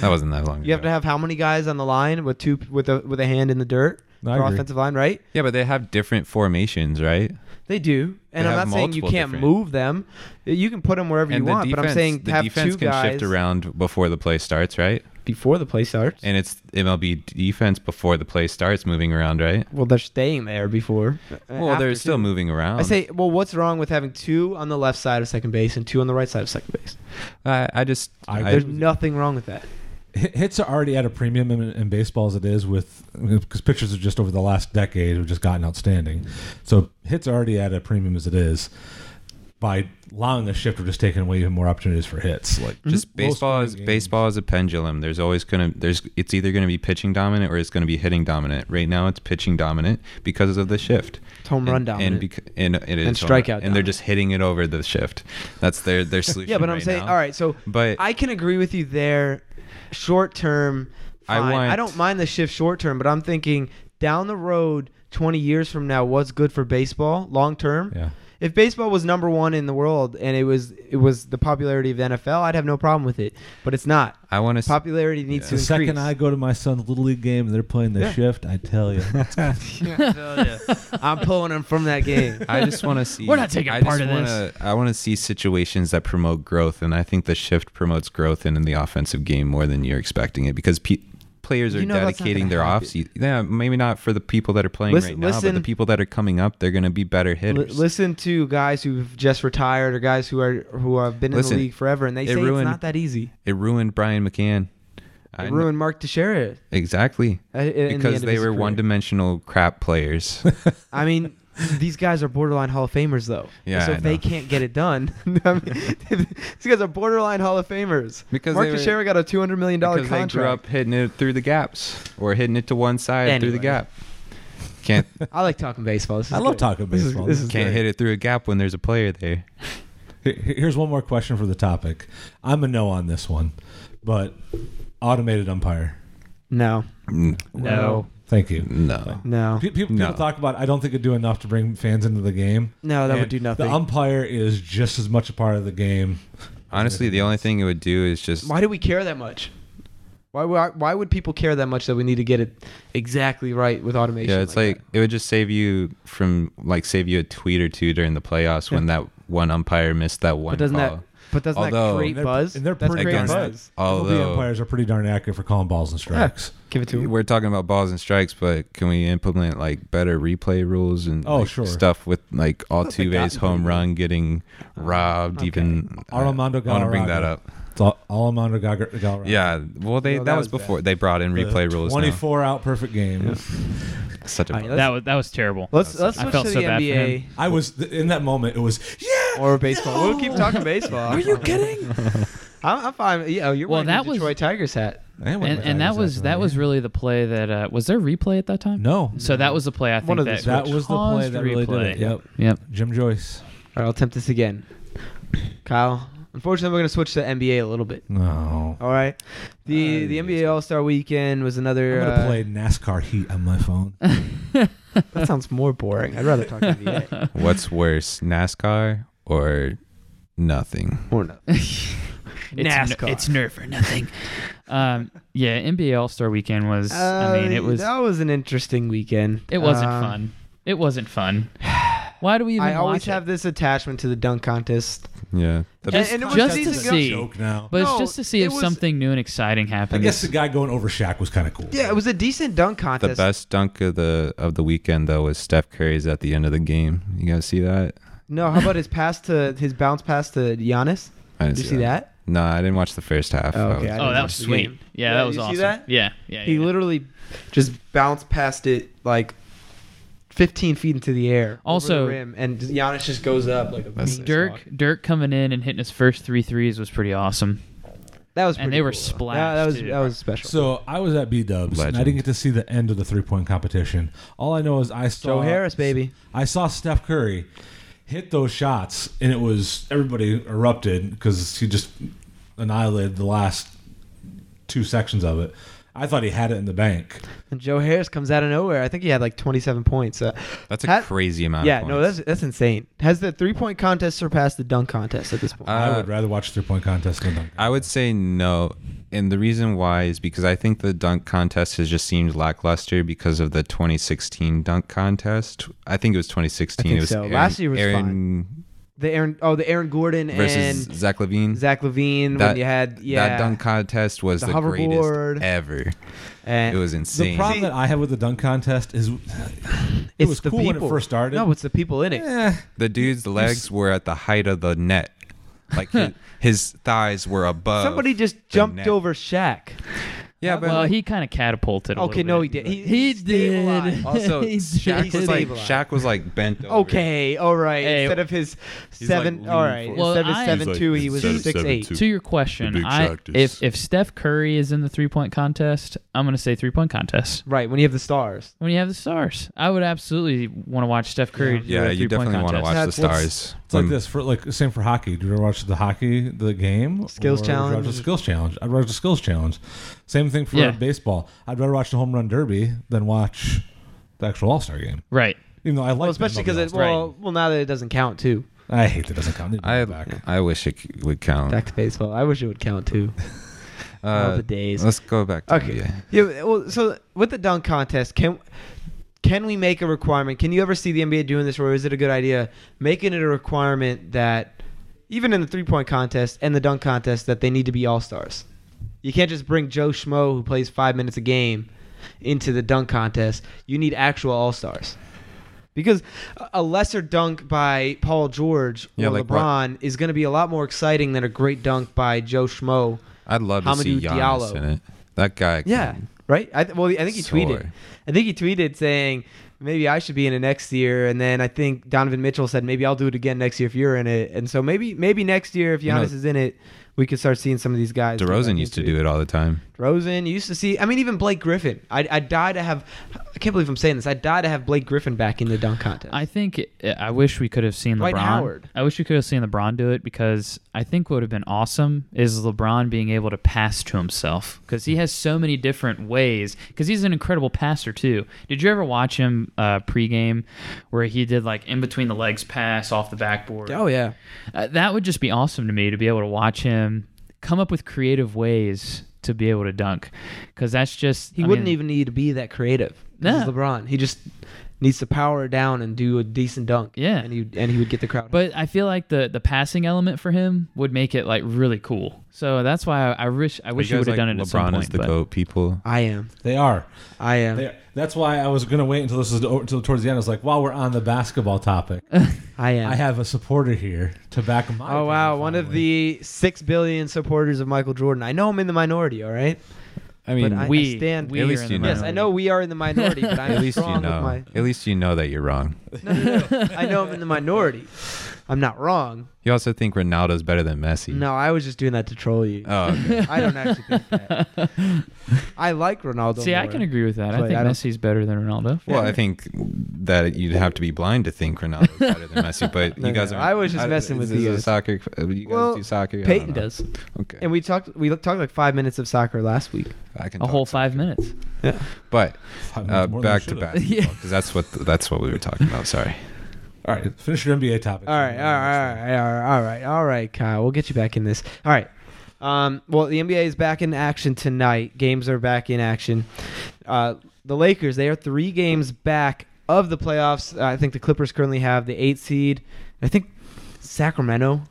[SPEAKER 2] that wasn't that long.
[SPEAKER 1] you have
[SPEAKER 2] ago.
[SPEAKER 1] to have how many guys on the line with two with a with a hand in the dirt
[SPEAKER 3] I
[SPEAKER 1] for
[SPEAKER 3] agree.
[SPEAKER 1] offensive line, right?
[SPEAKER 2] Yeah, but they have different formations, right?
[SPEAKER 1] They do, and
[SPEAKER 2] They
[SPEAKER 1] I'm
[SPEAKER 2] have
[SPEAKER 1] not saying you
[SPEAKER 2] multiple
[SPEAKER 1] can't
[SPEAKER 2] different-
[SPEAKER 1] move them. You can put them wherever
[SPEAKER 2] and
[SPEAKER 1] you
[SPEAKER 2] the
[SPEAKER 1] want,
[SPEAKER 2] defense,
[SPEAKER 1] but I'm saying
[SPEAKER 2] the
[SPEAKER 1] have
[SPEAKER 2] defense
[SPEAKER 1] two
[SPEAKER 2] can
[SPEAKER 1] guys
[SPEAKER 2] shift around before the play starts, right?
[SPEAKER 1] before the play starts.
[SPEAKER 2] And it's MLB defense before the play starts moving around, right?
[SPEAKER 1] well, they're staying there before. uh,
[SPEAKER 2] Well,
[SPEAKER 1] after,
[SPEAKER 2] they're still
[SPEAKER 1] too.
[SPEAKER 2] moving around.
[SPEAKER 1] I say, well, what's wrong with having two on the left side of second base and two on the right side of second base?
[SPEAKER 2] I, I just
[SPEAKER 3] I-
[SPEAKER 2] I,
[SPEAKER 1] There's nothing wrong with that.
[SPEAKER 3] Hit- hits are already at a premium in, in baseball as it is with because pitchers have just over the last decade have just gotten outstanding. So hits are already at a premium as it is. By allowing the shift, we're just taking away even more opportunities for hits. Like
[SPEAKER 1] Mm-hmm.
[SPEAKER 2] just baseball
[SPEAKER 3] low-scoring
[SPEAKER 2] is
[SPEAKER 3] games.
[SPEAKER 2] baseball is a pendulum. There's always gonna there's it's either gonna be pitching dominant or it's gonna be hitting dominant. Right now, it's pitching dominant because of the shift.
[SPEAKER 1] It's home
[SPEAKER 2] and,
[SPEAKER 1] run dominant.
[SPEAKER 2] and, bec- and it is
[SPEAKER 1] And
[SPEAKER 2] home run.
[SPEAKER 1] strikeout
[SPEAKER 2] and they're
[SPEAKER 1] dominant.
[SPEAKER 2] just hitting it over the shift. That's their their solution.
[SPEAKER 1] yeah, but I'm
[SPEAKER 2] right
[SPEAKER 1] saying,
[SPEAKER 2] now.
[SPEAKER 1] all right, so
[SPEAKER 2] But
[SPEAKER 1] I can agree with you there. Short term,
[SPEAKER 2] I
[SPEAKER 1] fine. I,
[SPEAKER 2] want-
[SPEAKER 1] don't mind the shift short term, but I'm thinking down the road, 20 years from now, what's good for baseball long term?
[SPEAKER 3] yeah,
[SPEAKER 1] If baseball was number one in the world and it was it was the popularity of the NFL, I'd have no problem with it. But it's not.
[SPEAKER 2] I want to.
[SPEAKER 1] Popularity needs to
[SPEAKER 2] Yeah.
[SPEAKER 3] the
[SPEAKER 1] increase.
[SPEAKER 3] second I go to my son's little league game and they're playing the
[SPEAKER 1] Yeah.
[SPEAKER 3] shift, I tell you,
[SPEAKER 1] I'm pulling him from that game.
[SPEAKER 2] I just want to see.
[SPEAKER 4] We're not taking
[SPEAKER 2] I
[SPEAKER 4] part
[SPEAKER 2] just
[SPEAKER 4] of
[SPEAKER 2] wanna,
[SPEAKER 4] this.
[SPEAKER 2] I want to see situations that promote growth, and I think the shift promotes growth in, in the offensive game more than you're expecting it because pe- players are
[SPEAKER 1] You know that's not
[SPEAKER 2] dedicating
[SPEAKER 1] gonna
[SPEAKER 2] their
[SPEAKER 1] happen.
[SPEAKER 2] offseason. Yeah, maybe not for the people that are playing
[SPEAKER 1] Listen-
[SPEAKER 2] right now,
[SPEAKER 1] listen-
[SPEAKER 2] but the people that are coming up, they're going to be better
[SPEAKER 1] L-
[SPEAKER 2] hitters.
[SPEAKER 1] listen to guys who've just retired or guys who are who have been in
[SPEAKER 2] Listen,
[SPEAKER 1] the league forever, and they say
[SPEAKER 2] it
[SPEAKER 1] it's
[SPEAKER 2] ruined-
[SPEAKER 1] not that easy.
[SPEAKER 2] it ruined Brian McCann. I
[SPEAKER 1] It
[SPEAKER 2] kn-
[SPEAKER 1] ruined Mark Teixeira
[SPEAKER 2] exactly
[SPEAKER 1] uh, in the end
[SPEAKER 2] because
[SPEAKER 1] of
[SPEAKER 2] they
[SPEAKER 1] his
[SPEAKER 2] were
[SPEAKER 1] career.
[SPEAKER 2] one-dimensional crap players.
[SPEAKER 1] I mean, these guys are borderline Hall of Famers, though.
[SPEAKER 2] Yeah,
[SPEAKER 1] So
[SPEAKER 2] I
[SPEAKER 1] if they
[SPEAKER 2] know.
[SPEAKER 1] can't get it done, I mean, these guys are borderline Hall of Famers.
[SPEAKER 2] Because
[SPEAKER 1] Mark
[SPEAKER 2] they were-
[SPEAKER 1] Teixeira got a two hundred million dollar
[SPEAKER 2] because
[SPEAKER 1] contract.
[SPEAKER 2] they grew up hitting it through the gaps or hitting it to one side through the
[SPEAKER 1] Anyway.
[SPEAKER 2] gap. Can't
[SPEAKER 1] I like talking baseball. This is
[SPEAKER 3] I love
[SPEAKER 1] good.
[SPEAKER 3] talking
[SPEAKER 1] This is-
[SPEAKER 3] baseball.
[SPEAKER 1] this is
[SPEAKER 2] can't
[SPEAKER 1] great.
[SPEAKER 2] hit it through a gap when there's a player there.
[SPEAKER 3] Here- Here's one more question for the topic. I'm a no on this one, but automated umpire.
[SPEAKER 1] No,
[SPEAKER 4] No.
[SPEAKER 3] Thank you.
[SPEAKER 2] No.
[SPEAKER 1] no,
[SPEAKER 3] Pe- People,
[SPEAKER 2] No.
[SPEAKER 3] people talk about. I don't think it do enough to bring fans into the game.
[SPEAKER 1] no. That would
[SPEAKER 3] And
[SPEAKER 1] do nothing.
[SPEAKER 3] The umpire is just as much a part of the game.
[SPEAKER 2] Honestly, the only thing it would do is just
[SPEAKER 1] why do we care that much? Why, why why would people care that much that we need to get it exactly right with automation?
[SPEAKER 2] yeah, it's
[SPEAKER 1] like,
[SPEAKER 2] like it would just save you from like save you a tweet or two during the playoffs when that one umpire missed that
[SPEAKER 1] that.
[SPEAKER 2] one
[SPEAKER 1] but doesn't
[SPEAKER 2] call.
[SPEAKER 1] that but doesn't that
[SPEAKER 2] Although-
[SPEAKER 1] create
[SPEAKER 3] And they're-
[SPEAKER 1] buzz?
[SPEAKER 3] and they're
[SPEAKER 1] That's
[SPEAKER 3] pretty
[SPEAKER 1] great
[SPEAKER 2] against-
[SPEAKER 1] buzz.
[SPEAKER 3] MLB
[SPEAKER 2] Although
[SPEAKER 3] umpires are pretty darn accurate for calling balls and strikes.
[SPEAKER 1] Give it to him.
[SPEAKER 2] we're talking about balls and strikes, but can we implement like better replay rules and
[SPEAKER 3] Oh,
[SPEAKER 2] like,
[SPEAKER 3] sure.
[SPEAKER 2] stuff with like
[SPEAKER 3] they
[SPEAKER 2] Altuve's
[SPEAKER 3] got-
[SPEAKER 2] home run getting robbed?
[SPEAKER 1] Oh, Okay.
[SPEAKER 2] Even
[SPEAKER 3] Armando
[SPEAKER 2] I want to bring that
[SPEAKER 3] Galarraga.
[SPEAKER 2] up.
[SPEAKER 3] It's all, all Armando Gagar- Galarraga.
[SPEAKER 2] Yeah, well, they
[SPEAKER 1] No,
[SPEAKER 2] that,
[SPEAKER 1] that
[SPEAKER 2] was,
[SPEAKER 1] was bad.
[SPEAKER 2] before they brought in
[SPEAKER 3] The
[SPEAKER 2] replay rules. now.
[SPEAKER 3] 24 out perfect game.
[SPEAKER 2] Such a
[SPEAKER 1] All right, let's-
[SPEAKER 2] bummer.
[SPEAKER 4] that was that was terrible.
[SPEAKER 1] Let's let's
[SPEAKER 4] I
[SPEAKER 1] switch
[SPEAKER 4] felt
[SPEAKER 1] to
[SPEAKER 4] so
[SPEAKER 1] the
[SPEAKER 4] bad for
[SPEAKER 1] NBA.
[SPEAKER 4] him.
[SPEAKER 3] I was in that moment. It was yeah.
[SPEAKER 1] or baseball. We'll keep talking baseball.
[SPEAKER 5] Are you kidding?
[SPEAKER 1] I'm, I'm fine. Yeah, oh, you're
[SPEAKER 4] Well,
[SPEAKER 1] wearing
[SPEAKER 4] that
[SPEAKER 1] a
[SPEAKER 4] was-
[SPEAKER 1] Detroit Tigers hat.
[SPEAKER 3] And,
[SPEAKER 4] and, and that was that was really the play that uh, was there replay at that time.
[SPEAKER 3] no.
[SPEAKER 4] So that was the play I think
[SPEAKER 1] One of the
[SPEAKER 4] that,
[SPEAKER 3] That was the play
[SPEAKER 4] caused
[SPEAKER 3] that really did
[SPEAKER 4] replay.
[SPEAKER 3] it. Yep.
[SPEAKER 4] Yep.
[SPEAKER 3] Jim Joyce.
[SPEAKER 1] All right, I'll attempt this again. Kyle, unfortunately, we're going to switch to NBA a little bit.
[SPEAKER 3] No.
[SPEAKER 1] All right. The the NBA All Star Weekend was another.
[SPEAKER 3] Uh, I'm gonna
[SPEAKER 1] uh,
[SPEAKER 3] play NASCAR Heat on my phone.
[SPEAKER 1] That sounds more boring. I'd rather talk NBA
[SPEAKER 2] What's worse, NASCAR or nothing?
[SPEAKER 1] or not.
[SPEAKER 4] It's ner-
[SPEAKER 1] NASCAR.
[SPEAKER 4] it's nerve or nothing. um, yeah, NBA All Star Weekend was. I mean, it was.
[SPEAKER 1] Uh, that was an interesting weekend.
[SPEAKER 4] It wasn't
[SPEAKER 1] Um,
[SPEAKER 4] fun. It wasn't fun. Why do we even?
[SPEAKER 1] I always
[SPEAKER 4] watch it?
[SPEAKER 1] have this attachment to the dunk contest.
[SPEAKER 2] Yeah. The-
[SPEAKER 4] Just-
[SPEAKER 1] and it was
[SPEAKER 4] just
[SPEAKER 1] a
[SPEAKER 4] to
[SPEAKER 1] decent-
[SPEAKER 4] see.
[SPEAKER 3] joke now.
[SPEAKER 4] But it's
[SPEAKER 1] No,
[SPEAKER 4] just to see
[SPEAKER 1] it
[SPEAKER 4] if
[SPEAKER 1] was-
[SPEAKER 4] something new and exciting
[SPEAKER 3] I
[SPEAKER 4] happens.
[SPEAKER 3] guess the guy going over Shaq was kind of cool.
[SPEAKER 1] Yeah, it was a decent dunk
[SPEAKER 2] the
[SPEAKER 1] contest.
[SPEAKER 2] best dunk of the of the weekend though was Steph Curry's at the end of the game. You guys see that?
[SPEAKER 1] No, how about his pass to his bounce pass to Giannis?
[SPEAKER 2] I
[SPEAKER 1] Did you see that?
[SPEAKER 2] No, I didn't watch the first half.
[SPEAKER 1] Oh,
[SPEAKER 2] I
[SPEAKER 1] okay. I
[SPEAKER 2] was-
[SPEAKER 4] oh,
[SPEAKER 1] didn't
[SPEAKER 4] that was
[SPEAKER 1] watch the
[SPEAKER 4] sweet.
[SPEAKER 1] game.
[SPEAKER 4] Yeah,
[SPEAKER 1] Yeah,
[SPEAKER 4] that was
[SPEAKER 1] you see
[SPEAKER 4] awesome.
[SPEAKER 1] that?
[SPEAKER 4] Yeah, yeah.
[SPEAKER 1] He
[SPEAKER 4] yeah.
[SPEAKER 1] literally just bounced past it like 15 feet into the air. over
[SPEAKER 4] Also-
[SPEAKER 1] the rim, and Giannis just goes up like a beast.
[SPEAKER 4] Dirk Dirk coming in and hitting his first three threes was pretty awesome.
[SPEAKER 1] That was
[SPEAKER 4] and
[SPEAKER 1] pretty
[SPEAKER 4] they were
[SPEAKER 1] cool.
[SPEAKER 4] splashed,
[SPEAKER 1] That, that was
[SPEAKER 4] too.
[SPEAKER 1] that was special.
[SPEAKER 3] So I was at B Dubs and I didn't
[SPEAKER 2] Legend.
[SPEAKER 3] get to see the end of the three point competition. All I know is I saw
[SPEAKER 1] Joe Harris, baby.
[SPEAKER 3] I saw Steph Curry hit those shots, and it was everybody erupted because he just annihilated the last two sections of it. I thought he had it in the bank.
[SPEAKER 1] And Joe Harris comes out of nowhere. I think he had like 27 points. Uh,
[SPEAKER 2] That's a
[SPEAKER 1] Had-
[SPEAKER 2] crazy amount.
[SPEAKER 1] yeah,
[SPEAKER 2] of
[SPEAKER 1] no,
[SPEAKER 2] points.
[SPEAKER 1] that's that's insane. Has the three point contest surpassed the dunk contest at this point?
[SPEAKER 2] Uh,
[SPEAKER 3] I would rather watch three point contest than dunk.
[SPEAKER 2] I would say no. And the reason why is because I think the dunk contest has just seemed lackluster because of the 2016 dunk contest. I think it was 2016.
[SPEAKER 1] I think
[SPEAKER 2] it was
[SPEAKER 1] so. Last year was
[SPEAKER 2] Aaron
[SPEAKER 1] the Aaron, oh, the Aaron Gordon
[SPEAKER 2] versus
[SPEAKER 1] and
[SPEAKER 2] Zach Levine.
[SPEAKER 1] Zach Levine when
[SPEAKER 2] That-
[SPEAKER 1] you had yeah,
[SPEAKER 2] That dunk contest was
[SPEAKER 1] The
[SPEAKER 2] the,
[SPEAKER 1] hoverboard.
[SPEAKER 2] greatest ever. It
[SPEAKER 1] and
[SPEAKER 2] was
[SPEAKER 3] The
[SPEAKER 2] insane.
[SPEAKER 3] problem that I have with the dunk contest is it
[SPEAKER 1] it's
[SPEAKER 3] was
[SPEAKER 1] the
[SPEAKER 3] cool
[SPEAKER 1] people.
[SPEAKER 3] when it first started.
[SPEAKER 1] No, it's the people in it.
[SPEAKER 3] Eh,
[SPEAKER 2] The dude's legs were at the height of the net. Like his, his thighs were above.
[SPEAKER 1] Somebody just jumped
[SPEAKER 2] net.
[SPEAKER 1] over Shaq.
[SPEAKER 2] Yeah, but
[SPEAKER 4] well,
[SPEAKER 2] like-
[SPEAKER 4] he kind of catapulted. A
[SPEAKER 1] Okay, no,
[SPEAKER 4] little bit.
[SPEAKER 1] he did. He,
[SPEAKER 4] He
[SPEAKER 1] stayed alive.
[SPEAKER 4] did.
[SPEAKER 2] also
[SPEAKER 4] He
[SPEAKER 2] Shaq was like
[SPEAKER 1] stabilized.
[SPEAKER 2] Shaq was like bent over.
[SPEAKER 1] Okay, all right.
[SPEAKER 4] Hey,
[SPEAKER 1] instead of his
[SPEAKER 6] He's
[SPEAKER 1] seven,
[SPEAKER 6] like
[SPEAKER 1] all
[SPEAKER 6] leaning
[SPEAKER 1] right.
[SPEAKER 6] forward.
[SPEAKER 4] Well,
[SPEAKER 1] instead of
[SPEAKER 4] I-
[SPEAKER 1] his
[SPEAKER 4] He's
[SPEAKER 1] seven
[SPEAKER 6] like
[SPEAKER 1] two, he was
[SPEAKER 6] instead of
[SPEAKER 1] six
[SPEAKER 6] seven
[SPEAKER 1] eight.
[SPEAKER 6] two.
[SPEAKER 4] To your question,
[SPEAKER 6] big
[SPEAKER 4] I,
[SPEAKER 6] shock is-
[SPEAKER 4] if if Steph Curry is in the three point contest, I'm gonna say three point contest.
[SPEAKER 1] Right when you have the stars.
[SPEAKER 4] When you have the stars, I would absolutely want to watch Steph Curry. do
[SPEAKER 2] Yeah,
[SPEAKER 4] a
[SPEAKER 2] you
[SPEAKER 4] three-point
[SPEAKER 2] definitely want to
[SPEAKER 4] contest.
[SPEAKER 2] watch the
[SPEAKER 1] That's what's-
[SPEAKER 2] stars.
[SPEAKER 3] It's like
[SPEAKER 2] Um,
[SPEAKER 3] this for like same for hockey. Do you ever watch the hockey the game?
[SPEAKER 1] Skills
[SPEAKER 3] Or
[SPEAKER 1] challenge.
[SPEAKER 3] I'd watch the skills challenge. I'd watch the skills challenge. Same thing for
[SPEAKER 4] Yeah.
[SPEAKER 3] baseball. I'd rather watch the home run derby than watch the actual All Star game.
[SPEAKER 4] Right.
[SPEAKER 3] Even though I like
[SPEAKER 1] Well, especially because it
[SPEAKER 4] Right.
[SPEAKER 1] well, well now that it doesn't count too.
[SPEAKER 3] I hate that it doesn't count. They need to
[SPEAKER 2] I
[SPEAKER 3] go back.
[SPEAKER 2] I wish it c- would count.
[SPEAKER 1] Back to baseball. I wish it would count too. all
[SPEAKER 2] Uh,
[SPEAKER 1] the days.
[SPEAKER 2] let's go back. To uh,
[SPEAKER 1] Okay.
[SPEAKER 2] NBA.
[SPEAKER 1] Yeah. Well, so with the dunk contest, can can we make a requirement? Can you ever see the NBA doing this, or is it a good idea making it a requirement that even in the three point contest and the dunk contest that they need to be all stars? You can't just bring Joe Schmo who plays five minutes a game into the dunk contest. You need actual all stars. Because a- a lesser dunk by Paul George or
[SPEAKER 2] Yeah, like what?
[SPEAKER 1] LeBron is going to be a lot more exciting than a great dunk by Joe Schmo.
[SPEAKER 2] I'd love to see
[SPEAKER 1] Hamidou
[SPEAKER 2] Giannis
[SPEAKER 1] Diallo.
[SPEAKER 2] in it. That guy. can-
[SPEAKER 1] Yeah, right. I th- well, I think he tweeted.
[SPEAKER 2] Soy.
[SPEAKER 1] I think he tweeted saying maybe I should be in it next year, and then I think Donovan Mitchell said maybe I'll do it again next year if you're in it, and so maybe maybe next year if Giannis
[SPEAKER 2] You know-
[SPEAKER 1] is in it, we could start seeing some of these guys.
[SPEAKER 2] DeRozan used to do it all the time.
[SPEAKER 1] DeRozan used to see. I mean, even Blake Griffin. I I die to have. I can't believe I'm saying this. I die to have Blake Griffin back in the dunk contest.
[SPEAKER 4] I think I wish we could have seen
[SPEAKER 1] Dwight
[SPEAKER 4] LeBron.
[SPEAKER 1] Howard.
[SPEAKER 4] I wish we could have seen LeBron do it because I think what would have been awesome is LeBron being able to pass to himself because he has so many different ways because he's an incredible passer too. Did you ever watch him uh, pregame where he did like in between the legs pass off the backboard?
[SPEAKER 1] oh yeah.
[SPEAKER 4] Uh, that would just be awesome to me to be able to watch him come up with creative ways to be able to dunk because that's just
[SPEAKER 1] He
[SPEAKER 4] I
[SPEAKER 1] wouldn't
[SPEAKER 4] mean,
[SPEAKER 1] even need to be that creative. This is
[SPEAKER 4] Nah.
[SPEAKER 1] LeBron. He just needs to power down and do a decent dunk.
[SPEAKER 4] Yeah.
[SPEAKER 1] and he and he would get the crowd.
[SPEAKER 4] But I feel like the the passing element for him would make it like really cool. So that's why I, I wish I wish
[SPEAKER 2] you
[SPEAKER 4] he
[SPEAKER 2] guys
[SPEAKER 4] would have
[SPEAKER 2] like
[SPEAKER 4] done it
[SPEAKER 2] LeBron
[SPEAKER 4] at some point.
[SPEAKER 2] is the
[SPEAKER 4] but-
[SPEAKER 2] goat. People.
[SPEAKER 1] I am.
[SPEAKER 3] They are.
[SPEAKER 1] I am.
[SPEAKER 3] They are. That's why I was gonna wait until this was over, until towards the end. I was like, while we're on the basketball topic,
[SPEAKER 1] I am.
[SPEAKER 3] I have a supporter here to back my.
[SPEAKER 1] Oh
[SPEAKER 3] opinion
[SPEAKER 1] wow, one of the
[SPEAKER 3] finally.
[SPEAKER 1] six billion supporters of Michael Jordan. I know I'm in the minority, all right.
[SPEAKER 2] I
[SPEAKER 1] mean,
[SPEAKER 2] mean,
[SPEAKER 1] But I-
[SPEAKER 4] we
[SPEAKER 1] stand-
[SPEAKER 4] we
[SPEAKER 2] At
[SPEAKER 4] are
[SPEAKER 2] least
[SPEAKER 4] in
[SPEAKER 2] you
[SPEAKER 4] the
[SPEAKER 2] know.
[SPEAKER 1] Yes, I know we are in the minority, but I'm
[SPEAKER 2] at least you
[SPEAKER 1] strong
[SPEAKER 2] know.
[SPEAKER 1] with my.
[SPEAKER 2] At least you know that you're wrong.
[SPEAKER 1] No, no, no. I know I'm in the minority, I'm not wrong.
[SPEAKER 2] You also think Ronaldo's better than Messi?
[SPEAKER 1] No, I was just doing that to troll you.
[SPEAKER 2] Oh, okay.
[SPEAKER 1] I don't actually think that. I like Ronaldo.
[SPEAKER 4] See, I
[SPEAKER 1] more.
[SPEAKER 4] can agree with that. I
[SPEAKER 1] But
[SPEAKER 4] think
[SPEAKER 1] I don't-
[SPEAKER 4] Messi's better than Ronaldo.
[SPEAKER 2] Well, I think that you'd have to be blind to think Ronaldo's better than Messi, but
[SPEAKER 1] No,
[SPEAKER 2] you guys
[SPEAKER 1] no,
[SPEAKER 2] are.
[SPEAKER 1] I was just messing with
[SPEAKER 2] this
[SPEAKER 1] you
[SPEAKER 2] is a
[SPEAKER 1] guys.
[SPEAKER 2] soccer. uh, You guys
[SPEAKER 1] Well,
[SPEAKER 2] do soccer. I
[SPEAKER 1] Peyton
[SPEAKER 2] don't know.
[SPEAKER 1] does,
[SPEAKER 2] Okay.
[SPEAKER 1] and we talked. We talked like five minutes of soccer last week.
[SPEAKER 2] I can
[SPEAKER 4] A
[SPEAKER 2] talk
[SPEAKER 4] whole
[SPEAKER 2] some-
[SPEAKER 4] five minutes.
[SPEAKER 1] Yeah.
[SPEAKER 2] But
[SPEAKER 3] Five minutes
[SPEAKER 2] uh,
[SPEAKER 3] more than I
[SPEAKER 2] back to
[SPEAKER 3] should've.
[SPEAKER 2] back
[SPEAKER 4] Yeah.
[SPEAKER 2] because that's what that's what we were talking about. Sorry.
[SPEAKER 3] All right, finish your NBA topic.
[SPEAKER 1] All right, all right, all right, all right, all right, all right, Kyle. We'll get you back in this. All right. Um, well, the NBA is back in action tonight. Games are back in action. Uh, the Lakers, they are three games back of the playoffs. I think the Clippers currently have the eight seed. I think Sacramento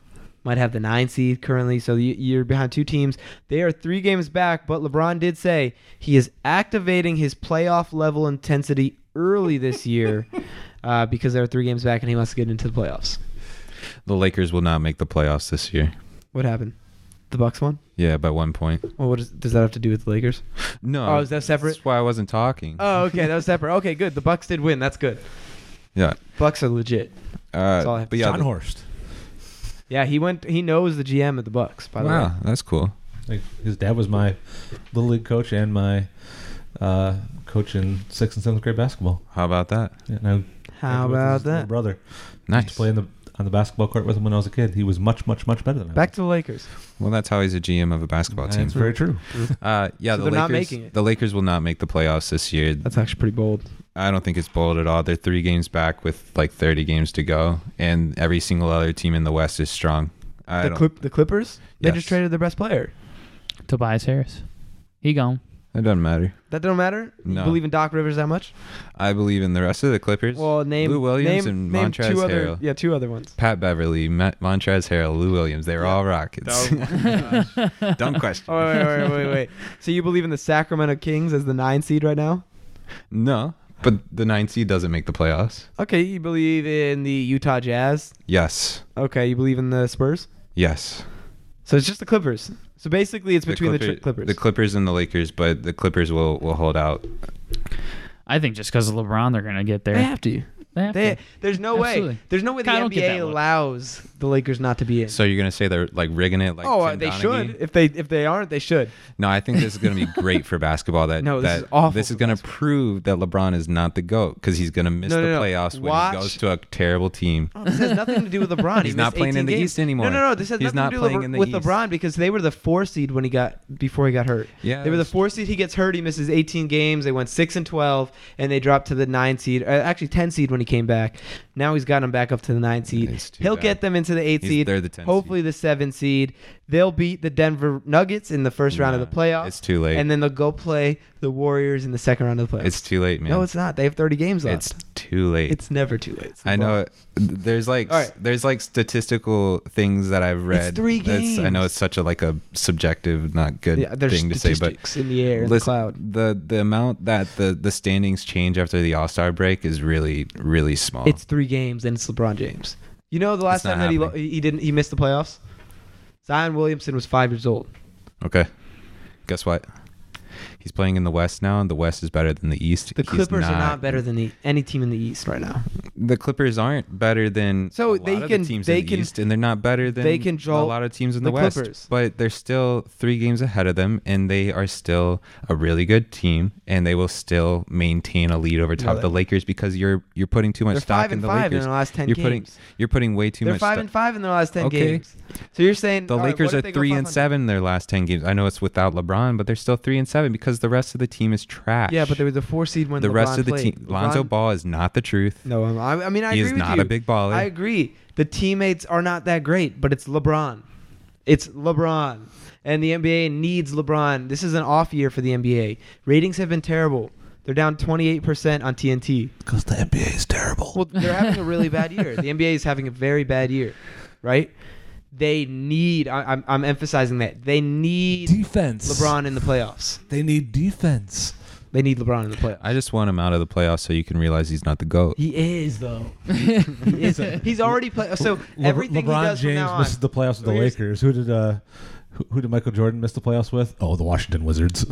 [SPEAKER 1] might have the nine seed currently. So you- you're behind two teams. They are three games back, but LeBron did say he is activating his playoff level intensity early this year uh, because they're three games back and he wants to get into the playoffs.
[SPEAKER 2] The Lakers will not make the playoffs this year.
[SPEAKER 1] What happened? The Bucks won.
[SPEAKER 2] Yeah, by one point.
[SPEAKER 1] Well, what is, does that have to do with the Lakers?
[SPEAKER 2] No.
[SPEAKER 1] Oh, is that separate?
[SPEAKER 2] That's why I wasn't talking.
[SPEAKER 1] Oh, okay, that was separate. Okay, good. The Bucks did win. That's good.
[SPEAKER 2] yeah.
[SPEAKER 1] Bucks are legit.
[SPEAKER 2] Uh,
[SPEAKER 1] all I have
[SPEAKER 2] but
[SPEAKER 1] to
[SPEAKER 2] yeah.
[SPEAKER 3] John
[SPEAKER 2] the-
[SPEAKER 3] Horst,
[SPEAKER 1] Yeah, he went. He knows the GM at the Bucks. By the way,
[SPEAKER 2] wow, that's cool.
[SPEAKER 3] like, his dad was my little league coach and my uh, coach in sixth and seventh grade basketball.
[SPEAKER 2] How about that?
[SPEAKER 3] Yeah, and I
[SPEAKER 1] how
[SPEAKER 3] with his
[SPEAKER 1] about
[SPEAKER 3] little
[SPEAKER 1] that?
[SPEAKER 3] brother? Used
[SPEAKER 2] Nice.
[SPEAKER 3] to play in the on the basketball court with him when I was a kid. He was much, much, much better than I.
[SPEAKER 1] Back to the Lakers.
[SPEAKER 2] Well, that's how he's a GM of a basketball
[SPEAKER 3] was.
[SPEAKER 2] team.
[SPEAKER 3] That's very true.
[SPEAKER 2] Uh, yeah,
[SPEAKER 1] So
[SPEAKER 2] the
[SPEAKER 1] they're not
[SPEAKER 2] Lakers.
[SPEAKER 1] making it.
[SPEAKER 2] The Lakers will not make the playoffs this year.
[SPEAKER 1] That's actually pretty bold.
[SPEAKER 2] I don't think it's bold at all. They're three games back with like 30 games to go, and every single other team in the West is strong. I
[SPEAKER 1] The,
[SPEAKER 2] don't.
[SPEAKER 1] Clip, the Clippers. They
[SPEAKER 2] Yes.
[SPEAKER 1] just traded their best player.
[SPEAKER 4] Tobias Harris. He gone.
[SPEAKER 2] it doesn't matter.
[SPEAKER 1] That don't matter. You
[SPEAKER 2] No.
[SPEAKER 1] believe in Doc Rivers that much?
[SPEAKER 2] I believe in the rest of the Clippers.
[SPEAKER 1] Well, name
[SPEAKER 2] Lou Williams
[SPEAKER 1] name-
[SPEAKER 2] and
[SPEAKER 1] name
[SPEAKER 2] Montrezl
[SPEAKER 1] two other,
[SPEAKER 2] Harrell.
[SPEAKER 1] yeah, two other ones.
[SPEAKER 2] Pat Beverly, Ma- Montrez Harrell, Lou Williams. They were all Rockets. Dumb question.
[SPEAKER 1] Oh wait, wait, wait, wait, wait. So you believe in the Sacramento Kings as the nine seed right now?
[SPEAKER 2] No, but the nine seed doesn't make the playoffs.
[SPEAKER 1] Okay, you believe in the Utah Jazz?
[SPEAKER 2] Yes.
[SPEAKER 1] Okay, you believe in the Spurs?
[SPEAKER 2] Yes.
[SPEAKER 1] So it's just the Clippers. So basically, it's between the,
[SPEAKER 2] Clipper-
[SPEAKER 1] tri- Clippers.
[SPEAKER 2] The Clippers and the Lakers, but the Clippers will, will hold out.
[SPEAKER 4] I think just because of LeBron, they're gonna get there.
[SPEAKER 1] they have to.
[SPEAKER 4] They have
[SPEAKER 1] They,
[SPEAKER 4] to.
[SPEAKER 1] there's no way.
[SPEAKER 4] Absolutely.
[SPEAKER 1] There's no way the
[SPEAKER 4] Kyle, don't get
[SPEAKER 1] NBA
[SPEAKER 4] that look.
[SPEAKER 1] allows the Lakers not to be in.
[SPEAKER 2] So you're gonna say they're like rigging it? Like
[SPEAKER 1] oh, uh,
[SPEAKER 2] Tim
[SPEAKER 1] they
[SPEAKER 2] Donaghy?
[SPEAKER 1] should. If they if they aren't, they should.
[SPEAKER 2] No, I think this is going to be great for basketball. That
[SPEAKER 1] No, this
[SPEAKER 2] that,
[SPEAKER 1] is awful
[SPEAKER 2] This is
[SPEAKER 1] for
[SPEAKER 2] going to prove that LeBron is not the goat because he's going to miss
[SPEAKER 1] No,
[SPEAKER 2] the
[SPEAKER 1] no, no.
[SPEAKER 2] playoffs when
[SPEAKER 1] Watch-
[SPEAKER 2] he goes to a terrible team.
[SPEAKER 1] Oh, this has nothing to do with LeBron. He
[SPEAKER 2] He's not
[SPEAKER 1] missed
[SPEAKER 2] playing
[SPEAKER 1] 18
[SPEAKER 2] in the
[SPEAKER 1] games.
[SPEAKER 2] East anymore.
[SPEAKER 1] No, no, no. This has
[SPEAKER 2] He's
[SPEAKER 1] nothing
[SPEAKER 2] not
[SPEAKER 1] to do
[SPEAKER 2] playing
[SPEAKER 1] with,
[SPEAKER 2] in the
[SPEAKER 1] with
[SPEAKER 2] East.
[SPEAKER 1] LeBron because they were the four seed when he got before he got hurt.
[SPEAKER 2] Yeah,
[SPEAKER 1] they were the
[SPEAKER 2] that's-
[SPEAKER 1] four seed. He gets hurt. He misses 18 games. They went six and 12, and they dropped to the nine seed. Uh, actually, 10 seed when he came back. Now he's got him back up to the nine seed.
[SPEAKER 2] It's too
[SPEAKER 1] He'll
[SPEAKER 2] bad.
[SPEAKER 1] get them into the eight
[SPEAKER 2] He's-
[SPEAKER 1] seed.
[SPEAKER 2] they're the 10 seed.
[SPEAKER 1] Hopefully, the seven seed. They'll beat the Denver Nuggets in the first round of the
[SPEAKER 2] Nah,
[SPEAKER 1] playoffs.
[SPEAKER 2] It's too late.
[SPEAKER 1] and then they'll go play the Warriors in the second round of the playoffs.
[SPEAKER 2] it's too late, man.
[SPEAKER 1] no, it's not. They have 30 games left.
[SPEAKER 2] It's
[SPEAKER 1] It's,
[SPEAKER 2] too late.
[SPEAKER 1] never too late. It's
[SPEAKER 2] I know.
[SPEAKER 1] football.
[SPEAKER 2] it- There's like
[SPEAKER 1] All right.
[SPEAKER 2] there's like statistical things that I've read.
[SPEAKER 1] three
[SPEAKER 2] that's- I know it's such a like a subjective, not good
[SPEAKER 1] Yeah, there's
[SPEAKER 2] thing to say, but
[SPEAKER 1] statistics in the air, in the
[SPEAKER 2] Listen, uh-huh.
[SPEAKER 1] cloud.
[SPEAKER 2] the the amount that the the standings change after the All Star break is really really small.
[SPEAKER 1] It's three games and it's LeBron James. You know the last
[SPEAKER 2] not
[SPEAKER 1] time that he, lo-
[SPEAKER 2] happening.
[SPEAKER 1] he didn't he missed the playoffs. Zion Williamson was five years old.
[SPEAKER 2] Okay. Guess what? He's playing in the West now, and the West is better than the East.
[SPEAKER 1] The
[SPEAKER 2] He's
[SPEAKER 1] Clippers are not better than the, any team in the East right now.
[SPEAKER 2] The Clippers aren't better than
[SPEAKER 1] So
[SPEAKER 2] a lot
[SPEAKER 1] they
[SPEAKER 2] of the
[SPEAKER 1] can-
[SPEAKER 2] teams
[SPEAKER 1] they
[SPEAKER 2] in the
[SPEAKER 1] can-
[SPEAKER 2] East, and they're not better than
[SPEAKER 1] they can
[SPEAKER 2] a
[SPEAKER 1] jolt
[SPEAKER 2] lot of teams in
[SPEAKER 1] the
[SPEAKER 2] the, West.
[SPEAKER 1] Clippers.
[SPEAKER 2] But they're still three games ahead of them, and they are still a really good team, and they will still maintain a lead over top of
[SPEAKER 1] they-
[SPEAKER 2] the Lakers because you're you're putting too much
[SPEAKER 1] They're
[SPEAKER 2] stock
[SPEAKER 1] five
[SPEAKER 2] in
[SPEAKER 1] and
[SPEAKER 2] the
[SPEAKER 1] five
[SPEAKER 2] Lakers.
[SPEAKER 1] in the last ten
[SPEAKER 2] you're
[SPEAKER 1] games.
[SPEAKER 2] putting you're putting way too
[SPEAKER 1] They're
[SPEAKER 2] much.
[SPEAKER 1] five
[SPEAKER 2] sto-
[SPEAKER 1] and five in the last ten
[SPEAKER 2] Okay.
[SPEAKER 1] games. So you're saying
[SPEAKER 2] the
[SPEAKER 1] all right,
[SPEAKER 2] Lakers
[SPEAKER 1] what if
[SPEAKER 2] are
[SPEAKER 1] they go
[SPEAKER 2] three and
[SPEAKER 1] 500?
[SPEAKER 2] seven in their last ten games. I know it's without LeBron, but they're still three and seven because the rest of the team is trash.
[SPEAKER 1] Yeah, but they were the four seed when
[SPEAKER 2] the rest
[SPEAKER 1] LeBron
[SPEAKER 2] of the
[SPEAKER 1] played.
[SPEAKER 2] team. Lonzo
[SPEAKER 1] LeBron-
[SPEAKER 2] Ball is not the truth.
[SPEAKER 1] No, I'm- I, I mean I
[SPEAKER 2] he
[SPEAKER 1] agree
[SPEAKER 2] is
[SPEAKER 1] with
[SPEAKER 2] not
[SPEAKER 1] you.
[SPEAKER 2] a big baller.
[SPEAKER 1] I agree. The teammates are not that great, but it's LeBron. It's LeBron. And the NBA needs LeBron. This is an off year for the NBA. Ratings have been terrible. They're down 28% on TNT.
[SPEAKER 3] Because the NBA is terrible.
[SPEAKER 1] Well, they're having a really bad year. The NBA is having a very bad year, right? They need, I, I'm, I'm emphasizing that, they need
[SPEAKER 3] defense.
[SPEAKER 1] LeBron in the playoffs.
[SPEAKER 3] They need defense.
[SPEAKER 1] They need LeBron in the playoffs.
[SPEAKER 2] I just want him out of the playoffs so you can realize he's not the goat.
[SPEAKER 1] he is, though. he is. He's already played. So
[SPEAKER 3] Le-
[SPEAKER 1] everything he
[SPEAKER 3] LeBron
[SPEAKER 1] does
[SPEAKER 3] James
[SPEAKER 1] from now on.
[SPEAKER 3] misses the playoffs with the
[SPEAKER 1] Who is-
[SPEAKER 3] Lakers. Who did uh, who, who did Michael Jordan miss the playoffs with? Oh, the Washington Wizards.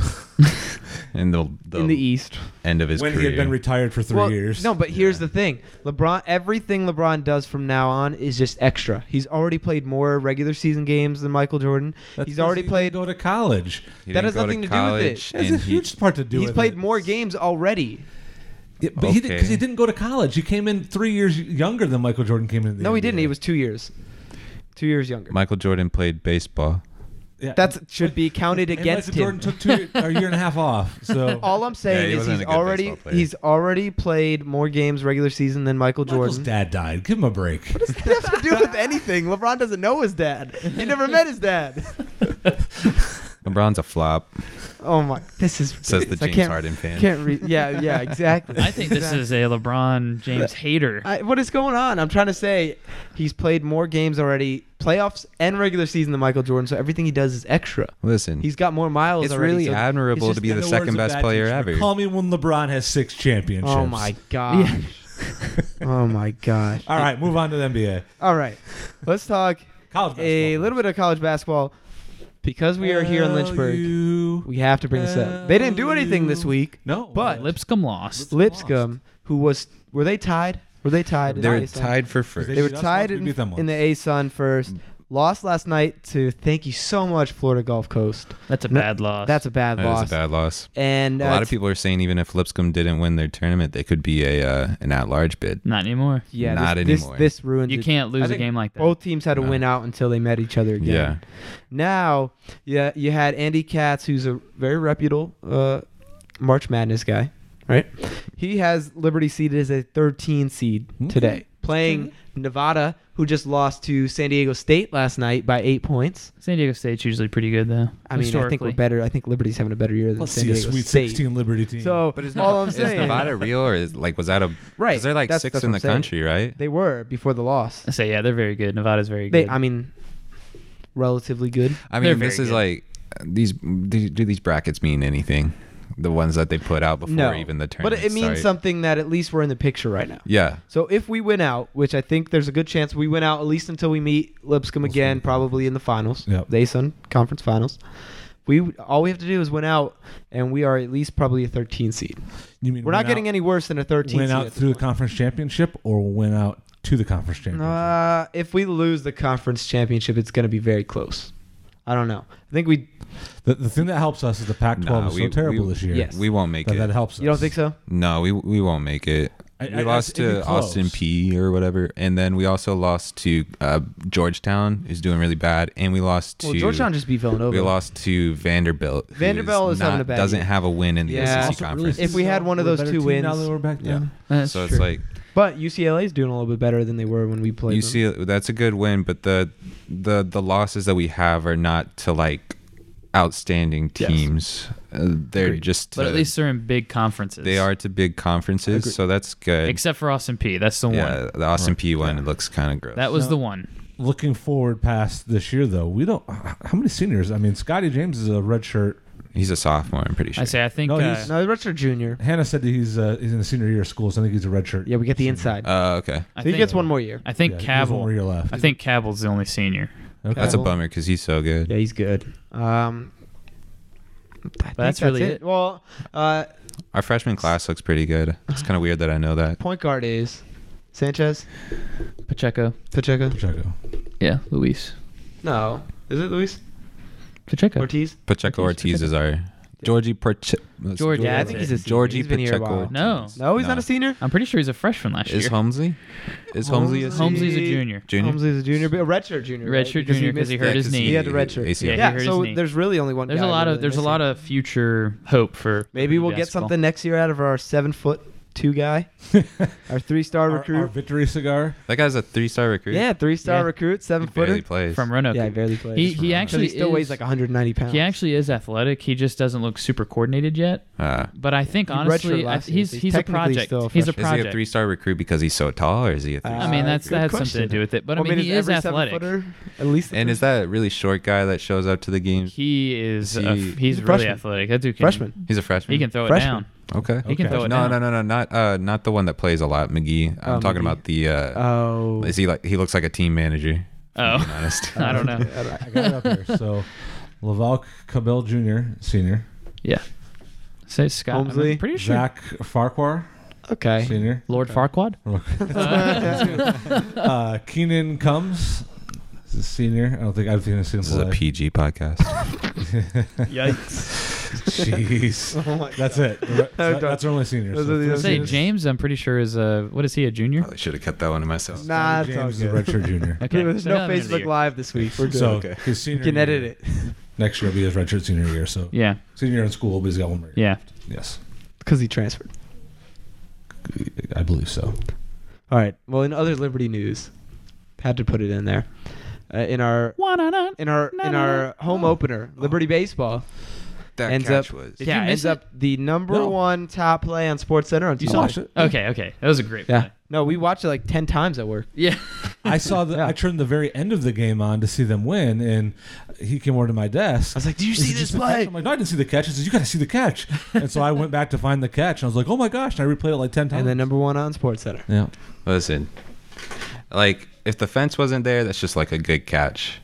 [SPEAKER 2] in the, the,
[SPEAKER 1] in the E East.
[SPEAKER 2] end of his
[SPEAKER 3] when
[SPEAKER 2] career.
[SPEAKER 3] he had been retired for three
[SPEAKER 1] Well,
[SPEAKER 3] years.
[SPEAKER 1] No, but here's the thing: LeBron. Everything LeBron does from now on is just extra. He's already played more regular season games than Michael Jordan.
[SPEAKER 3] That's
[SPEAKER 1] he's
[SPEAKER 3] because
[SPEAKER 1] already
[SPEAKER 3] he didn't
[SPEAKER 1] played.
[SPEAKER 3] Go to college.
[SPEAKER 2] He
[SPEAKER 1] That
[SPEAKER 2] didn't
[SPEAKER 1] has
[SPEAKER 2] go
[SPEAKER 1] nothing to do with
[SPEAKER 2] college,
[SPEAKER 3] That's a
[SPEAKER 2] and he-
[SPEAKER 3] huge part to do.
[SPEAKER 1] He's
[SPEAKER 3] with
[SPEAKER 1] played
[SPEAKER 3] it.
[SPEAKER 1] more games already.
[SPEAKER 3] Yeah, but he didn't because he
[SPEAKER 2] Okay.
[SPEAKER 3] didn't go to college. He came in three years younger than Michael Jordan came in. at the
[SPEAKER 1] No, he
[SPEAKER 3] NBA.
[SPEAKER 1] didn't. He was two years, two years younger.
[SPEAKER 2] Michael Jordan played baseball.
[SPEAKER 3] Yeah.
[SPEAKER 1] That should be counted
[SPEAKER 3] And
[SPEAKER 1] against
[SPEAKER 3] Michael
[SPEAKER 1] him.
[SPEAKER 3] Jordan took two a year and a half off. So
[SPEAKER 1] All I'm saying
[SPEAKER 2] he
[SPEAKER 1] is
[SPEAKER 2] wasn't
[SPEAKER 1] he's
[SPEAKER 2] a good baseball
[SPEAKER 1] already
[SPEAKER 2] player.
[SPEAKER 1] he's already played more games regular season than Michael
[SPEAKER 3] Michael's
[SPEAKER 1] Jordan.
[SPEAKER 3] dad died. Give him a break.
[SPEAKER 1] That has to do with anything. LeBron doesn't know his dad. He never met his dad.
[SPEAKER 2] LeBron's a flop,
[SPEAKER 1] Oh my! This is
[SPEAKER 2] says the
[SPEAKER 1] ridiculous. I
[SPEAKER 2] James
[SPEAKER 1] can't-
[SPEAKER 2] Harden fan.
[SPEAKER 1] Can't read. Yeah, yeah, exactly.
[SPEAKER 4] I think this
[SPEAKER 1] Exactly.
[SPEAKER 4] is a LeBron James hater.
[SPEAKER 1] I, what is going on? I'm trying to say he's played more games already, playoffs and regular season than Michael Jordan. So everything he does is extra.
[SPEAKER 2] Listen,
[SPEAKER 1] He's got more miles.
[SPEAKER 2] it's
[SPEAKER 1] already,
[SPEAKER 2] really
[SPEAKER 1] so-
[SPEAKER 2] admirable
[SPEAKER 1] it's
[SPEAKER 2] to
[SPEAKER 1] just-
[SPEAKER 2] be
[SPEAKER 3] In
[SPEAKER 2] the
[SPEAKER 3] words
[SPEAKER 2] second
[SPEAKER 3] of
[SPEAKER 2] best
[SPEAKER 3] Bad
[SPEAKER 2] player
[SPEAKER 3] Teacher,
[SPEAKER 2] ever.
[SPEAKER 3] Call me when LeBron has six championships.
[SPEAKER 1] Oh my gosh! Oh my gosh!
[SPEAKER 3] All right, move on to the NBA.
[SPEAKER 1] All right, let's talk
[SPEAKER 3] College basketball.
[SPEAKER 1] a little bit of college basketball because we are here in Lynchburg. We have to bring this up. They didn't do anything this week.
[SPEAKER 3] No,
[SPEAKER 1] But-
[SPEAKER 4] Lipscomb lost.
[SPEAKER 1] Lipscomb, who was were they tied? Were they tied? in
[SPEAKER 2] They're
[SPEAKER 1] the A-Sun?
[SPEAKER 2] tied for first.
[SPEAKER 1] They were
[SPEAKER 3] beat us
[SPEAKER 1] tied
[SPEAKER 3] once, we
[SPEAKER 1] in,
[SPEAKER 3] beat them
[SPEAKER 1] in the A Sun first.
[SPEAKER 2] Mm.
[SPEAKER 1] Lost last night to thank you so much Florida Gulf Coast.
[SPEAKER 4] That's a
[SPEAKER 1] No,
[SPEAKER 4] bad loss.
[SPEAKER 1] That's a bad
[SPEAKER 2] That is
[SPEAKER 1] loss.
[SPEAKER 2] a bad loss.
[SPEAKER 1] And
[SPEAKER 2] a
[SPEAKER 1] uh,
[SPEAKER 2] lot of people are saying even if Lipscomb didn't win their tournament, they could be a uh, an at large bid.
[SPEAKER 4] not anymore.
[SPEAKER 1] yeah,
[SPEAKER 2] Not
[SPEAKER 1] this, this-
[SPEAKER 2] anymore.
[SPEAKER 1] This, ruined.
[SPEAKER 4] You
[SPEAKER 1] it.
[SPEAKER 4] can't
[SPEAKER 1] I
[SPEAKER 4] lose a
[SPEAKER 1] think
[SPEAKER 4] game like that.
[SPEAKER 1] Both teams had to
[SPEAKER 2] No.
[SPEAKER 1] win out until they met each other again.
[SPEAKER 2] Yeah.
[SPEAKER 1] Now, yeah, you had Andy Katz, who's a very reputable uh, March Madness guy, right? He has Liberty seeded as a 13 seed
[SPEAKER 2] Mm-hmm.
[SPEAKER 1] today, playing Nevada, who just lost to San Diego State last night by eight points.
[SPEAKER 4] San Diego State's usually pretty good though.
[SPEAKER 1] I mean, I think we're
[SPEAKER 4] historically.
[SPEAKER 1] better. I think Liberty's having a better year than
[SPEAKER 3] Let's
[SPEAKER 1] San
[SPEAKER 3] see a
[SPEAKER 1] Diego
[SPEAKER 3] Sweet
[SPEAKER 1] State.
[SPEAKER 3] 16 Liberty team.
[SPEAKER 1] So all I'm saying,
[SPEAKER 2] is Nevada real or is like was that a
[SPEAKER 1] Right,
[SPEAKER 2] Because they're like
[SPEAKER 1] that's-
[SPEAKER 2] six
[SPEAKER 1] that's
[SPEAKER 2] in
[SPEAKER 1] what
[SPEAKER 2] the
[SPEAKER 1] I'm saying.
[SPEAKER 2] country, right?
[SPEAKER 1] they were before the loss.
[SPEAKER 4] I say yeah, they're very good. Nevada's very
[SPEAKER 1] They,
[SPEAKER 4] good.
[SPEAKER 1] I mean, relatively good.
[SPEAKER 2] I
[SPEAKER 4] They're
[SPEAKER 2] mean, this
[SPEAKER 4] very
[SPEAKER 2] is
[SPEAKER 4] good.
[SPEAKER 2] like these. Do do these brackets mean anything? The ones that they put out before
[SPEAKER 1] no,
[SPEAKER 2] even the
[SPEAKER 1] but
[SPEAKER 2] tournament.
[SPEAKER 1] it, it means
[SPEAKER 2] started.
[SPEAKER 1] something that at least we're in the picture right now.
[SPEAKER 2] Yeah,
[SPEAKER 1] So if we win out, which I think there's a good chance we win out at least until we meet Lipscomb again, probably in the finals,
[SPEAKER 3] Yep.
[SPEAKER 1] the ASUN conference finals. We all we have to do is win out, and we are at least probably a 13 seed.
[SPEAKER 3] you mean
[SPEAKER 1] We're not getting any worse than a 13
[SPEAKER 3] win
[SPEAKER 1] seed.
[SPEAKER 3] out through the conference championship or win out to the conference championship.
[SPEAKER 1] Uh, if we lose the conference championship, it's going to be very close. I don't know. I think we.
[SPEAKER 3] the, the thing that helps us is the Pac-12
[SPEAKER 2] Nah,
[SPEAKER 3] is so
[SPEAKER 2] we-
[SPEAKER 3] terrible
[SPEAKER 2] we-
[SPEAKER 3] this year.
[SPEAKER 1] Yes.
[SPEAKER 2] we won't make
[SPEAKER 3] That,
[SPEAKER 2] it.
[SPEAKER 3] that helps.
[SPEAKER 1] You don't
[SPEAKER 3] us.
[SPEAKER 1] think so?
[SPEAKER 2] No, we we won't make it.
[SPEAKER 3] I-
[SPEAKER 2] we
[SPEAKER 3] I-
[SPEAKER 2] lost
[SPEAKER 3] it'd be
[SPEAKER 2] to Austin
[SPEAKER 3] close.
[SPEAKER 2] P or whatever, and then we also lost to uh, Georgetown, who's doing really bad, and we lost
[SPEAKER 1] Well,
[SPEAKER 2] to
[SPEAKER 1] Georgetown just beat Villanova.
[SPEAKER 2] we lost to Vanderbilt. who's
[SPEAKER 1] Vanderbilt is having a bad
[SPEAKER 2] doesn't
[SPEAKER 1] year.
[SPEAKER 2] have a win in the
[SPEAKER 1] Yeah.
[SPEAKER 2] SEC
[SPEAKER 1] Also
[SPEAKER 2] conference,
[SPEAKER 1] If we had one of
[SPEAKER 3] We're a
[SPEAKER 1] those
[SPEAKER 3] better
[SPEAKER 1] two
[SPEAKER 3] team now
[SPEAKER 1] wins-
[SPEAKER 3] that we're back
[SPEAKER 2] Yeah.
[SPEAKER 3] then.
[SPEAKER 4] That's
[SPEAKER 2] so
[SPEAKER 4] true.
[SPEAKER 2] it's like
[SPEAKER 1] But UCLA's doing a little bit better than they were when we played.
[SPEAKER 2] you
[SPEAKER 1] them.
[SPEAKER 2] see that's a good win, but the the the losses that we have are not to like outstanding
[SPEAKER 1] Yes.
[SPEAKER 2] teams. Uh, they're
[SPEAKER 1] Agreed.
[SPEAKER 2] just to,
[SPEAKER 4] but at least they're in big conferences.
[SPEAKER 2] they are to big conferences,
[SPEAKER 1] Agreed.
[SPEAKER 2] so that's good.
[SPEAKER 4] except for Austin P. That's the one.
[SPEAKER 2] yeah, the Austin P one
[SPEAKER 3] Yeah.
[SPEAKER 2] looks kind of gross.
[SPEAKER 4] That was
[SPEAKER 3] No.
[SPEAKER 4] the one.
[SPEAKER 3] Looking forward past this year, though, we don't. How many seniors? I mean, Scotty James is a redshirt.
[SPEAKER 2] He's a sophomore, I'm pretty sure.
[SPEAKER 4] I say I think
[SPEAKER 3] No,
[SPEAKER 4] uh,
[SPEAKER 3] he's-
[SPEAKER 1] No, the Retro Junior.
[SPEAKER 3] Hannah said that he's uh, he's in the senior year of school, so I think he's a redshirt.
[SPEAKER 1] Yeah, we get the inside. So
[SPEAKER 2] Uh, okay.
[SPEAKER 4] I
[SPEAKER 1] he
[SPEAKER 4] think,
[SPEAKER 1] gets one more year.
[SPEAKER 4] I think
[SPEAKER 3] Yeah, he's one more
[SPEAKER 4] Cavill.
[SPEAKER 3] year left.
[SPEAKER 4] I think Cavill's the only senior.
[SPEAKER 3] Okay.
[SPEAKER 2] That's a
[SPEAKER 1] Cavill.
[SPEAKER 2] bummer because he's so good.
[SPEAKER 1] Yeah, he's good. Um, I think
[SPEAKER 4] that's really it.
[SPEAKER 1] Well, uh,
[SPEAKER 2] Our freshman class looks pretty good. It's kind of weird that I know that.
[SPEAKER 1] point guard is Sanchez,
[SPEAKER 4] Pacheco.
[SPEAKER 1] Pacheco.
[SPEAKER 3] Pacheco.
[SPEAKER 4] Yeah, Luis.
[SPEAKER 1] No, is it Luis
[SPEAKER 4] Pacheco.
[SPEAKER 1] Ortiz?
[SPEAKER 2] Pacheco Ortiz is our Georgie Porche- let's-
[SPEAKER 4] Georgie, Yeah, I
[SPEAKER 1] think he's a senior.
[SPEAKER 2] Georgie
[SPEAKER 1] He's been here a
[SPEAKER 2] Pacheco.
[SPEAKER 1] while.
[SPEAKER 4] No.
[SPEAKER 1] No, he's not a senior.
[SPEAKER 4] I'm pretty sure he's a freshman last
[SPEAKER 2] Is
[SPEAKER 4] year.
[SPEAKER 2] Holmesley? Is Holmesley a
[SPEAKER 1] Holmesley-
[SPEAKER 2] senior?
[SPEAKER 4] Holmesley's a junior.
[SPEAKER 2] Junior?
[SPEAKER 1] Holmes is a junior, but a redshirt junior. right?
[SPEAKER 4] Redshirt
[SPEAKER 1] Because
[SPEAKER 4] junior 'cause he
[SPEAKER 1] missed
[SPEAKER 4] hurt
[SPEAKER 1] it.
[SPEAKER 4] his knee.
[SPEAKER 1] He had the redshirt.
[SPEAKER 2] ACL.
[SPEAKER 4] he
[SPEAKER 1] Yeah,
[SPEAKER 4] hurt his
[SPEAKER 1] so
[SPEAKER 4] knee.
[SPEAKER 1] there's really only one.
[SPEAKER 4] There's a
[SPEAKER 1] guy
[SPEAKER 4] lot
[SPEAKER 1] really
[SPEAKER 4] of there's a
[SPEAKER 1] missing.
[SPEAKER 4] lot of future hope for.
[SPEAKER 1] Maybe we'll get
[SPEAKER 4] basketball.
[SPEAKER 1] something next year out of our seven foot two guy, our three star
[SPEAKER 3] Our,
[SPEAKER 1] recruit.
[SPEAKER 3] our victory cigar.
[SPEAKER 2] That guy's a three star recruit.
[SPEAKER 1] yeah, three star
[SPEAKER 4] Yeah.
[SPEAKER 1] recruit,
[SPEAKER 2] He
[SPEAKER 1] seven
[SPEAKER 2] barely
[SPEAKER 1] footer.
[SPEAKER 2] plays.
[SPEAKER 4] from Roanoke.
[SPEAKER 1] Yeah, he barely plays.
[SPEAKER 4] he
[SPEAKER 2] Because he
[SPEAKER 4] he actually
[SPEAKER 1] He still
[SPEAKER 4] is,
[SPEAKER 1] weighs like 190 pounds.
[SPEAKER 4] He actually is athletic. He just doesn't look super coordinated yet.
[SPEAKER 2] Ah.
[SPEAKER 4] But I think
[SPEAKER 1] He redshirted
[SPEAKER 4] honestly, I,
[SPEAKER 1] last year,
[SPEAKER 4] he's
[SPEAKER 1] so
[SPEAKER 4] he's,
[SPEAKER 1] he's
[SPEAKER 4] a
[SPEAKER 1] technically
[SPEAKER 4] project.
[SPEAKER 1] still a
[SPEAKER 4] he's a
[SPEAKER 2] Is he
[SPEAKER 4] project.
[SPEAKER 2] a three star recruit because he's so tall, or is he a three?
[SPEAKER 1] Uh,
[SPEAKER 4] I mean, that's that
[SPEAKER 1] Good
[SPEAKER 4] had something
[SPEAKER 1] question.
[SPEAKER 4] to do with it. But I
[SPEAKER 1] Well,
[SPEAKER 4] mean,
[SPEAKER 1] maybe
[SPEAKER 4] he
[SPEAKER 1] every
[SPEAKER 4] is athletic.
[SPEAKER 1] Seven-footer, at least.
[SPEAKER 2] and is that really short guy that shows up to the games?
[SPEAKER 4] He is.
[SPEAKER 2] Is
[SPEAKER 4] a-
[SPEAKER 2] he-
[SPEAKER 4] he's
[SPEAKER 1] a
[SPEAKER 4] really
[SPEAKER 1] freshman.
[SPEAKER 4] athletic. That dude can.
[SPEAKER 1] freshman?
[SPEAKER 2] He's a freshman.
[SPEAKER 4] He can throw
[SPEAKER 1] Freshman.
[SPEAKER 4] it down.
[SPEAKER 2] Okay.
[SPEAKER 4] He can
[SPEAKER 3] Okay.
[SPEAKER 4] throw it
[SPEAKER 2] No,
[SPEAKER 4] down.
[SPEAKER 2] no, no, no, not uh, not the one that plays a lot, McGee. I'm
[SPEAKER 1] Oh,
[SPEAKER 2] talking
[SPEAKER 1] McGee.
[SPEAKER 2] about the. Uh,
[SPEAKER 1] Oh,
[SPEAKER 2] is he like? He looks like a team manager.
[SPEAKER 4] Oh.
[SPEAKER 2] being honest.
[SPEAKER 4] I don't know.
[SPEAKER 3] I got it up here. So, Laval Cabell Jr., senior.
[SPEAKER 4] Yeah. Say Scott. I'm
[SPEAKER 1] Holmesley?
[SPEAKER 4] pretty sure.
[SPEAKER 3] Zach Farquhar
[SPEAKER 1] Okay.
[SPEAKER 3] Senior.
[SPEAKER 4] Lord Farquad.
[SPEAKER 3] Uh, Keenan Comes. is a senior. I don't think I've seen seen
[SPEAKER 2] This
[SPEAKER 3] him
[SPEAKER 2] is a
[SPEAKER 3] play.
[SPEAKER 2] PG podcast.
[SPEAKER 4] Yikes.
[SPEAKER 3] Jeez.
[SPEAKER 1] Oh my
[SPEAKER 3] That's it. The re- that- that's our only senior.
[SPEAKER 1] Those are the
[SPEAKER 4] I say James. I'm pretty sure is a what is he a junior?
[SPEAKER 1] Uh,
[SPEAKER 2] Probably should have kept that one to myself.
[SPEAKER 1] Nah, it's all
[SPEAKER 3] James is a
[SPEAKER 1] good.
[SPEAKER 3] redshirt junior.
[SPEAKER 4] Okay.
[SPEAKER 1] There's
[SPEAKER 4] so
[SPEAKER 1] no
[SPEAKER 4] not the end of the
[SPEAKER 1] Facebook
[SPEAKER 4] year.
[SPEAKER 1] Live this week. We're good.
[SPEAKER 3] so
[SPEAKER 2] Okay.
[SPEAKER 3] his senior
[SPEAKER 1] you can
[SPEAKER 3] year-
[SPEAKER 1] edit it.
[SPEAKER 3] Next year will be his redshirt senior year. So
[SPEAKER 4] Yeah.
[SPEAKER 3] senior in school, but he's got one more year.
[SPEAKER 4] Yeah.
[SPEAKER 3] Yes.
[SPEAKER 1] Because he transferred.
[SPEAKER 3] I believe so.
[SPEAKER 1] All right. Well, in other Liberty news, had to put it in there. Uh, in our
[SPEAKER 4] Wa-na-na.
[SPEAKER 1] in our
[SPEAKER 4] No,
[SPEAKER 1] in
[SPEAKER 4] no,
[SPEAKER 1] our home opener, Liberty baseball
[SPEAKER 2] That
[SPEAKER 1] Ends
[SPEAKER 2] catch
[SPEAKER 1] up-
[SPEAKER 2] was.
[SPEAKER 4] Did
[SPEAKER 1] yeah,
[SPEAKER 4] you
[SPEAKER 1] ends
[SPEAKER 4] miss
[SPEAKER 1] up the number
[SPEAKER 3] No.
[SPEAKER 1] one top play on Sports Center on
[SPEAKER 3] You
[SPEAKER 1] Tuesday.
[SPEAKER 3] saw it.
[SPEAKER 4] Okay. Okay. That was a great.
[SPEAKER 1] Yeah.
[SPEAKER 4] play.
[SPEAKER 1] No, we watched it like ten times at work.
[SPEAKER 4] Yeah.
[SPEAKER 3] I saw that.
[SPEAKER 1] Yeah.
[SPEAKER 3] I turned the very end of the game on to see them win, and he came over to my desk.
[SPEAKER 1] I was like, "Do you
[SPEAKER 3] Is
[SPEAKER 1] see
[SPEAKER 3] it
[SPEAKER 1] this
[SPEAKER 3] just the catch?"
[SPEAKER 1] play?"
[SPEAKER 3] I'm like, no, I didn't see the catch. He says, you got to see the catch. and so I went back to find the catch, and I was like, oh my gosh! And I replayed it like ten times.
[SPEAKER 1] And then number one on Sports Center.
[SPEAKER 3] yeah,
[SPEAKER 2] Listen, like if the fence wasn't there, that's just like a good catch.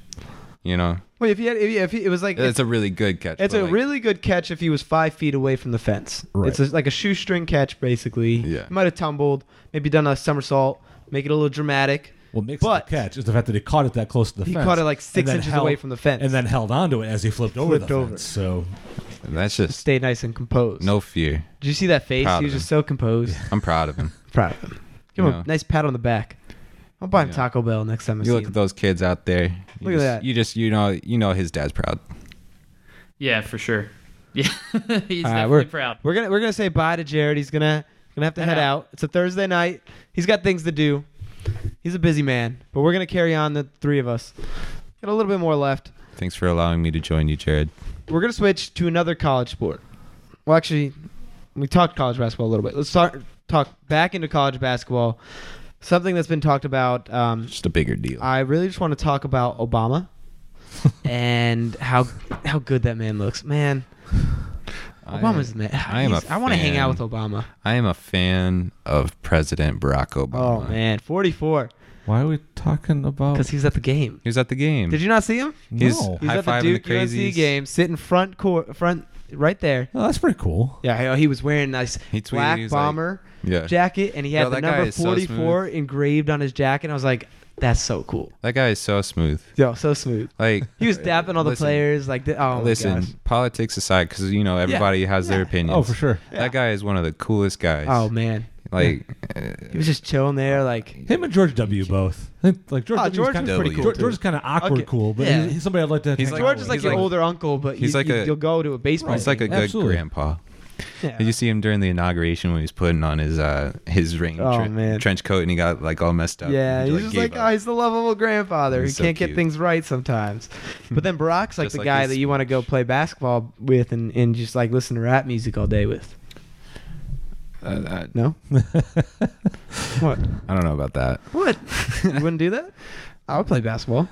[SPEAKER 2] You know,
[SPEAKER 1] Wait, if he had, if, he, if he, it was like
[SPEAKER 2] it's a really good catch.
[SPEAKER 1] It's
[SPEAKER 2] but,
[SPEAKER 1] a
[SPEAKER 2] like,
[SPEAKER 1] really good catch if he was five feet away from the fence.
[SPEAKER 3] Right.
[SPEAKER 1] It's a, like a shoestring catch, basically.
[SPEAKER 2] Yeah.
[SPEAKER 1] He might have tumbled, maybe done a somersault, make it a little dramatic.
[SPEAKER 3] what makes
[SPEAKER 1] But-
[SPEAKER 3] the catch is the fact that he caught it that close to the
[SPEAKER 1] He
[SPEAKER 3] fence.
[SPEAKER 1] caught it like
[SPEAKER 3] and
[SPEAKER 1] six
[SPEAKER 3] then
[SPEAKER 1] inches
[SPEAKER 3] held-
[SPEAKER 1] away from the fence.
[SPEAKER 3] and then held onto it as he flipped over
[SPEAKER 1] Flipped
[SPEAKER 3] the
[SPEAKER 1] over.
[SPEAKER 3] fence. So
[SPEAKER 2] That's just
[SPEAKER 1] stayed nice and composed.
[SPEAKER 2] no fear.
[SPEAKER 1] Did you see that face?
[SPEAKER 2] Proud
[SPEAKER 1] he
[SPEAKER 2] of
[SPEAKER 1] was
[SPEAKER 2] him.
[SPEAKER 1] just so composed.
[SPEAKER 2] I'm proud of him.
[SPEAKER 1] Proud of him. Give him
[SPEAKER 2] Yeah.
[SPEAKER 1] a nice pat on the back. I'll buy him
[SPEAKER 2] Yeah.
[SPEAKER 1] Taco Bell next time I
[SPEAKER 2] You
[SPEAKER 1] see
[SPEAKER 2] look
[SPEAKER 1] him.
[SPEAKER 2] at those kids out there. You
[SPEAKER 1] Look at
[SPEAKER 2] just,
[SPEAKER 1] that.
[SPEAKER 2] You just you know you know his dad's proud.
[SPEAKER 4] Yeah. For sure. Yeah. He's definitely
[SPEAKER 1] All right, we're-
[SPEAKER 4] proud.
[SPEAKER 1] We're gonna we're gonna say bye to Jared. He's gonna gonna have to head
[SPEAKER 4] Yeah.
[SPEAKER 1] out. It's a Thursday night. He's got things to do. He's a busy man, but we're gonna carry on the three of us. Got a little bit more left.
[SPEAKER 2] Thanks for allowing me to join you, Jared.
[SPEAKER 1] We're gonna switch to another college sport. Well, actually, we talked college basketball a little bit. Let's start talk back into college basketball. Something that's been talked about. Um,
[SPEAKER 2] Just a bigger deal.
[SPEAKER 1] I really just want to talk about Obama and how how good that man looks. Man,
[SPEAKER 2] I-
[SPEAKER 1] Obama's the man.
[SPEAKER 2] I am a
[SPEAKER 1] He's- I want to hang out with
[SPEAKER 2] fan.
[SPEAKER 1] Obama.
[SPEAKER 2] I am a fan of President Barack Obama.
[SPEAKER 1] Oh man, 44
[SPEAKER 3] why are we talking about?
[SPEAKER 1] because he was at the game.
[SPEAKER 2] he was at the game.
[SPEAKER 1] Did you not see him?
[SPEAKER 2] He's
[SPEAKER 3] no.
[SPEAKER 1] He
[SPEAKER 2] High
[SPEAKER 1] was at
[SPEAKER 2] five
[SPEAKER 1] the
[SPEAKER 2] in the
[SPEAKER 1] Duke UNC
[SPEAKER 2] crazies.
[SPEAKER 1] game, sitting front court, front right there.
[SPEAKER 3] Oh, that's pretty cool.
[SPEAKER 1] Yeah, he was wearing a nice
[SPEAKER 2] He tweeted,
[SPEAKER 1] black
[SPEAKER 2] he was like-
[SPEAKER 1] bomber
[SPEAKER 2] Yeah.
[SPEAKER 1] jacket, and he had
[SPEAKER 2] Bro,
[SPEAKER 1] the
[SPEAKER 2] that guy
[SPEAKER 1] number
[SPEAKER 2] is so
[SPEAKER 1] 44 engraved on his jacket. I was like, that's so cool.
[SPEAKER 2] that guy is so smooth.
[SPEAKER 1] Yo, so smooth.
[SPEAKER 2] Like
[SPEAKER 1] He was dapping all the
[SPEAKER 2] Listen.
[SPEAKER 1] players. Like, th- oh my
[SPEAKER 2] Listen,
[SPEAKER 1] gosh.
[SPEAKER 2] politics aside, because you know everybody has their
[SPEAKER 1] yeah.
[SPEAKER 2] opinions.
[SPEAKER 3] Oh, for sure.
[SPEAKER 1] Yeah.
[SPEAKER 2] That guy is one of the coolest guys.
[SPEAKER 1] Oh man,
[SPEAKER 2] like
[SPEAKER 1] he was just chilling there, like.
[SPEAKER 3] Him and George W. both. I think, Like George,
[SPEAKER 1] Oh,
[SPEAKER 3] W.
[SPEAKER 1] George
[SPEAKER 3] kind
[SPEAKER 1] was
[SPEAKER 3] of
[SPEAKER 2] pretty cool,
[SPEAKER 3] George,
[SPEAKER 1] too.
[SPEAKER 3] George is kind of awkward,
[SPEAKER 1] Okay.
[SPEAKER 3] cool, but
[SPEAKER 1] Yeah.
[SPEAKER 3] he's, he's somebody I'd like to.
[SPEAKER 2] He's
[SPEAKER 3] hang
[SPEAKER 2] like-
[SPEAKER 3] out
[SPEAKER 1] George is
[SPEAKER 3] with.
[SPEAKER 1] like
[SPEAKER 2] He's
[SPEAKER 1] your
[SPEAKER 2] like-
[SPEAKER 1] older uncle, but
[SPEAKER 2] he's
[SPEAKER 1] you,
[SPEAKER 2] like
[SPEAKER 1] you,
[SPEAKER 2] a-
[SPEAKER 1] will go to a baseball.
[SPEAKER 2] uh, he's like a
[SPEAKER 1] game.
[SPEAKER 2] good
[SPEAKER 3] Absolutely.
[SPEAKER 2] grandpa.
[SPEAKER 1] Yeah.
[SPEAKER 2] Did you see him during the inauguration when he was putting on his uh his rain
[SPEAKER 1] Oh,
[SPEAKER 2] tre-
[SPEAKER 1] man.
[SPEAKER 2] trench coat and he got like all messed up?
[SPEAKER 1] Yeah,
[SPEAKER 2] He,
[SPEAKER 1] he's just
[SPEAKER 2] gave
[SPEAKER 1] like,
[SPEAKER 2] up.
[SPEAKER 1] oh, he's the lovable grandfather. He
[SPEAKER 2] He's so
[SPEAKER 1] can't get
[SPEAKER 2] cute.
[SPEAKER 1] things right sometimes. But then Barack's like
[SPEAKER 2] Just
[SPEAKER 1] the
[SPEAKER 2] like
[SPEAKER 1] guy
[SPEAKER 2] his-
[SPEAKER 1] that you want to go play basketball with and, and just like listen to rap music all day with.
[SPEAKER 2] Uh, I,
[SPEAKER 1] No? what?
[SPEAKER 2] I don't know about that,
[SPEAKER 1] What? you wouldn't do that? I would play basketball,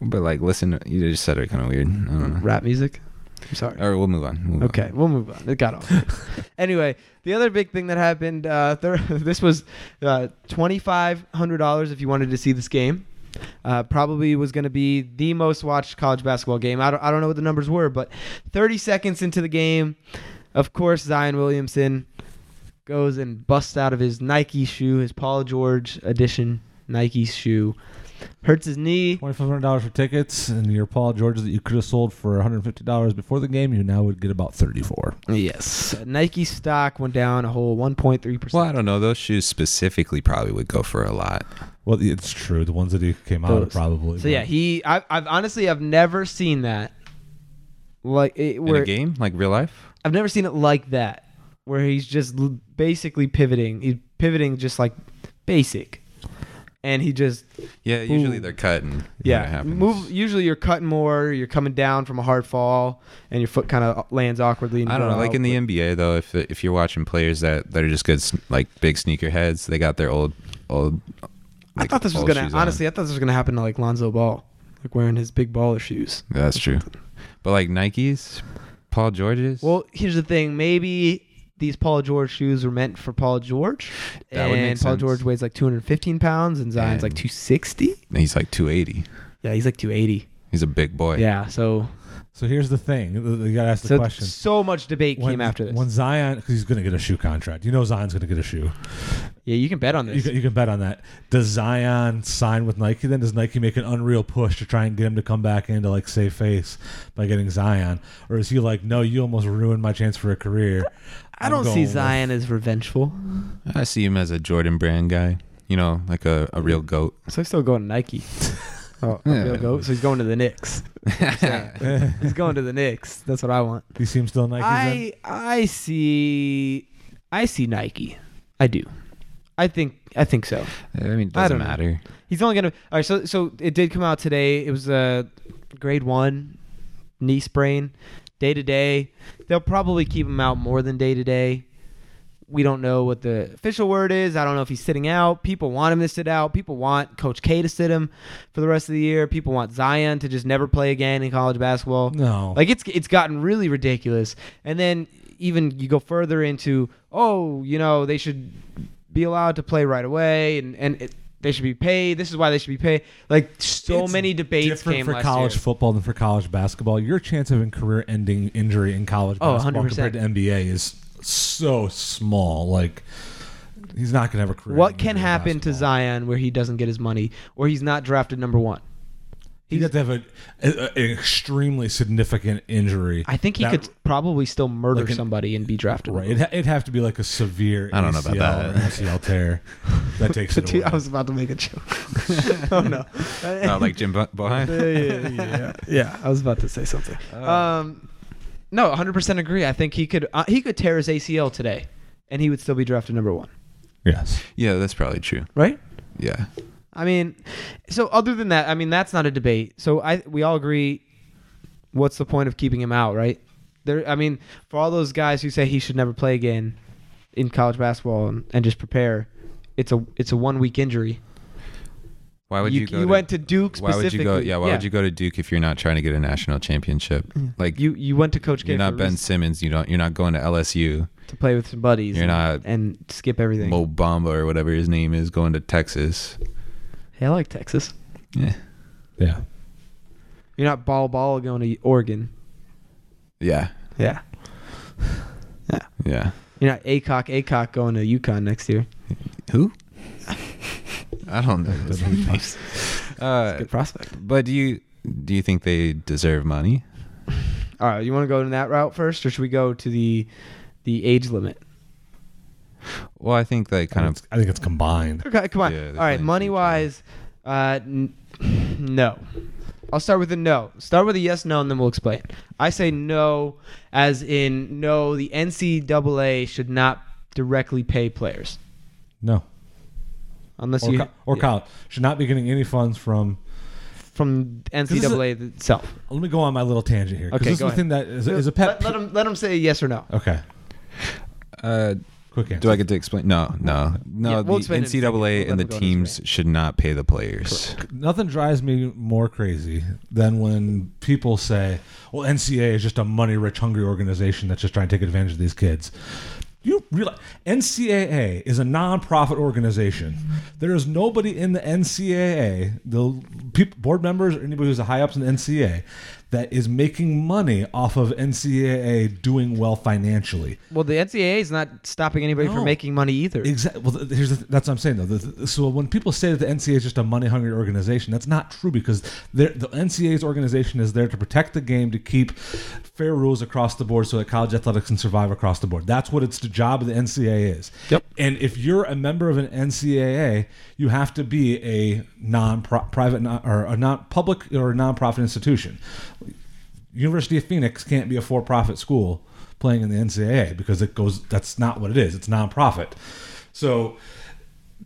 [SPEAKER 2] but like, listen, you just said it kind of weird. I don't know.
[SPEAKER 1] rap music. I'm sorry.
[SPEAKER 2] All right, we'll move on. Move on.
[SPEAKER 1] Okay, we'll move on. It got off. anyway, the other big thing that happened, uh, thir- this was uh, $2,500 if you wanted to see this game. Uh, probably was going to be the most watched college basketball game. I don't, I don't know what the numbers were, but 30 seconds into the game, of course, Zion Williamson goes and busts out of his Nike shoe, his Paul George edition Nike shoe, hurts his knee.
[SPEAKER 3] Twenty-five hundred dollars for tickets, and your Paul George that you could have sold for one hundred fifty dollars before the game, you now would get about thirty-four.
[SPEAKER 1] Yes. Nike stock went down a whole 1.3%.
[SPEAKER 2] Well, I don't know. Those shoes specifically probably would go for a lot.
[SPEAKER 3] Well, it's true. The ones that he came out
[SPEAKER 1] Those.
[SPEAKER 3] of probably.
[SPEAKER 1] So yeah, he. I, I've honestly, I've never seen that. Like it,
[SPEAKER 2] In
[SPEAKER 1] where
[SPEAKER 2] a game, like real life.
[SPEAKER 1] I've never seen it like that, where he's just l- basically pivoting. He's pivoting just like basic, and he just
[SPEAKER 2] Yeah, usually
[SPEAKER 1] Ooh.
[SPEAKER 2] they're cutting.
[SPEAKER 1] yeah move. Usually you're cutting more. You're coming down from a hard fall, and your foot kind of lands awkwardly. And you
[SPEAKER 2] I don't
[SPEAKER 1] go
[SPEAKER 2] know. Like
[SPEAKER 1] out,
[SPEAKER 2] in
[SPEAKER 1] but-
[SPEAKER 2] the NBA, though, if if you're watching players that, that are just good, sn- like big sneaker heads, they got their old old.
[SPEAKER 1] I thought this was gonna honestly. I thought this was gonna happen to like Lonzo Ball, like wearing his big baller shoes.
[SPEAKER 2] That's true, but like Nikes, Paul George's.
[SPEAKER 1] Well, here's the thing. Maybe these Paul George shoes were meant for Paul George,
[SPEAKER 2] That
[SPEAKER 1] and
[SPEAKER 2] would make
[SPEAKER 1] Paul
[SPEAKER 2] sense.
[SPEAKER 1] George weighs like 215 pounds, and Zion's like
[SPEAKER 2] And-
[SPEAKER 1] 260.
[SPEAKER 2] he's like 280.
[SPEAKER 1] Yeah, he's like 280.
[SPEAKER 2] He's a big boy.
[SPEAKER 1] Yeah, so
[SPEAKER 3] So here's the thing: you got to ask the
[SPEAKER 1] So
[SPEAKER 3] question.
[SPEAKER 1] so much debate
[SPEAKER 3] When-
[SPEAKER 1] came after this.
[SPEAKER 3] When Zion, because he's going to get a shoe contract. You know Zion's going to get a shoe.
[SPEAKER 1] yeah, you can bet on
[SPEAKER 3] You
[SPEAKER 1] this.
[SPEAKER 3] can, you can bet on that. Does Zion sign with Nike then? Does Nike make an unreal push to try and get him to come back in to like save face by getting Zion? Or is he like, no, you almost ruined my chance for a career?
[SPEAKER 1] I
[SPEAKER 3] I'm
[SPEAKER 1] don't
[SPEAKER 3] going
[SPEAKER 1] see
[SPEAKER 3] with-
[SPEAKER 1] Zion as revengeful.
[SPEAKER 2] I see him as a Jordan brand guy. You know, like a, a real goat.
[SPEAKER 1] So he's still going to Nike. Oh,
[SPEAKER 2] Yeah.
[SPEAKER 1] he'll go. So he's going to the Knicks. he's going to the Knicks. That's what I want.
[SPEAKER 3] Do you see him still Nike?
[SPEAKER 1] I I see I see Nike. I do. I think I think so.
[SPEAKER 2] I mean, it
[SPEAKER 1] I
[SPEAKER 2] doesn't
[SPEAKER 1] don't know.
[SPEAKER 2] matter.
[SPEAKER 1] He's only gonna. All right, so so it did come out today. It was a grade one knee sprain, day to day. They'll probably keep him out more than day to day. We don't know what the official word is. I don't know if he's sitting out. People want him to sit out. People want Coach K to sit him for the rest of the year. People want Zion to just never play again in college basketball.
[SPEAKER 3] no.
[SPEAKER 1] Like it's it's gotten really ridiculous. And then even you go further into oh, you know, they should be allowed to play right away and and it, they should be paid. This is why they should be paid. Like so
[SPEAKER 3] It's
[SPEAKER 1] many debates
[SPEAKER 3] different
[SPEAKER 1] came
[SPEAKER 3] for
[SPEAKER 1] last
[SPEAKER 3] college
[SPEAKER 1] year.
[SPEAKER 3] football than for college basketball. Your chance of a career-ending injury in college
[SPEAKER 1] Oh,
[SPEAKER 3] basketball
[SPEAKER 1] 100%.
[SPEAKER 3] compared to NBA is so small. Like he's not going to have a career.
[SPEAKER 1] What can happen to
[SPEAKER 3] Zion?
[SPEAKER 1] Zion where he doesn't get his money or he's not drafted number 1?
[SPEAKER 3] He'd have to have a, a- an extremely significant injury.
[SPEAKER 1] I think he
[SPEAKER 3] That-
[SPEAKER 1] could probably still murder
[SPEAKER 3] Like an-
[SPEAKER 1] somebody and be drafted.
[SPEAKER 3] Right, it'd, ha- it'd have to be like a severe.
[SPEAKER 2] I don't know about
[SPEAKER 3] ACL or
[SPEAKER 2] that.
[SPEAKER 3] ACL tear that takes it away.
[SPEAKER 1] Dude, I was about to make a joke. oh no.
[SPEAKER 2] Not like Jim Bo- Bohan.
[SPEAKER 1] yeah, yeah, yeah, yeah. I was about to say something.
[SPEAKER 2] Uh.
[SPEAKER 1] Um, no, 100% agree. I think he could uh, he could tear his ACL today, and he would still be drafted number one,
[SPEAKER 3] yes,
[SPEAKER 2] Yeah, that's probably true.
[SPEAKER 1] right?
[SPEAKER 2] Yeah.
[SPEAKER 1] I mean, so other than that, I mean that's not a debate. So I we all agree. What's the point of keeping him out, right? There, I mean, for all those guys who say he should never play again in college basketball and, and just prepare, it's a it's a one week injury.
[SPEAKER 2] Why would you,
[SPEAKER 1] You-
[SPEAKER 2] go
[SPEAKER 1] you
[SPEAKER 2] to,
[SPEAKER 1] went to Duke
[SPEAKER 2] Why would you go
[SPEAKER 1] specifically.
[SPEAKER 2] yeah, why
[SPEAKER 1] Yeah.
[SPEAKER 2] would you go to Duke if you're not trying to get a national championship? Like you
[SPEAKER 1] You you went to Coach K
[SPEAKER 2] you're
[SPEAKER 1] for
[SPEAKER 2] not
[SPEAKER 1] a
[SPEAKER 2] Ben
[SPEAKER 1] reason,
[SPEAKER 2] Simmons, you don't you're not going to LSU.
[SPEAKER 1] to play with some buddies.
[SPEAKER 2] You're
[SPEAKER 1] and,
[SPEAKER 2] not
[SPEAKER 1] and skip everything.
[SPEAKER 2] Mo Bamba or whatever his name is going to Texas.
[SPEAKER 1] Hey, I like Texas.
[SPEAKER 2] Yeah.
[SPEAKER 3] yeah.
[SPEAKER 1] You're not ball ball going to Oregon.
[SPEAKER 2] Yeah.
[SPEAKER 1] Yeah.
[SPEAKER 2] Yeah.
[SPEAKER 1] You're not ACOC ACOC going to UConn next year.
[SPEAKER 2] Who? I don't know.
[SPEAKER 3] Doesn't make sense.
[SPEAKER 2] Uh,
[SPEAKER 1] Good prospect.
[SPEAKER 2] but do you do you think they deserve money?
[SPEAKER 1] All right, you want to go in that route first, or should we go to the the age limit?
[SPEAKER 2] Well, I think they kind
[SPEAKER 3] I
[SPEAKER 2] of
[SPEAKER 3] think it's- I think it's combined.
[SPEAKER 1] Okay, come on.
[SPEAKER 2] Yeah, they're
[SPEAKER 1] All right,
[SPEAKER 2] playing
[SPEAKER 1] money
[SPEAKER 2] each other.
[SPEAKER 1] wise, uh, n- no. I'll start with a no. Start with a yes, no, and then we'll explain. I say no, as in no. The NCAA should not directly pay players
[SPEAKER 3] No,
[SPEAKER 1] unless
[SPEAKER 3] or,
[SPEAKER 1] you
[SPEAKER 3] co- or
[SPEAKER 1] yeah,
[SPEAKER 3] college should not be getting any funds from
[SPEAKER 1] from
[SPEAKER 3] is a-
[SPEAKER 1] NCAA itself.
[SPEAKER 3] Let me go on my little tangent here. 'cause
[SPEAKER 1] Okay,
[SPEAKER 3] this
[SPEAKER 1] go
[SPEAKER 3] is the thing that is, is a pet.
[SPEAKER 1] Let, let
[SPEAKER 3] peeve-
[SPEAKER 1] them let 'em say yes or no.
[SPEAKER 3] okay,
[SPEAKER 2] uh,
[SPEAKER 3] quick answer.
[SPEAKER 2] Do I get to explain? No, no, no.
[SPEAKER 1] Yeah, we'll
[SPEAKER 2] the
[SPEAKER 1] explain it in a second.
[SPEAKER 2] NCAA
[SPEAKER 1] We'll
[SPEAKER 2] and
[SPEAKER 1] let
[SPEAKER 2] the
[SPEAKER 1] them go this
[SPEAKER 2] teams
[SPEAKER 1] way.
[SPEAKER 2] should not pay the players.
[SPEAKER 3] Nothing drives me more crazy than when people say, "Well, NCAA is just a money-rich, hungry organization that's just trying to take advantage of these kids." You realize NCAA is a non-profit organization. There is nobody in the NCAA, the peop board members or anybody who's high ups in the NCAA, that is making money off of NCAA doing well financially.
[SPEAKER 1] Well, the NCAA is not stopping anybody
[SPEAKER 3] No.
[SPEAKER 1] from making money either.
[SPEAKER 3] Exactly. Well, th- here's the th- that's what I'm saying though. The- the- So when people say that the NCAA is just a money-hungry organization, that's not true because they're- the NCAA's organization is there to protect the game, to keep fair rules across the board, so that college athletics can survive across the board. That's what it's the job of the NCAA is.
[SPEAKER 1] Yep.
[SPEAKER 3] And if you're a member of an NCAA, you have to be a non-private or a non-public or a non-profit institution. University of Phoenix can't be a for-profit school playing in the NCAA because it goes. That's not what it is. It's non-profit. So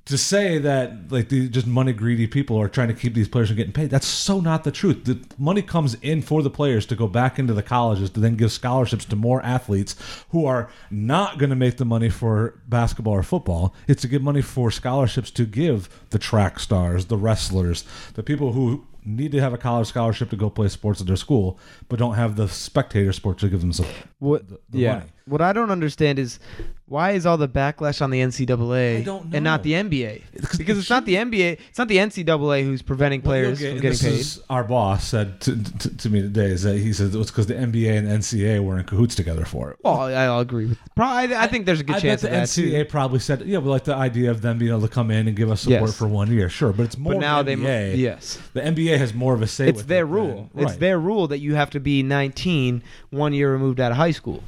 [SPEAKER 3] to say that like these just money greedy people are trying to keep these players from getting paid, that's so not the truth. The money comes in for the players to go back into the colleges to then give scholarships to more athletes who are not going to make the money for basketball or football. It's to give money for scholarships to give the track stars, the wrestlers, the people who need to have a college scholarship to go play sports at their school, but don't have the spectator sports to give them some
[SPEAKER 1] What?
[SPEAKER 3] the
[SPEAKER 1] yeah.
[SPEAKER 3] money.
[SPEAKER 1] what I don't understand is why is all the backlash on the NCAA
[SPEAKER 3] I don't
[SPEAKER 1] and not the
[SPEAKER 3] know.
[SPEAKER 1] NBA?
[SPEAKER 3] Because
[SPEAKER 1] Because it's not the NBA, it's not the NCAA who's preventing players
[SPEAKER 3] Well, you'll
[SPEAKER 1] from
[SPEAKER 3] get-
[SPEAKER 1] getting
[SPEAKER 3] this
[SPEAKER 1] paid.
[SPEAKER 3] Is our boss said to, to, to me today is that he said it was because the NBA and NCAA were in cahoots together for it.
[SPEAKER 1] well, I, I'll agree with. Pro- I, I think there's a good
[SPEAKER 3] I
[SPEAKER 1] chance
[SPEAKER 3] bet
[SPEAKER 1] of
[SPEAKER 3] the
[SPEAKER 1] that
[SPEAKER 3] NCAA
[SPEAKER 1] too.
[SPEAKER 3] probably said, "Yeah, we like the idea of them being able to come in and give us support
[SPEAKER 1] Yes.
[SPEAKER 3] for one year, sure." But it's more.
[SPEAKER 1] But now
[SPEAKER 3] the
[SPEAKER 1] they,
[SPEAKER 3] NBA.
[SPEAKER 1] mu- yes,
[SPEAKER 3] the NBA has more of a say.
[SPEAKER 1] it's
[SPEAKER 3] with
[SPEAKER 1] their
[SPEAKER 3] it than-
[SPEAKER 1] rule. It's
[SPEAKER 3] right.
[SPEAKER 1] their rule that you have to be 19 one year removed out of high school.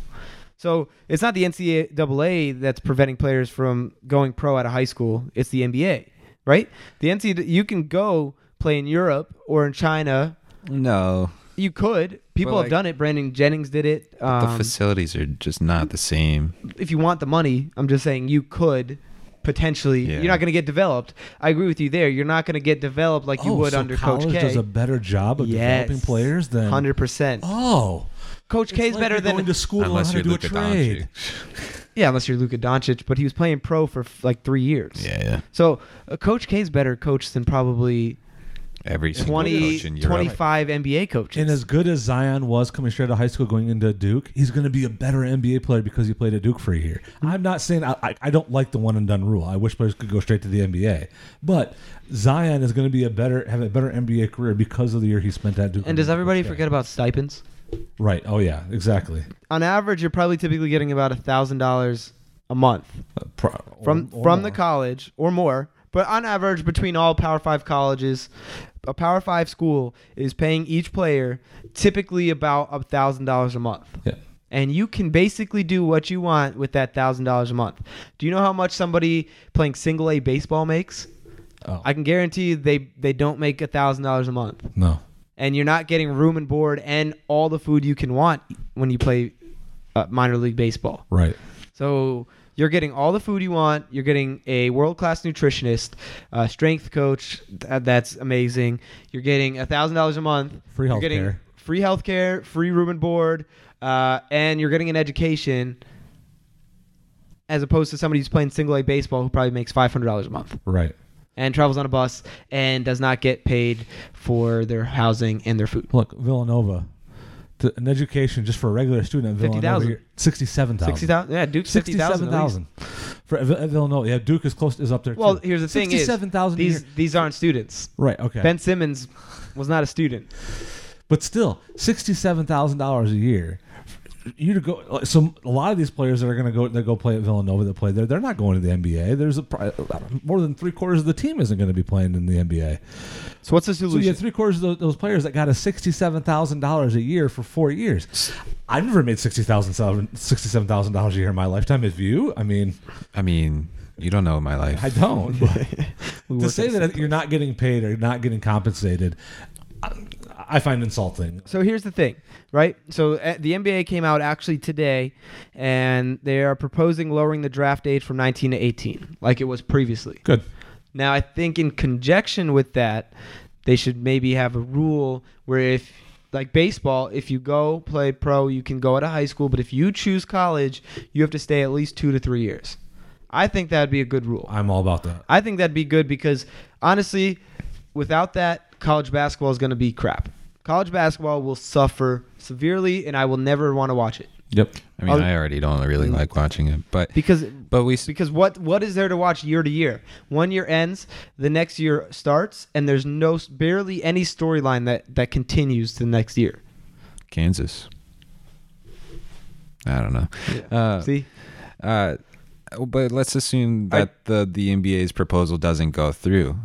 [SPEAKER 1] So it's not the NCAA that's preventing players from going pro out of high school. It's the NBA, right? The NCAA, you can go play in Europe or in China.
[SPEAKER 2] No,
[SPEAKER 1] You could. People
[SPEAKER 2] But,
[SPEAKER 1] have
[SPEAKER 2] like,
[SPEAKER 1] done it. Brandon Jennings did it.
[SPEAKER 2] the
[SPEAKER 1] Um,
[SPEAKER 2] facilities are just not the same.
[SPEAKER 1] if you want the money, I'm just saying you could potentially.
[SPEAKER 2] Yeah.
[SPEAKER 1] You're not going to get developed. I agree with you there. You're not going to get developed like you
[SPEAKER 3] Oh,
[SPEAKER 1] would
[SPEAKER 3] so
[SPEAKER 1] under
[SPEAKER 3] college
[SPEAKER 1] Coach K.
[SPEAKER 3] does a better job of
[SPEAKER 1] Yes.
[SPEAKER 3] developing players than
[SPEAKER 1] Hundred percent.
[SPEAKER 3] Oh,
[SPEAKER 1] Coach K is
[SPEAKER 3] It's like
[SPEAKER 1] better
[SPEAKER 3] you're
[SPEAKER 1] than
[SPEAKER 3] going to school to learn
[SPEAKER 2] Unless
[SPEAKER 3] how
[SPEAKER 2] you're
[SPEAKER 3] to do a
[SPEAKER 2] Luka
[SPEAKER 3] trade.
[SPEAKER 2] Doncic.
[SPEAKER 1] yeah, unless you're Luka Doncic, but he was playing pro for f- like three years.
[SPEAKER 2] Yeah, yeah.
[SPEAKER 1] So uh, Coach K is better coach than probably
[SPEAKER 2] Every single
[SPEAKER 1] 20,
[SPEAKER 2] coach in Europe.
[SPEAKER 1] 25 NBA coaches.
[SPEAKER 3] And as good as Zion was coming straight out of high school going into Duke, he's going to be a better NBA player because he played at Duke for a year. I'm not saying I, I, I don't like the one and done rule. I wish players could go straight to the NBA, but Zion is going to be a better have a better NBA career because of the year he spent at Duke.
[SPEAKER 1] and does everybody forget about stipends?
[SPEAKER 3] Right. Oh yeah. Exactly.
[SPEAKER 1] On average, you're probably typically getting about thousand dollars a month
[SPEAKER 3] Uh, pro- or-
[SPEAKER 1] from
[SPEAKER 3] or
[SPEAKER 1] from the
[SPEAKER 3] more.
[SPEAKER 1] college or more. But on average, between all Power Five colleges, a Power Five school is paying each player typically about thousand dollars a month.
[SPEAKER 3] Yeah.
[SPEAKER 1] and you can basically do what you want with that thousand dollars a month. Do you know how much somebody playing single A baseball makes?
[SPEAKER 3] Oh,
[SPEAKER 1] I can guarantee you they they don't make a thousand dollars a month,
[SPEAKER 3] no.
[SPEAKER 1] and you're not getting room and board and all the food you can want when you play uh, minor league baseball.
[SPEAKER 3] Right.
[SPEAKER 1] So you're getting all the food you want. You're getting a world class nutritionist, uh, strength coach. Th- uh, that's amazing. You're getting a thousand dollars a month.
[SPEAKER 3] Free
[SPEAKER 1] You're getting
[SPEAKER 3] healthcare.
[SPEAKER 1] Free healthcare, free room and board, uh, and you're getting an education. As opposed to somebody who's playing single A baseball who probably makes five hundred dollars a month
[SPEAKER 3] Right.
[SPEAKER 1] and travels on a bus and does not get paid for their housing and their food.
[SPEAKER 3] Look, Villanova. The, an education just for a regular student at Villanova,
[SPEAKER 1] 50,000.
[SPEAKER 3] you're- 67,000.
[SPEAKER 1] Sixty thousand, yeah, Duke's fifty thousand.
[SPEAKER 3] Sixty-seven thousand for Ev- Ev- Villanova. Yeah, Duke is close is up there.
[SPEAKER 1] Well,
[SPEAKER 3] too.
[SPEAKER 1] here's the thing: is
[SPEAKER 3] sixty-seven thousand.
[SPEAKER 1] these these aren't students.
[SPEAKER 3] right? Okay,
[SPEAKER 1] Ben Simmons was not a student.
[SPEAKER 3] but still, sixty-seven thousand dollars a year. You to go. So a lot of these players that are going to go that go play at Villanova that play there, they're not going to the NBA. There's a pri- more than three quarters of the team isn't going to be playing in the NBA.
[SPEAKER 1] So what's the
[SPEAKER 3] So you
[SPEAKER 1] solution?
[SPEAKER 3] have three quarters of tho- those players that got a sixty-seven thousand dollars a year for four years. I've never made sixty thousand sixty-seven thousand dollars a year in my lifetime. If you, I mean,
[SPEAKER 2] I mean, you don't know my life.
[SPEAKER 3] I don't. but-
[SPEAKER 1] We
[SPEAKER 3] to
[SPEAKER 1] work
[SPEAKER 3] say
[SPEAKER 1] at the
[SPEAKER 3] that you're not getting paid or not getting compensated, I, I find insulting.
[SPEAKER 1] So here's the thing, right? So uh, the NBA came out actually today, and they are proposing lowering the draft age from 19 to 18, like it was previously.
[SPEAKER 3] Good.
[SPEAKER 1] Now, I think in conjunction with that, they should maybe have a rule where if, like baseball, if you go play pro, you can go out of high school, but if you choose college, you have to stay at least two to three years. I think that'd be a good rule.
[SPEAKER 3] I'm all about that.
[SPEAKER 1] I think that'd be good because honestly, without that, college basketball is going to be crap. College basketball will suffer severely, and I will never want to watch it
[SPEAKER 3] Yep.
[SPEAKER 2] I mean,
[SPEAKER 1] I'll- Mm.
[SPEAKER 2] I already don't really like watching it, but
[SPEAKER 1] because
[SPEAKER 2] but we s-
[SPEAKER 1] because what what is there to watch year to year? One year ends, the next year starts, and there's no barely any storyline that that continues to the next year.
[SPEAKER 2] Kansas. I don't know. Uh,
[SPEAKER 1] See,
[SPEAKER 2] Uh, but let's assume
[SPEAKER 1] I-
[SPEAKER 2] that the the NBA's proposal doesn't go through,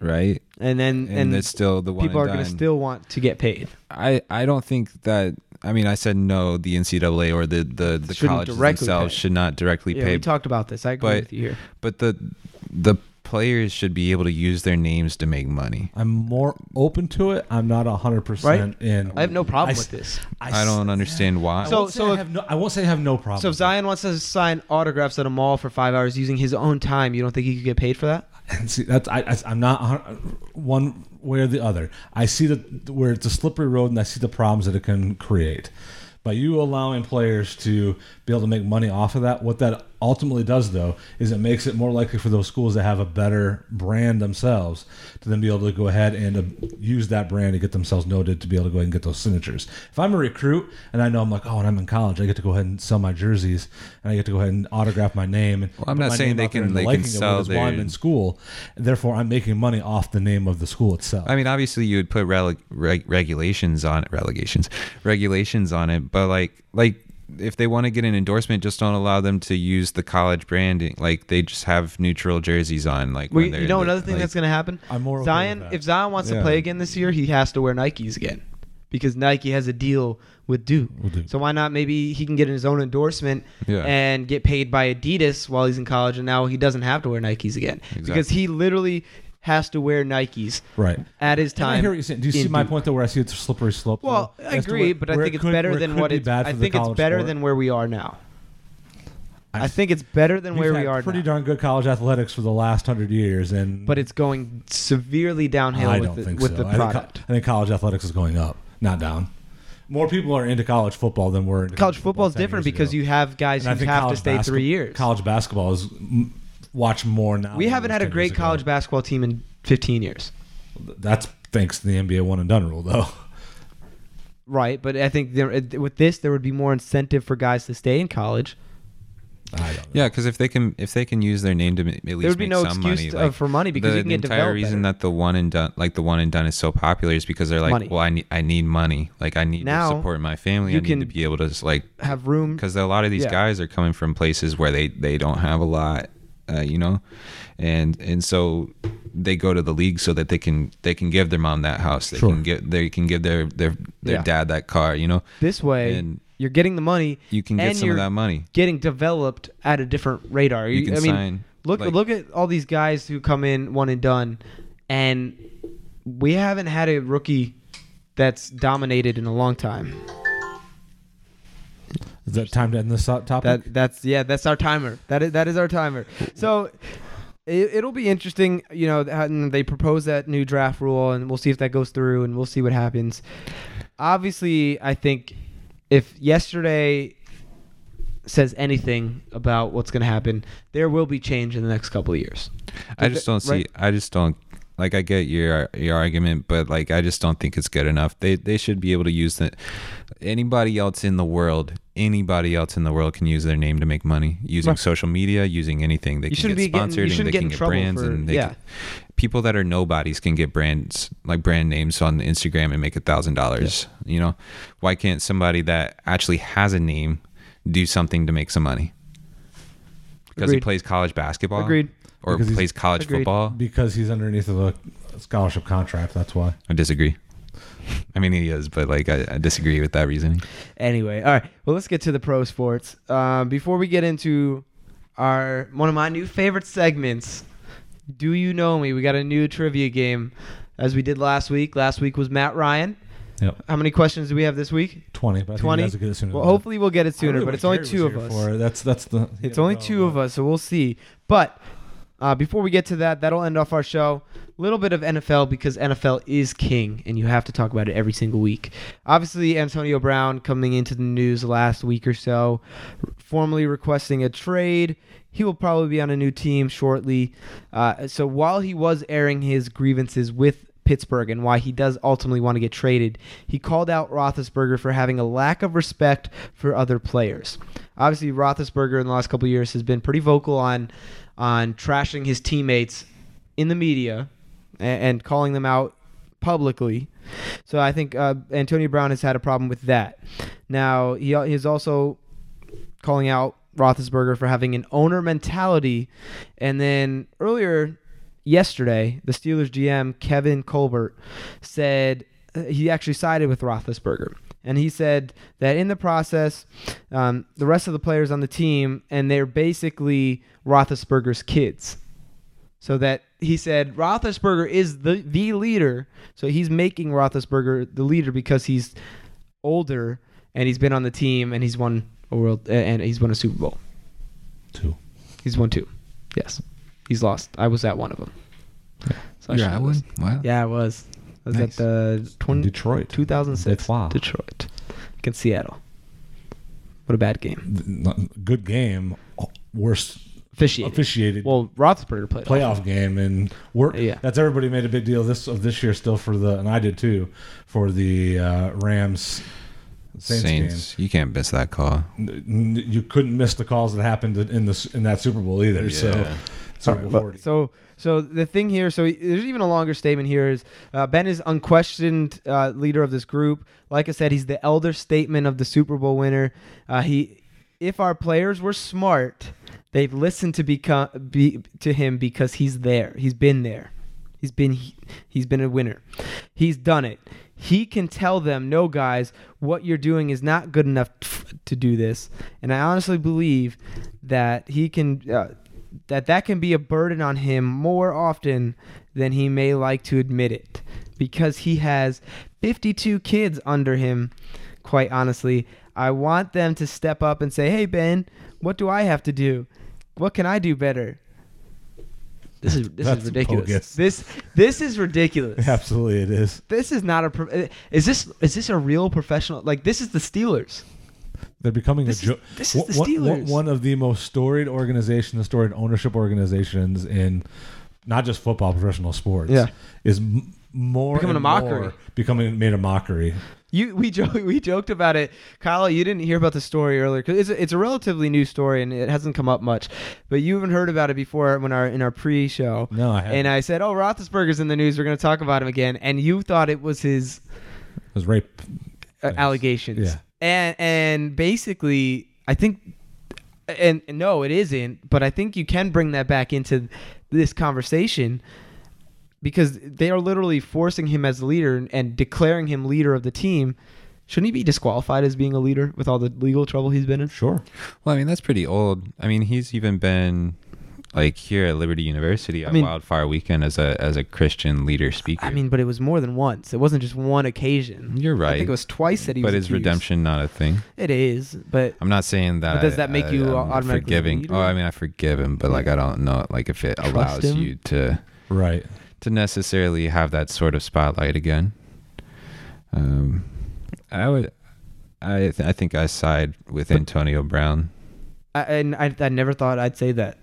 [SPEAKER 2] right?
[SPEAKER 1] and then
[SPEAKER 2] And,
[SPEAKER 1] Mm, and,
[SPEAKER 2] it's still the one.
[SPEAKER 1] people are
[SPEAKER 2] and
[SPEAKER 1] going to
[SPEAKER 2] done.
[SPEAKER 1] still want to get paid.
[SPEAKER 2] I I don't think that. I mean, I said no. The NCAA or the the, the
[SPEAKER 1] Shouldn't
[SPEAKER 2] colleges
[SPEAKER 1] directly
[SPEAKER 2] themselves
[SPEAKER 1] pay.
[SPEAKER 2] should not directly
[SPEAKER 1] Yeah,
[SPEAKER 2] pay.
[SPEAKER 1] we talked about this. I agree
[SPEAKER 2] but-
[SPEAKER 1] with you here.
[SPEAKER 2] but the the players should be able to use their names to make money.
[SPEAKER 3] I'm more open to it. I'm not 100%
[SPEAKER 1] Right?
[SPEAKER 3] in.
[SPEAKER 1] I have no problem with
[SPEAKER 3] s-
[SPEAKER 1] this.
[SPEAKER 2] I,
[SPEAKER 3] s-
[SPEAKER 2] don't understand why.
[SPEAKER 3] I
[SPEAKER 1] So-
[SPEAKER 3] won't say I
[SPEAKER 1] if-
[SPEAKER 3] have no, I won't say I have no problem.
[SPEAKER 1] So if
[SPEAKER 3] with it.
[SPEAKER 1] Zion wants to sign autographs at a mall for five hours using his own time, you don't think he could get paid for that?
[SPEAKER 3] And see, that's I, I, I'm not a hun- one way or the other. I see the where it's a slippery road, and I see the problems that it can create. By you allowing players to be able to make money off of that, what that ultimately does, though, is it makes it more likely for those schools to have a better brand themselves to then be able to go ahead and uh, use that brand to get themselves noted to be able to go ahead and get those signatures. If I'm a recruit and I know I'm like, oh, and I'm in college, I get to go ahead and sell my jerseys and I get to go ahead and autograph my name. And
[SPEAKER 2] Well, I'm
[SPEAKER 3] put
[SPEAKER 2] not
[SPEAKER 3] my
[SPEAKER 2] saying
[SPEAKER 3] name
[SPEAKER 2] they
[SPEAKER 3] out there
[SPEAKER 2] can-
[SPEAKER 3] and
[SPEAKER 2] they can
[SPEAKER 3] liking it
[SPEAKER 2] sell
[SPEAKER 3] with this while I'm
[SPEAKER 2] their-
[SPEAKER 3] in school. Therefore, I'm making money off the name of the school itself.
[SPEAKER 2] I mean, obviously, you would put rele- reg- regulations on it, relegations, regulations on it, but like, like if they want to get an endorsement, just don't allow them to use the college branding. Like, they just have neutral jerseys on. Like,
[SPEAKER 1] We,
[SPEAKER 2] when they're
[SPEAKER 1] you know
[SPEAKER 2] in the-
[SPEAKER 1] another thing
[SPEAKER 2] like-
[SPEAKER 1] that's going to happen.
[SPEAKER 3] I'm more okay
[SPEAKER 1] Zion.
[SPEAKER 3] with that.
[SPEAKER 1] If Zion wants
[SPEAKER 2] Yeah.
[SPEAKER 1] to play again this year, he has to wear Nikes again because Nike has a deal with Duke.
[SPEAKER 3] With Duke.
[SPEAKER 1] So why not? Maybe he can get his own endorsement
[SPEAKER 2] Yeah.
[SPEAKER 1] and get paid by Adidas while he's in college, and now he doesn't have to wear Nikes again because
[SPEAKER 2] Exactly.
[SPEAKER 1] he literally has to wear Nikes
[SPEAKER 3] right.
[SPEAKER 1] at his time.
[SPEAKER 3] I hear what you're saying. Do you see
[SPEAKER 1] in
[SPEAKER 3] my
[SPEAKER 1] Duke.
[SPEAKER 3] point though, where I see it's a slippery slope?
[SPEAKER 1] Well,
[SPEAKER 3] though,
[SPEAKER 1] I
[SPEAKER 3] as to
[SPEAKER 1] agree,
[SPEAKER 3] where-
[SPEAKER 1] but I
[SPEAKER 3] where
[SPEAKER 1] think
[SPEAKER 3] it
[SPEAKER 1] it's
[SPEAKER 3] could-
[SPEAKER 1] better
[SPEAKER 3] where it
[SPEAKER 1] than
[SPEAKER 3] could
[SPEAKER 1] what
[SPEAKER 3] be
[SPEAKER 1] it's.
[SPEAKER 3] bad for
[SPEAKER 1] I
[SPEAKER 3] the
[SPEAKER 1] think it's
[SPEAKER 3] college
[SPEAKER 1] better
[SPEAKER 3] sport.
[SPEAKER 1] than where we are now.
[SPEAKER 3] I-
[SPEAKER 1] I think it's better than
[SPEAKER 3] We've
[SPEAKER 1] where we
[SPEAKER 3] had
[SPEAKER 1] are
[SPEAKER 3] Pretty
[SPEAKER 1] now.
[SPEAKER 3] darn good college athletics for the last hundred years, and
[SPEAKER 1] But it's going severely downhill
[SPEAKER 3] I
[SPEAKER 1] with
[SPEAKER 3] don't
[SPEAKER 1] the,
[SPEAKER 3] think
[SPEAKER 1] with
[SPEAKER 3] so.
[SPEAKER 1] the
[SPEAKER 3] I think co-
[SPEAKER 1] product.
[SPEAKER 3] I think college athletics is going up, not down. More people are into college football than were into
[SPEAKER 1] college football is
[SPEAKER 3] 10
[SPEAKER 1] different
[SPEAKER 3] years
[SPEAKER 1] because
[SPEAKER 3] ago.
[SPEAKER 1] you have guys
[SPEAKER 3] And I
[SPEAKER 1] who
[SPEAKER 3] think
[SPEAKER 1] have to
[SPEAKER 3] college
[SPEAKER 1] stay
[SPEAKER 3] basket-
[SPEAKER 1] three years.
[SPEAKER 3] College basketball is mm, watch more now.
[SPEAKER 1] we
[SPEAKER 3] than
[SPEAKER 1] haven't
[SPEAKER 3] it
[SPEAKER 1] had a
[SPEAKER 3] was 10
[SPEAKER 1] great
[SPEAKER 3] years ago.
[SPEAKER 1] college basketball team in 15 years,
[SPEAKER 3] That's thanks to the NBA one and done rule, though.
[SPEAKER 1] right? But I think there, with this, there would be more incentive for guys to stay in college.
[SPEAKER 3] I don't know.
[SPEAKER 2] Yeah, because if they can if they can use their name to m- at least
[SPEAKER 1] would be
[SPEAKER 2] make
[SPEAKER 1] no
[SPEAKER 2] some
[SPEAKER 1] excuse
[SPEAKER 2] money,
[SPEAKER 1] to- uh, for money because
[SPEAKER 2] the,
[SPEAKER 1] you can
[SPEAKER 2] the
[SPEAKER 1] get
[SPEAKER 2] entire
[SPEAKER 1] developed
[SPEAKER 2] reason
[SPEAKER 1] better.
[SPEAKER 2] that the one and done like the one and done is so popular is because they're like,
[SPEAKER 1] Money.
[SPEAKER 2] well, I need I need money, like I need
[SPEAKER 1] Now,
[SPEAKER 2] to support my family,
[SPEAKER 1] you
[SPEAKER 2] I need to
[SPEAKER 1] can
[SPEAKER 2] be able to just like
[SPEAKER 1] Have room.
[SPEAKER 2] because a lot of these
[SPEAKER 1] Yeah.
[SPEAKER 2] guys are coming from places where they they don't have a lot, uh, you know, and and so they go to the league so that they can they can give their mom that house, they
[SPEAKER 3] Sure.
[SPEAKER 2] can get they can give their their their
[SPEAKER 1] Yeah.
[SPEAKER 2] dad that car, you know,
[SPEAKER 1] This way,
[SPEAKER 2] and
[SPEAKER 1] you're getting the money.
[SPEAKER 2] you can get
[SPEAKER 1] and
[SPEAKER 2] some of
[SPEAKER 1] you're
[SPEAKER 2] that money.
[SPEAKER 1] Getting developed at a different radar.
[SPEAKER 2] You can
[SPEAKER 1] I mean,
[SPEAKER 2] sign,
[SPEAKER 1] look
[SPEAKER 2] like-
[SPEAKER 1] look at all these guys who come in one and done, and we haven't had a rookie that's dominated in a long time.
[SPEAKER 3] Is that time to end this top- topic?
[SPEAKER 1] That that's yeah, that's our timer. That is that is our timer. So it, it'll be interesting, you know. how- and They propose that new draft rule, and we'll see if that goes through, and we'll see what happens. Obviously, I think if yesterday says anything about what's going to happen, there will be change in the next couple of years.
[SPEAKER 2] I
[SPEAKER 1] Did
[SPEAKER 2] just
[SPEAKER 1] they-
[SPEAKER 2] don't see.
[SPEAKER 1] right?
[SPEAKER 2] I just don't like. I get your your argument, but like, I just don't think it's good enough. They they should be able to use that. Anybody else in the world, anybody else in the world can use their name to make money using
[SPEAKER 1] Right.
[SPEAKER 2] social media, using anything. They
[SPEAKER 1] You
[SPEAKER 2] can
[SPEAKER 1] shouldn't
[SPEAKER 2] get
[SPEAKER 1] be getting-
[SPEAKER 2] sponsored
[SPEAKER 1] you
[SPEAKER 2] and
[SPEAKER 1] shouldn't
[SPEAKER 2] they
[SPEAKER 1] get
[SPEAKER 2] can
[SPEAKER 1] in
[SPEAKER 2] get
[SPEAKER 1] trouble
[SPEAKER 2] brands
[SPEAKER 1] for-
[SPEAKER 2] and they
[SPEAKER 1] yeah.
[SPEAKER 2] can, people that are nobodies can get brands like brand names on Instagram and make a thousand dollars. You know, why can't somebody that actually has a name do something to make some money? Because he
[SPEAKER 1] Agreed.
[SPEAKER 2] plays college basketball.
[SPEAKER 1] Agreed.
[SPEAKER 2] Or
[SPEAKER 3] Because he's-
[SPEAKER 2] plays college
[SPEAKER 1] Agreed.
[SPEAKER 2] football.
[SPEAKER 3] because he's underneath of a scholarship contract. That's why.
[SPEAKER 2] I disagree. I mean, he is, but like, I, I disagree with that reasoning.
[SPEAKER 1] Anyway, all right. Well, let's get to the pro sports. Uh, before we get into our one of my new favorite segments, do you know me? We got a new trivia game, as we did last week. Last week was Matt Ryan.
[SPEAKER 3] Yep.
[SPEAKER 1] How many questions do we have this week?
[SPEAKER 3] Twenty. But I think you
[SPEAKER 1] 20?
[SPEAKER 3] guys will get it sooner
[SPEAKER 1] Well,
[SPEAKER 3] than that.
[SPEAKER 1] hopefully we'll get it
[SPEAKER 3] I
[SPEAKER 1] sooner,
[SPEAKER 3] really
[SPEAKER 1] but
[SPEAKER 3] wish
[SPEAKER 1] it's only
[SPEAKER 3] Harry
[SPEAKER 1] two
[SPEAKER 3] was
[SPEAKER 1] of
[SPEAKER 3] here
[SPEAKER 1] us.
[SPEAKER 3] for it. That's that's the.
[SPEAKER 1] It's only two of us, so we'll see. But uh, before we get to that, that'll end off our show. A little bit of NFL because NFL is king, and you have to talk about it every single week. Obviously, Antonio Brown coming into the news last week or so, formally requesting a trade. He will probably be on a new team shortly. Uh, so while he was airing his grievances with Pittsburgh and why he does ultimately want to get traded, he called out Roethlisberger for having a lack of respect for other players. Obviously, Roethlisberger in the last couple of years has been pretty vocal on on trashing his teammates in the media and, and calling them out publicly. So I think uh, Antonio Brown has had a problem with that. Now he he's also calling out Roethlisberger for having an owner mentality, and then earlier yesterday, the Steelers GM Kevin Colbert said uh, he actually sided with Roethlisberger. And he said that in the process, um, the rest of the players on the team, and they're basically Roethlisberger's kids. So that he said Roethlisberger is the the leader. So he's making Roethlisberger the leader because he's older and he's been on the team and he's won a world and he's won a Super Bowl.
[SPEAKER 3] Two.
[SPEAKER 1] He's won two. Yes, he's lost. I was at one of them. So I should know this.
[SPEAKER 2] Wow.
[SPEAKER 1] Yeah, I was. I was
[SPEAKER 2] Nice.
[SPEAKER 1] at the 20,
[SPEAKER 3] Detroit.
[SPEAKER 1] 2006
[SPEAKER 3] Detroit.
[SPEAKER 1] Detroit against Seattle. What a bad game.
[SPEAKER 3] Th- not- Good game. worst
[SPEAKER 5] officiating.
[SPEAKER 3] officiated
[SPEAKER 5] Well, Roethlisberger played.
[SPEAKER 3] playoff game, and we're,
[SPEAKER 5] Yeah.
[SPEAKER 3] that's everybody made a big deal this of this year still for the and I did too for the uh, Rams Saints,
[SPEAKER 2] Saints. You can't miss that call.
[SPEAKER 3] game. N- n- You couldn't miss the calls that happened in this in that Super Bowl either. So.
[SPEAKER 2] Yeah.
[SPEAKER 3] Super Bowl
[SPEAKER 1] But-
[SPEAKER 3] 40.
[SPEAKER 1] So, so the thing here, so there's even a longer statement here is uh, Ben is unquestioned uh, leader of this group. Like I said, he's the elder statesman of the Super Bowl winner. Uh, he, if our players were smart, they've listened to become be, to him because he's there. He's been there. He's been he, he's been a winner. He's done it. He can tell them, no, guys, what you're doing is not good enough f- to do this. And I honestly believe that he can. Uh, that that can be a burden on him more often than he may like to admit it because he has 52 kids under him quite honestly i want them to step up and say hey ben what do i have to do what can i do better
[SPEAKER 5] This is this
[SPEAKER 3] That's
[SPEAKER 5] is ridiculous.
[SPEAKER 3] bogus.
[SPEAKER 1] this this is ridiculous
[SPEAKER 3] Absolutely, it is.
[SPEAKER 1] this is not a pro- is this is this a real professional like this is the steelers
[SPEAKER 3] They're becoming
[SPEAKER 1] This
[SPEAKER 3] a
[SPEAKER 1] is-
[SPEAKER 3] joke.
[SPEAKER 1] this is the Steelers.
[SPEAKER 3] One of the most storied organizations, storied ownership organizations in not just football, professional sports.
[SPEAKER 1] Yeah.
[SPEAKER 3] is m- more
[SPEAKER 1] Becoming
[SPEAKER 3] and
[SPEAKER 1] a mockery.
[SPEAKER 3] more becoming made a mockery.
[SPEAKER 1] You we jo- we joked about it, Kyle. You didn't hear about the story earlier because it's a, it's a relatively new story and it hasn't come up much. But you haven't heard about it before when our in our pre-show.
[SPEAKER 3] No, I haven't.
[SPEAKER 1] and I said, "Oh, Roethlisberger's in the news. We're going to talk about him again." And you thought it was his
[SPEAKER 3] It was rape.
[SPEAKER 1] uh,
[SPEAKER 3] Yes.
[SPEAKER 1] allegations.
[SPEAKER 3] Yeah.
[SPEAKER 1] And and basically, I think, and, and no, it isn't. But I think you can bring that back into this conversation because they are literally forcing him as leader and- and declaring him leader of the team. Shouldn't he be disqualified as being a leader with all the legal trouble he's been in?
[SPEAKER 3] Sure,
[SPEAKER 2] Well, I mean, that's pretty old. I mean, he's even been like here at Liberty University on
[SPEAKER 1] mean-
[SPEAKER 2] Wildfire Weekend as a as a Christian leader speaker.
[SPEAKER 1] I mean, but it was more than once. It wasn't just one occasion.
[SPEAKER 2] You're
[SPEAKER 1] I think
[SPEAKER 2] right.
[SPEAKER 1] it was twice that he was.
[SPEAKER 2] but is
[SPEAKER 1] accused.
[SPEAKER 2] redemption not a thing?
[SPEAKER 1] It is, but
[SPEAKER 2] I'm not saying that.
[SPEAKER 1] But does
[SPEAKER 2] I-
[SPEAKER 1] that make
[SPEAKER 2] I-
[SPEAKER 1] you
[SPEAKER 2] I'm
[SPEAKER 1] automatically
[SPEAKER 2] forgiving?
[SPEAKER 1] leader?
[SPEAKER 2] Oh, I mean, I forgive him, but like, I don't know, like, if it allows
[SPEAKER 1] him?
[SPEAKER 2] you to
[SPEAKER 3] right.
[SPEAKER 2] to necessarily have that sort of spotlight again. Um, I would. I th- I think I side with Antonio Brown.
[SPEAKER 1] I, and I, I never thought I'd say that.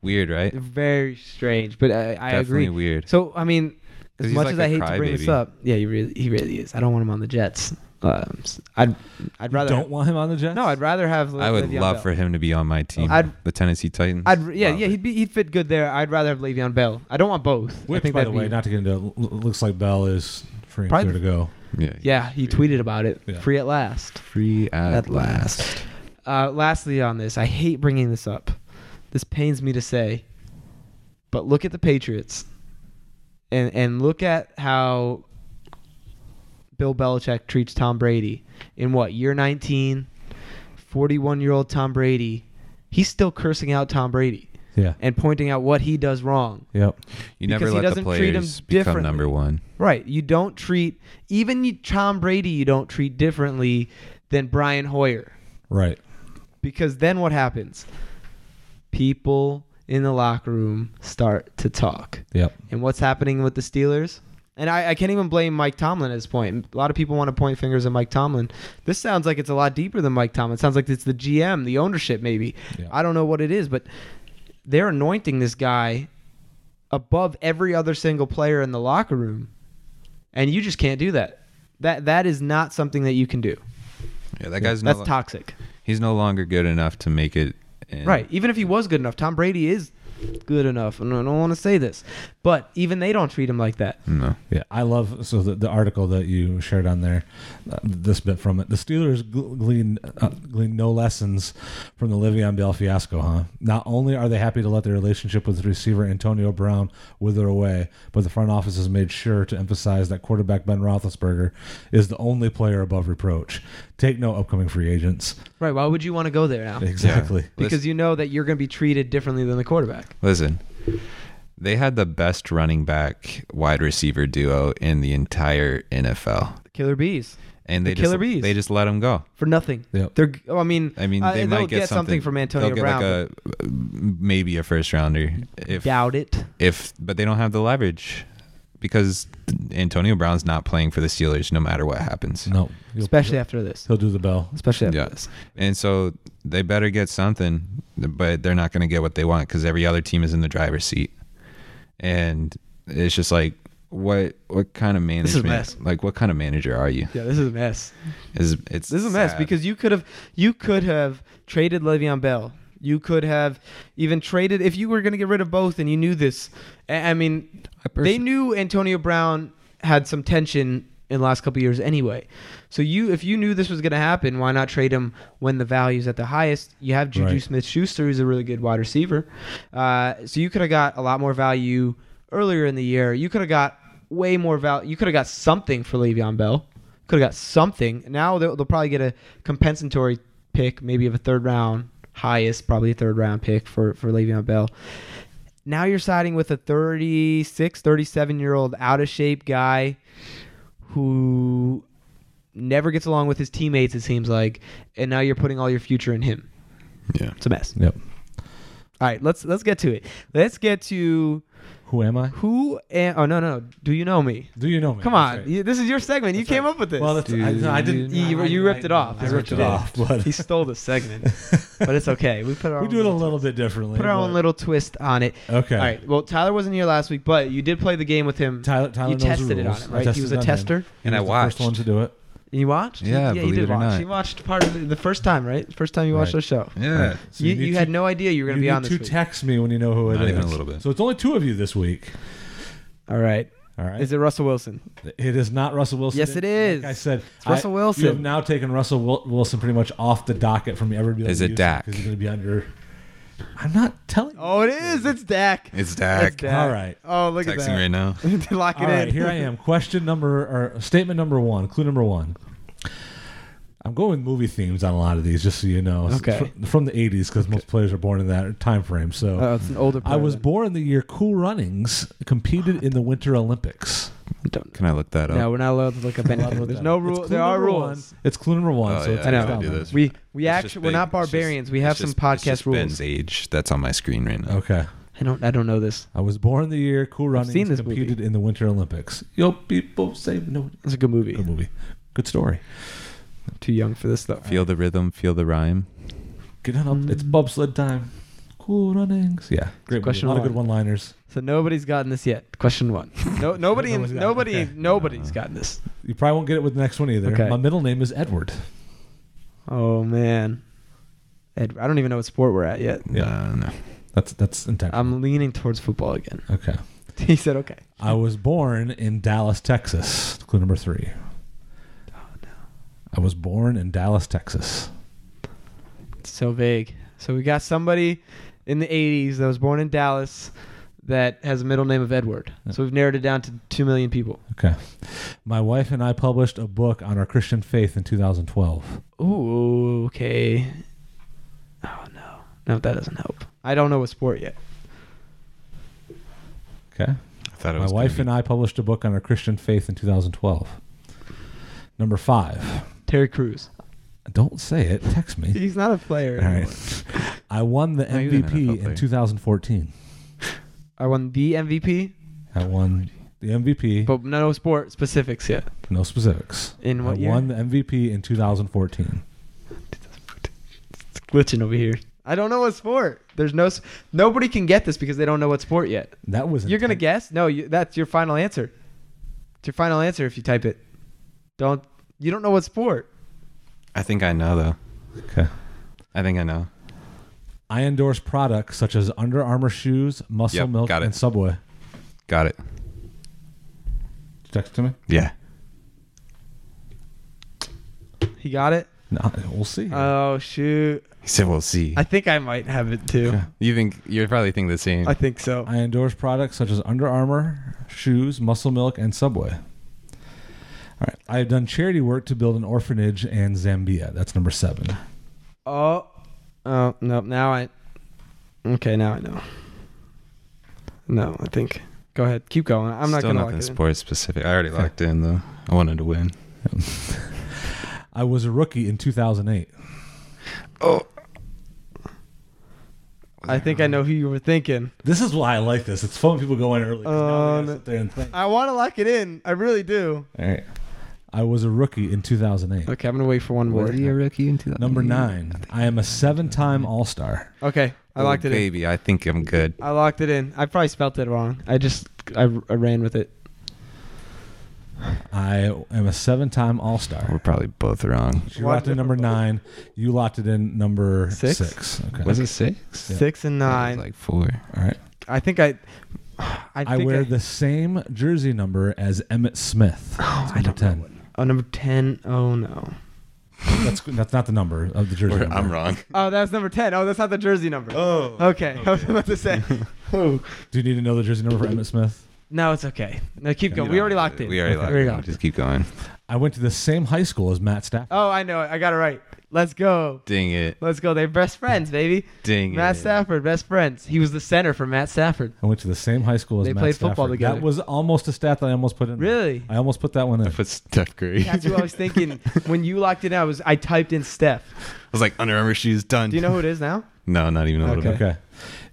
[SPEAKER 2] Weird, right?
[SPEAKER 1] Very strange, but I, I
[SPEAKER 2] Definitely
[SPEAKER 1] agree.
[SPEAKER 2] weird.
[SPEAKER 1] So I mean,
[SPEAKER 2] 'Cause
[SPEAKER 1] as
[SPEAKER 2] he's
[SPEAKER 1] much
[SPEAKER 2] like
[SPEAKER 1] as
[SPEAKER 2] a
[SPEAKER 1] I hate to bring this
[SPEAKER 2] crybaby.
[SPEAKER 1] up, yeah, he really he really is. I don't want him on the Jets. Um, s- I'd I'd rather
[SPEAKER 3] Don't want him on the Jets.
[SPEAKER 1] no, I'd rather have. Le-
[SPEAKER 2] I would
[SPEAKER 1] Le'Veon
[SPEAKER 2] love
[SPEAKER 1] Bell.
[SPEAKER 2] for him to be on my team,
[SPEAKER 1] I'd-
[SPEAKER 2] the Tennessee Titans.
[SPEAKER 1] I'd yeah
[SPEAKER 2] Love
[SPEAKER 1] yeah
[SPEAKER 2] it.
[SPEAKER 1] he'd be he'd fit good there. I'd rather have Le'Veon Bell. I don't want both. I
[SPEAKER 3] Which,
[SPEAKER 1] think
[SPEAKER 3] by the
[SPEAKER 1] that'd
[SPEAKER 3] way,
[SPEAKER 1] be,
[SPEAKER 3] not to get into, l- looks like Bell is free and
[SPEAKER 1] Probably-
[SPEAKER 3] clear to go.
[SPEAKER 2] yeah,
[SPEAKER 1] yeah, he tweeted about it.
[SPEAKER 3] Yeah.
[SPEAKER 1] Free at last.
[SPEAKER 2] free at,
[SPEAKER 1] At
[SPEAKER 2] last.
[SPEAKER 1] last. Uh, lastly, on this, I hate bringing this up. This pains me to say, but look at the Patriots, and and look at how Bill Belichick treats Tom Brady in what year 19, 41 year old Tom Brady. He's still cursing out Tom Brady
[SPEAKER 3] Yeah.
[SPEAKER 1] and pointing out what he does wrong.
[SPEAKER 3] Yep.
[SPEAKER 2] You
[SPEAKER 1] Because
[SPEAKER 2] never
[SPEAKER 1] he
[SPEAKER 2] let the
[SPEAKER 1] doesn't treat 'em
[SPEAKER 2] players become
[SPEAKER 1] differently.
[SPEAKER 2] number one.
[SPEAKER 1] Right. You don't treat even you, Tom Brady. You don't treat differently than Brian Hoyer.
[SPEAKER 3] Right.
[SPEAKER 1] because then what happens? People in the locker room start to talk.
[SPEAKER 3] Yep.
[SPEAKER 1] And what's happening with the Steelers? And I, I can't even blame Mike Tomlin at this point. A lot of people want to point fingers at Mike Tomlin. This sounds like it's a lot deeper than Mike Tomlin. It sounds like it's the GM, the ownership, maybe.
[SPEAKER 3] Yeah.
[SPEAKER 1] I don't know what it is, but they're anointing this guy above every other single player in the locker room. And you just can't do that. That that is not something that you can do.
[SPEAKER 2] Yeah, that guy's
[SPEAKER 1] That's
[SPEAKER 2] no, lo-
[SPEAKER 1] toxic.
[SPEAKER 2] he's no longer good enough to make it. In.
[SPEAKER 1] Right. Even if he was good enough, Tom Brady is good enough. And I don't want to say this, but even they don't treat him like that.
[SPEAKER 2] No.
[SPEAKER 3] Yeah, I love so the, the article that you shared on there. Uh, this bit from it: the Steelers gl- glean uh, glean no lessons from the Le'Veon Bell fiasco, huh? Not only are they happy to let their relationship with receiver Antonio Brown wither away, but the front office has made sure to emphasize that quarterback Ben Roethlisberger is the only player above reproach. Take no upcoming free agents.
[SPEAKER 1] Right. Why would you want to go there now?
[SPEAKER 3] Exactly.
[SPEAKER 1] Because you know that you're going to be treated differently than the quarterback.
[SPEAKER 2] Listen, they had the best running back wide receiver duo in the entire NFL,
[SPEAKER 1] The Killer Bees
[SPEAKER 2] and
[SPEAKER 1] The
[SPEAKER 2] they
[SPEAKER 1] Killer
[SPEAKER 2] just
[SPEAKER 1] Bees.
[SPEAKER 2] they just let him go.
[SPEAKER 1] for nothing.
[SPEAKER 3] Yep.
[SPEAKER 1] They're. Oh, I mean.
[SPEAKER 2] I mean,
[SPEAKER 1] uh,
[SPEAKER 2] they
[SPEAKER 1] they'll
[SPEAKER 2] might get, something
[SPEAKER 1] from Antonio
[SPEAKER 2] they'll get
[SPEAKER 1] Brown.
[SPEAKER 2] like a maybe a first rounder
[SPEAKER 1] but
[SPEAKER 2] if
[SPEAKER 1] doubt it.
[SPEAKER 2] if but they don't have the leverage. because Antonio Brown's not playing for the Steelers no matter what happens.
[SPEAKER 3] No, he'll,
[SPEAKER 1] especially after this.
[SPEAKER 3] he'll do the bell.
[SPEAKER 1] Especially after
[SPEAKER 2] Yeah.
[SPEAKER 1] this.
[SPEAKER 2] And so they better get something, but they're not going to get what they want because every other team is in the driver's seat. And it's just like, what what kind of
[SPEAKER 1] is a
[SPEAKER 2] management?
[SPEAKER 1] mess.
[SPEAKER 2] Like, what kind of manager are you?
[SPEAKER 1] Yeah, this is a mess.
[SPEAKER 2] Is it's
[SPEAKER 1] This is a mess
[SPEAKER 2] sad.
[SPEAKER 1] because you could have you could have traded Le'Veon Bell. You could have even traded if you were going to get rid of both, and you knew this. I I mean,
[SPEAKER 5] I perso-
[SPEAKER 1] they knew Antonio Brown had some tension in the last couple of years anyway. So you, if you knew this was going to happen, why not trade him when the value's at the highest? You have Juju
[SPEAKER 3] Right.
[SPEAKER 1] Smith-Schuster, who's a really good wide receiver. Uh, so you could have got a lot more value earlier in the year. You could have got way more value. You could have got something for Le'Veon Bell. Could have got something. Now they'll, they'll probably get a compensatory pick, maybe of a third round highest, probably a third round pick for for Le'Veon Bell now you're siding with a 36, 37 year old out of shape guy who never gets along with his teammates, it seems like, and now you're putting all your future in him.
[SPEAKER 2] yeah.
[SPEAKER 1] It's a mess.
[SPEAKER 3] Yep.
[SPEAKER 1] All right, let's let's get to it. Let's get to
[SPEAKER 3] Who am I?
[SPEAKER 1] who and oh no no no, do you know me?
[SPEAKER 3] Do you know me?
[SPEAKER 1] Come
[SPEAKER 3] That's
[SPEAKER 1] on,
[SPEAKER 3] right.
[SPEAKER 1] you- this is your segment. you came up with this.
[SPEAKER 3] Well, that's, I, no, I didn't.
[SPEAKER 1] you, you ripped it off.
[SPEAKER 3] I
[SPEAKER 1] is what
[SPEAKER 3] ripped
[SPEAKER 1] you
[SPEAKER 3] it
[SPEAKER 1] did.
[SPEAKER 3] off. But
[SPEAKER 1] he stole the segment, but it's okay. We put our
[SPEAKER 3] we
[SPEAKER 1] own
[SPEAKER 3] do it a
[SPEAKER 1] little-
[SPEAKER 3] little bit differently.
[SPEAKER 1] put our own
[SPEAKER 3] but-
[SPEAKER 1] little twist on it.
[SPEAKER 3] Okay.
[SPEAKER 1] All right. Well, Tyler wasn't here last week, but you did play the game with him.
[SPEAKER 3] Tyler, Tyler
[SPEAKER 1] you
[SPEAKER 3] knows the
[SPEAKER 1] tested it on
[SPEAKER 3] rules.
[SPEAKER 1] him,
[SPEAKER 3] I
[SPEAKER 1] right? He
[SPEAKER 3] tested
[SPEAKER 1] was
[SPEAKER 3] it
[SPEAKER 1] a
[SPEAKER 3] on him.
[SPEAKER 1] tester.
[SPEAKER 3] He
[SPEAKER 2] And I
[SPEAKER 3] was The
[SPEAKER 2] watched.
[SPEAKER 3] first one to do it.
[SPEAKER 1] And you watched?
[SPEAKER 2] Yeah,
[SPEAKER 1] yeah, you
[SPEAKER 2] believe
[SPEAKER 1] did
[SPEAKER 2] it or
[SPEAKER 1] watch.
[SPEAKER 2] not.
[SPEAKER 1] You watched part of the, the first time, right? First time you watched
[SPEAKER 3] Right.
[SPEAKER 1] the show.
[SPEAKER 2] Yeah.
[SPEAKER 3] So
[SPEAKER 1] you
[SPEAKER 3] need
[SPEAKER 1] you
[SPEAKER 3] to-
[SPEAKER 1] had no idea you were going to
[SPEAKER 3] you
[SPEAKER 1] be
[SPEAKER 3] need
[SPEAKER 1] on this
[SPEAKER 3] to
[SPEAKER 1] week.
[SPEAKER 3] text me when you know who it is.
[SPEAKER 2] Not even a little bit.
[SPEAKER 3] So it's only two of you this week.
[SPEAKER 1] All right.
[SPEAKER 3] All right.
[SPEAKER 1] Is it Russell Wilson?
[SPEAKER 3] It is not Russell Wilson.
[SPEAKER 1] Yes, it is.
[SPEAKER 3] Like I said,
[SPEAKER 1] It's Russell
[SPEAKER 3] I-
[SPEAKER 1] Wilson.
[SPEAKER 3] You have now taken Russell Wil- Wilson pretty much off the docket from ever being.
[SPEAKER 2] Is it Dak?
[SPEAKER 3] Because he's going to be under. I'm not telling. you.
[SPEAKER 1] Oh, it is. It's Dak.
[SPEAKER 2] It's Dak.
[SPEAKER 1] It's Dak.
[SPEAKER 3] All right.
[SPEAKER 1] Oh, look at
[SPEAKER 2] Texting
[SPEAKER 1] that.
[SPEAKER 2] right now.
[SPEAKER 1] Lock it
[SPEAKER 3] All right,
[SPEAKER 1] in.
[SPEAKER 3] here I am. Question number or statement number one, clue number one. I'm going with movie themes on a lot of these, just so you know. It's
[SPEAKER 1] Okay.
[SPEAKER 3] fr- from the '80s, because most players are born in that time frame. So
[SPEAKER 1] Oh, it's an older.
[SPEAKER 3] I
[SPEAKER 1] player
[SPEAKER 3] was
[SPEAKER 1] then.
[SPEAKER 3] born the year Cool Runnings competed in the Winter Olympics.
[SPEAKER 1] Don't-
[SPEAKER 2] Can I look that up?
[SPEAKER 1] No, we're not allowed to look up anything. There's no
[SPEAKER 3] It's
[SPEAKER 1] rule.
[SPEAKER 3] clue
[SPEAKER 1] There are
[SPEAKER 3] number
[SPEAKER 1] rules.
[SPEAKER 3] one. It's clue number one.
[SPEAKER 2] Oh,
[SPEAKER 3] so
[SPEAKER 2] yeah,
[SPEAKER 3] it's
[SPEAKER 2] I
[SPEAKER 1] know.
[SPEAKER 3] down
[SPEAKER 2] do
[SPEAKER 3] there.
[SPEAKER 2] this.
[SPEAKER 1] We we
[SPEAKER 2] It's
[SPEAKER 1] actually
[SPEAKER 2] just
[SPEAKER 1] we're
[SPEAKER 2] big.
[SPEAKER 1] not
[SPEAKER 2] It's just-
[SPEAKER 1] barbarians. we
[SPEAKER 2] it's
[SPEAKER 1] have
[SPEAKER 2] just-
[SPEAKER 1] some
[SPEAKER 2] it's just
[SPEAKER 1] podcast rules.
[SPEAKER 2] Ben's age. That's on my screen right now.
[SPEAKER 3] Okay.
[SPEAKER 1] I don't I don't know this.
[SPEAKER 3] I was born the year Cool Runnings
[SPEAKER 1] seen this movie.
[SPEAKER 3] competed in the Winter Olympics. Yo, people say no.
[SPEAKER 1] It's a good movie.
[SPEAKER 3] Good movie. Good story.
[SPEAKER 1] Too young for this though.
[SPEAKER 2] Feel the rhythm, feel the rhyme.
[SPEAKER 3] Get on up. It's bobsled time. Cool Runnings. Yeah.
[SPEAKER 1] Question
[SPEAKER 3] Great. Question. A lot
[SPEAKER 1] one.
[SPEAKER 3] of good one-liners.
[SPEAKER 1] So nobody's gotten this yet. Question one. No, nobody,
[SPEAKER 3] Nobody's got-
[SPEAKER 1] nobody,
[SPEAKER 3] okay. Uh.
[SPEAKER 1] nobody's gotten this.
[SPEAKER 3] You probably won't get it with the next one either.
[SPEAKER 1] Okay.
[SPEAKER 3] My middle name is Edward.
[SPEAKER 1] Oh man, Ed, I don't even know what sport we're at yet.
[SPEAKER 3] Yeah.
[SPEAKER 2] Nah, no.
[SPEAKER 3] That's that's intentional.
[SPEAKER 1] I'm leaning towards football again.
[SPEAKER 3] okay.
[SPEAKER 1] He said, "Okay."
[SPEAKER 3] I was born in Dallas, Texas. Clue number three. Oh, I was born in Dallas, Texas.
[SPEAKER 1] It's so vague. So we got somebody in the '80s that was born in Dallas that has a middle name of Edward. So we've narrowed it down to two million people.
[SPEAKER 3] Okay. My wife and I published a book on our Christian faith in 2012.
[SPEAKER 1] Ooh, okay. Oh no, no, that doesn't help. I don't know what sport yet.
[SPEAKER 3] Okay.
[SPEAKER 2] I thought it
[SPEAKER 3] My
[SPEAKER 2] was
[SPEAKER 3] wife and I published a book on our Christian faith in 2012. Number five.
[SPEAKER 1] Terry Crews.
[SPEAKER 3] Don't say it. Text me.
[SPEAKER 1] He's not a player.
[SPEAKER 3] All right. I won the
[SPEAKER 2] No, he's an NFL
[SPEAKER 3] MVP
[SPEAKER 2] player.
[SPEAKER 3] in 2014.
[SPEAKER 1] I won the MVP,
[SPEAKER 3] I won the MVP.
[SPEAKER 1] but no sport specifics yet.
[SPEAKER 3] No specifics.
[SPEAKER 1] In what
[SPEAKER 3] I
[SPEAKER 1] year?
[SPEAKER 3] won the MVP in 2014.
[SPEAKER 1] It's glitching over here. I don't know what sport. There's no s- nobody can get this because they don't know what sport yet.
[SPEAKER 3] That was
[SPEAKER 1] You're gonna
[SPEAKER 3] inten-
[SPEAKER 1] guess? No, you, that's your final answer. It's your final answer if you type it. Don't you don't know what sport?
[SPEAKER 2] I think I know though.
[SPEAKER 3] Okay.
[SPEAKER 2] I think I know.
[SPEAKER 3] I endorse products such as Under Armour shoes, Muscle
[SPEAKER 2] Yep,
[SPEAKER 3] Milk,
[SPEAKER 2] got it.
[SPEAKER 3] and Subway.
[SPEAKER 2] Got it.
[SPEAKER 3] Text to me.
[SPEAKER 2] Yeah.
[SPEAKER 1] He got it.
[SPEAKER 3] No, we'll see.
[SPEAKER 1] Oh shoot!
[SPEAKER 2] He said we'll see.
[SPEAKER 1] I think I might have it too.
[SPEAKER 2] you think you probably think the same.
[SPEAKER 1] I think so.
[SPEAKER 3] I endorse products such as Under Armour, shoes, Muscle Milk, and Subway. All right. I have done charity work to build an orphanage in Zambia. That's number seven.
[SPEAKER 1] Oh, oh no! Now I. Okay, now I know. No, I think. Go ahead. Keep going. I'm not
[SPEAKER 2] Still
[SPEAKER 1] gonna.
[SPEAKER 2] nothing
[SPEAKER 1] lock it in.
[SPEAKER 2] sports specific. I already locked in though. I wanted to win.
[SPEAKER 3] I was a rookie in 2008.
[SPEAKER 2] Oh.
[SPEAKER 1] I think I know who you were thinking.
[SPEAKER 3] This is why I like this. It's fun when people go in early. 'cause now we gotta
[SPEAKER 1] Um,
[SPEAKER 3] sit there and think.
[SPEAKER 1] I want to lock it in. I really do.
[SPEAKER 3] All right. I was a rookie in 2008.
[SPEAKER 1] Okay, I'm gonna wait for one more.
[SPEAKER 2] Were you a rookie in
[SPEAKER 3] Number nine. I am a seven-time All-Star.
[SPEAKER 1] Okay, I locked it in.
[SPEAKER 2] Baby, I think I'm good.
[SPEAKER 1] I locked it in. I probably spelt it wrong. I just I, I ran with it.
[SPEAKER 3] I am a seven-time
[SPEAKER 2] We're
[SPEAKER 3] All-Star.
[SPEAKER 2] probably both wrong.
[SPEAKER 3] She locked in number nine. You locked it in number
[SPEAKER 1] Six?
[SPEAKER 3] six. Okay.
[SPEAKER 2] Was it six?
[SPEAKER 3] Yeah.
[SPEAKER 1] Six and nine.
[SPEAKER 2] Like four.
[SPEAKER 3] All right.
[SPEAKER 1] I think I. I,
[SPEAKER 3] I,
[SPEAKER 1] think
[SPEAKER 3] wear the same jersey number as Emmett Smith. It's number ten.
[SPEAKER 1] Oh, number ten. Oh no.
[SPEAKER 3] That's that's not the number of the jersey. number.
[SPEAKER 2] I'm wrong.
[SPEAKER 1] Oh, that's number ten. Oh, that's not the jersey number.
[SPEAKER 3] Oh.
[SPEAKER 1] Okay, I was about to say. oh.
[SPEAKER 3] Do you need to know the jersey number for Emmett Smith?
[SPEAKER 1] No, it's okay. No, keep
[SPEAKER 3] We
[SPEAKER 1] going. We already locked it.
[SPEAKER 2] We already locked
[SPEAKER 1] We
[SPEAKER 2] it. Just keep going.
[SPEAKER 3] I went to the same high school as Matt Stafford.
[SPEAKER 1] Oh, I know it. I got it right. Let's go.
[SPEAKER 2] Ding it.
[SPEAKER 1] Let's go. They're best friends, baby.
[SPEAKER 2] Ding it.
[SPEAKER 1] Matt Stafford, best friends. He was the center for Matt Stafford.
[SPEAKER 3] I went to the same high school as
[SPEAKER 1] They
[SPEAKER 3] Matt
[SPEAKER 1] played football
[SPEAKER 3] Stafford.
[SPEAKER 1] together.
[SPEAKER 3] That was almost a stat that I almost put in. there.
[SPEAKER 1] Really?
[SPEAKER 3] I almost put that one in.
[SPEAKER 2] I put Steph Curry. I
[SPEAKER 1] That's what Um, I was thinking when you locked it. I was I typed in Steph.
[SPEAKER 2] was like Under Armour shoes done.
[SPEAKER 1] Do you know who it is now?
[SPEAKER 2] No, not even a little
[SPEAKER 1] Okay.
[SPEAKER 2] bit.
[SPEAKER 3] Okay.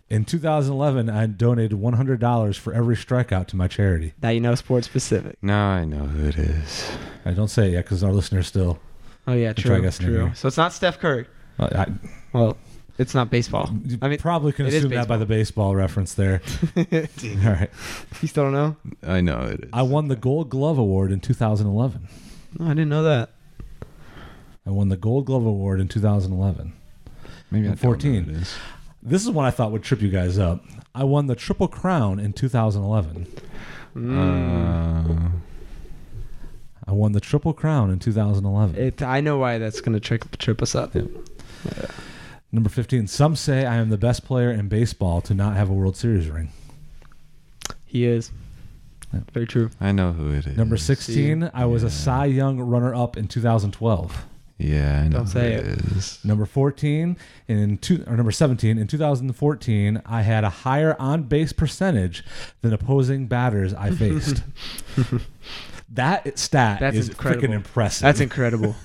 [SPEAKER 3] In 2011, I donated $100 for every strikeout to my charity.
[SPEAKER 1] Now you know sports specific.
[SPEAKER 2] Now I know who it is.
[SPEAKER 3] I don't say it yet because our listeners still.
[SPEAKER 1] Oh yeah,
[SPEAKER 3] try
[SPEAKER 1] true.
[SPEAKER 3] guessing
[SPEAKER 1] True.
[SPEAKER 3] again.
[SPEAKER 1] So it's not Steph Curry.
[SPEAKER 3] I,
[SPEAKER 1] Well, it's not Uh, baseball.
[SPEAKER 3] you
[SPEAKER 1] I mean,
[SPEAKER 3] probably can
[SPEAKER 1] it is
[SPEAKER 3] assume that by the baseball reference there. All right.
[SPEAKER 1] You still don't know?
[SPEAKER 2] I know it is.
[SPEAKER 3] I won the Gold Glove Award in 2011.
[SPEAKER 1] No, I didn't know that.
[SPEAKER 3] I won the Gold Glove Award in 2011.
[SPEAKER 2] Maybe I
[SPEAKER 3] I'm
[SPEAKER 2] don't know who
[SPEAKER 3] 14.
[SPEAKER 2] it is.
[SPEAKER 3] This is one I thought would trip you guys up. I won the Triple Crown in 2011.
[SPEAKER 1] Mm.
[SPEAKER 2] Uh,
[SPEAKER 3] I won the Triple Crown in 2011.
[SPEAKER 1] It. I know why that's gonna trip trip us up.
[SPEAKER 3] Number 15. Some say I am the best player in baseball to not have a World Series ring.
[SPEAKER 1] He is.
[SPEAKER 3] Yeah.
[SPEAKER 1] Very true.
[SPEAKER 2] I know who it is.
[SPEAKER 3] Number 16. I was a Cy Young runner up in 2012.
[SPEAKER 2] Yeah, I know
[SPEAKER 1] Don't
[SPEAKER 2] who
[SPEAKER 1] say
[SPEAKER 2] it is.
[SPEAKER 3] Number 14. In two, or number 17. In 2014, I had a higher on base percentage than opposing batters I faced. that stat
[SPEAKER 1] That's
[SPEAKER 3] is
[SPEAKER 1] incredible.
[SPEAKER 3] freaking impressive.
[SPEAKER 1] That's incredible.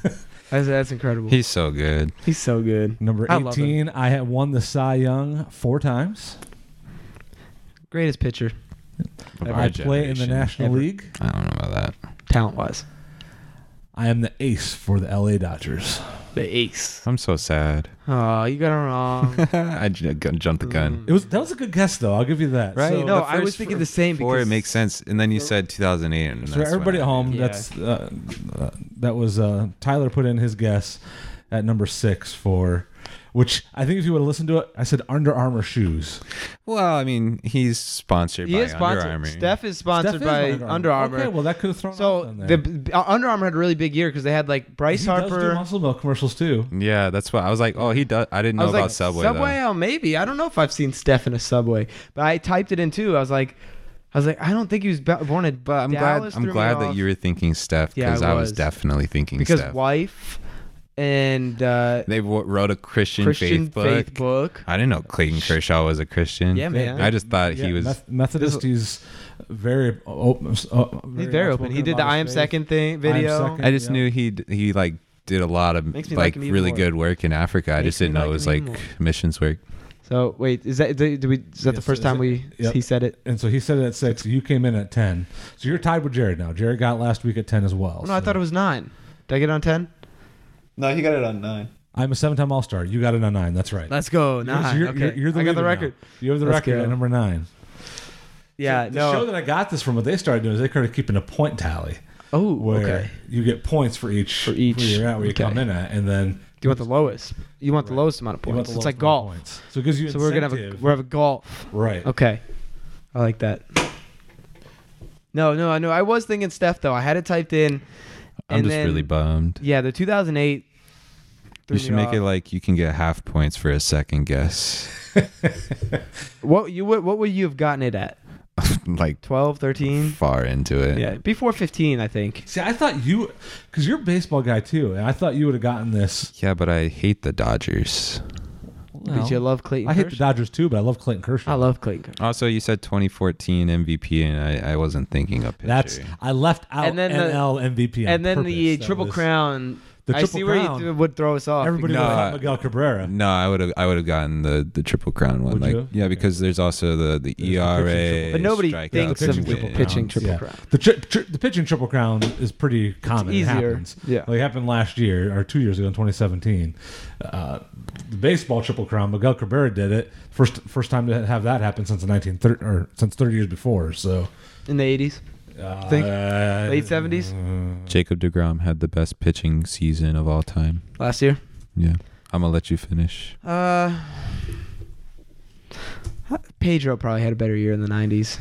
[SPEAKER 1] that's, that's incredible.
[SPEAKER 2] He's so good.
[SPEAKER 1] He's so good.
[SPEAKER 3] Number
[SPEAKER 1] I love
[SPEAKER 3] 18, I had won the Cy Young four times.
[SPEAKER 1] Greatest pitcher,
[SPEAKER 2] Of our
[SPEAKER 3] I play in the
[SPEAKER 2] generation.
[SPEAKER 3] National
[SPEAKER 1] Ever.
[SPEAKER 3] League.
[SPEAKER 2] I don't know about that.
[SPEAKER 1] talent wise.
[SPEAKER 3] I am the ace for the LA Dodgers.
[SPEAKER 1] The ace.
[SPEAKER 2] I'm so sad.
[SPEAKER 1] Oh, you got it wrong.
[SPEAKER 2] I j- gun- jumped the gun.
[SPEAKER 3] It was that was a good guess though. I'll give you that.
[SPEAKER 2] Right?
[SPEAKER 3] So,
[SPEAKER 1] no,
[SPEAKER 2] the
[SPEAKER 1] I was
[SPEAKER 2] first
[SPEAKER 1] thinking the same
[SPEAKER 2] Four,
[SPEAKER 1] because
[SPEAKER 2] it makes sense. And then you said 2008. And
[SPEAKER 3] so
[SPEAKER 2] that's
[SPEAKER 3] everybody
[SPEAKER 2] when
[SPEAKER 3] at
[SPEAKER 2] I-
[SPEAKER 3] home,
[SPEAKER 4] Yeah.
[SPEAKER 3] that's uh, uh, that was uh, Tyler put in his guess at number six for, which I think if you would have listened to it, I said Under Armour shoes.
[SPEAKER 2] Well, I mean, he's sponsored
[SPEAKER 1] He
[SPEAKER 2] by
[SPEAKER 1] is sponsored.
[SPEAKER 2] Under Armour.
[SPEAKER 1] Steph is sponsored
[SPEAKER 3] Steph is
[SPEAKER 1] by Under Armour.
[SPEAKER 3] Okay, well that could have thrown.
[SPEAKER 1] so
[SPEAKER 3] off on
[SPEAKER 1] the
[SPEAKER 3] there.
[SPEAKER 1] b- uh, Under Armour had a really big year because they had like Bryce
[SPEAKER 3] he does do
[SPEAKER 1] Harper.
[SPEAKER 3] muscle milk commercials too.
[SPEAKER 2] Yeah, that's why I was like, oh, he does. I didn't
[SPEAKER 1] I
[SPEAKER 2] know
[SPEAKER 1] was
[SPEAKER 2] about
[SPEAKER 1] like
[SPEAKER 2] Subway.
[SPEAKER 1] Subway, oh, maybe I don't know if I've seen Steph in a Subway, but I typed it in too. I was like, I was like, I don't think he was ba- born in.
[SPEAKER 2] Though. But I'm
[SPEAKER 1] Dallas
[SPEAKER 2] glad.
[SPEAKER 1] threw
[SPEAKER 2] I'm
[SPEAKER 1] me
[SPEAKER 2] glad that
[SPEAKER 1] off
[SPEAKER 2] you were thinking Steph
[SPEAKER 1] Yeah, I
[SPEAKER 2] because I, was
[SPEAKER 1] was.
[SPEAKER 2] definitely thinking
[SPEAKER 1] because
[SPEAKER 2] Steph.
[SPEAKER 1] wife and uh,
[SPEAKER 2] They w- wrote a Christian,
[SPEAKER 1] Christian
[SPEAKER 2] faith, book.
[SPEAKER 1] faith book.
[SPEAKER 2] I didn't know Clayton Kershaw was a Christian.
[SPEAKER 1] Yeah, man.
[SPEAKER 2] I just thought
[SPEAKER 3] Yeah,
[SPEAKER 2] he was.
[SPEAKER 3] Meth- Methodist. He's very open. Uh,
[SPEAKER 1] He's very open. He did the I am second thing video.
[SPEAKER 3] Second.
[SPEAKER 2] I just
[SPEAKER 3] Yeah.
[SPEAKER 2] knew he d- he like did a lot of
[SPEAKER 1] Makes me like
[SPEAKER 2] like
[SPEAKER 1] him even
[SPEAKER 2] really
[SPEAKER 1] more.
[SPEAKER 2] good work in Africa. I
[SPEAKER 1] Makes
[SPEAKER 2] just
[SPEAKER 1] me
[SPEAKER 2] didn't
[SPEAKER 1] like
[SPEAKER 2] know it was
[SPEAKER 1] him
[SPEAKER 2] like
[SPEAKER 1] even
[SPEAKER 2] missions work.
[SPEAKER 1] So wait, is that did, did we? Is that the
[SPEAKER 3] Yes,
[SPEAKER 1] first
[SPEAKER 3] is
[SPEAKER 1] time
[SPEAKER 3] it-
[SPEAKER 1] we
[SPEAKER 3] yep.
[SPEAKER 1] he said it?
[SPEAKER 3] And so he said it at six. You came in at ten. So you're tied with Jared now. Jared got last week at ten as well.
[SPEAKER 1] Oh, no, I
[SPEAKER 3] So
[SPEAKER 1] thought it was nine. Did I get it on ten?
[SPEAKER 6] No, he got it on nine.
[SPEAKER 3] I'm a seven-time All Star. You got it on nine. That's right.
[SPEAKER 1] Let's go
[SPEAKER 3] You're- so
[SPEAKER 1] 9
[SPEAKER 3] you're,
[SPEAKER 1] Oh, okay,
[SPEAKER 3] you're- you're the
[SPEAKER 1] I got the
[SPEAKER 3] leader now.
[SPEAKER 1] record.
[SPEAKER 3] You have the
[SPEAKER 1] Let's
[SPEAKER 3] record
[SPEAKER 1] go.
[SPEAKER 3] at number nine.
[SPEAKER 1] Yeah,
[SPEAKER 3] the
[SPEAKER 1] no.
[SPEAKER 3] show that I got this from, what they started doing is they started keeping a point tally
[SPEAKER 1] oh,
[SPEAKER 3] where
[SPEAKER 1] okay.
[SPEAKER 3] you get points for each
[SPEAKER 1] For each.
[SPEAKER 3] where you're at, where you
[SPEAKER 1] Okay.
[SPEAKER 3] come in at, and then
[SPEAKER 1] Do you want the lowest? You want the lowest amount of
[SPEAKER 3] you want
[SPEAKER 1] points.
[SPEAKER 3] the
[SPEAKER 1] It's
[SPEAKER 3] lowest
[SPEAKER 1] like
[SPEAKER 3] amount of
[SPEAKER 1] golf.
[SPEAKER 3] Points. So it gives you
[SPEAKER 1] So we're gonna have a
[SPEAKER 3] incentive.
[SPEAKER 1] we're have a golf.
[SPEAKER 3] right.
[SPEAKER 1] Okay, I like that. No, no, I know. I was thinking Steph though. I had it typed in.
[SPEAKER 2] I'm
[SPEAKER 1] and
[SPEAKER 2] just
[SPEAKER 1] then-
[SPEAKER 2] really bummed.
[SPEAKER 1] Yeah, the 2008. threw
[SPEAKER 2] You
[SPEAKER 1] me
[SPEAKER 2] should make
[SPEAKER 1] off.
[SPEAKER 2] it like you can get half points for a second guess,
[SPEAKER 1] what you what, what would you have gotten it at?
[SPEAKER 2] like
[SPEAKER 1] 12, 13?
[SPEAKER 2] far into it.
[SPEAKER 1] Yeah, before 15, I think.
[SPEAKER 3] See, I thought you, because you're a baseball guy too, and I thought you would have gotten this.
[SPEAKER 2] Yeah, but I hate the Dodgers.
[SPEAKER 1] Did you love Clayton?
[SPEAKER 3] I hate the
[SPEAKER 1] Kershaw?
[SPEAKER 3] Dodgers too, but I love Clayton Kershaw.
[SPEAKER 1] I love Clayton. Kershaw.
[SPEAKER 2] Also, you said 2014 MVP, and I, I wasn't thinking of pitcher.
[SPEAKER 3] That's I left out
[SPEAKER 1] And then the-
[SPEAKER 3] NL MVP. on
[SPEAKER 1] and then
[SPEAKER 3] purpose.
[SPEAKER 1] the
[SPEAKER 3] That
[SPEAKER 1] Triple
[SPEAKER 3] was-
[SPEAKER 1] Crown
[SPEAKER 3] The
[SPEAKER 1] I
[SPEAKER 3] triple
[SPEAKER 1] see where
[SPEAKER 3] crown.
[SPEAKER 1] you th- would throw us off.
[SPEAKER 3] everybody
[SPEAKER 2] No,
[SPEAKER 3] would
[SPEAKER 2] I-
[SPEAKER 3] have Miguel Cabrera.
[SPEAKER 2] No, I would have I would have gotten the the triple crown one.
[SPEAKER 3] Would
[SPEAKER 2] like
[SPEAKER 3] you?
[SPEAKER 2] yeah, because there's also the E the
[SPEAKER 3] There's the pitching
[SPEAKER 2] ERA.
[SPEAKER 3] triple-
[SPEAKER 1] but nobody
[SPEAKER 2] strikeouts
[SPEAKER 1] thinks
[SPEAKER 3] pitching
[SPEAKER 1] of
[SPEAKER 2] and
[SPEAKER 3] triple
[SPEAKER 2] wins.
[SPEAKER 1] pitching
[SPEAKER 3] crowns,
[SPEAKER 1] triple
[SPEAKER 3] yeah.
[SPEAKER 1] crown.
[SPEAKER 3] The, tri- tri- the pitching triple crown is pretty common.
[SPEAKER 1] easier,
[SPEAKER 3] It happens.
[SPEAKER 1] yeah.
[SPEAKER 3] Like, it happened last year or two years ago in 2017. Uh, the baseball triple crown, Miguel Cabrera did it first first time to have that happen since the 1930 or since 30 years before. So
[SPEAKER 1] in the eighties.
[SPEAKER 3] uh,
[SPEAKER 1] Think? Late 70s?
[SPEAKER 2] Jacob Degrom had the best pitching season of all time.
[SPEAKER 1] Last year.
[SPEAKER 2] Yeah, I'm gonna let you finish.
[SPEAKER 1] Uh, Pedro probably had a better year in the nineties.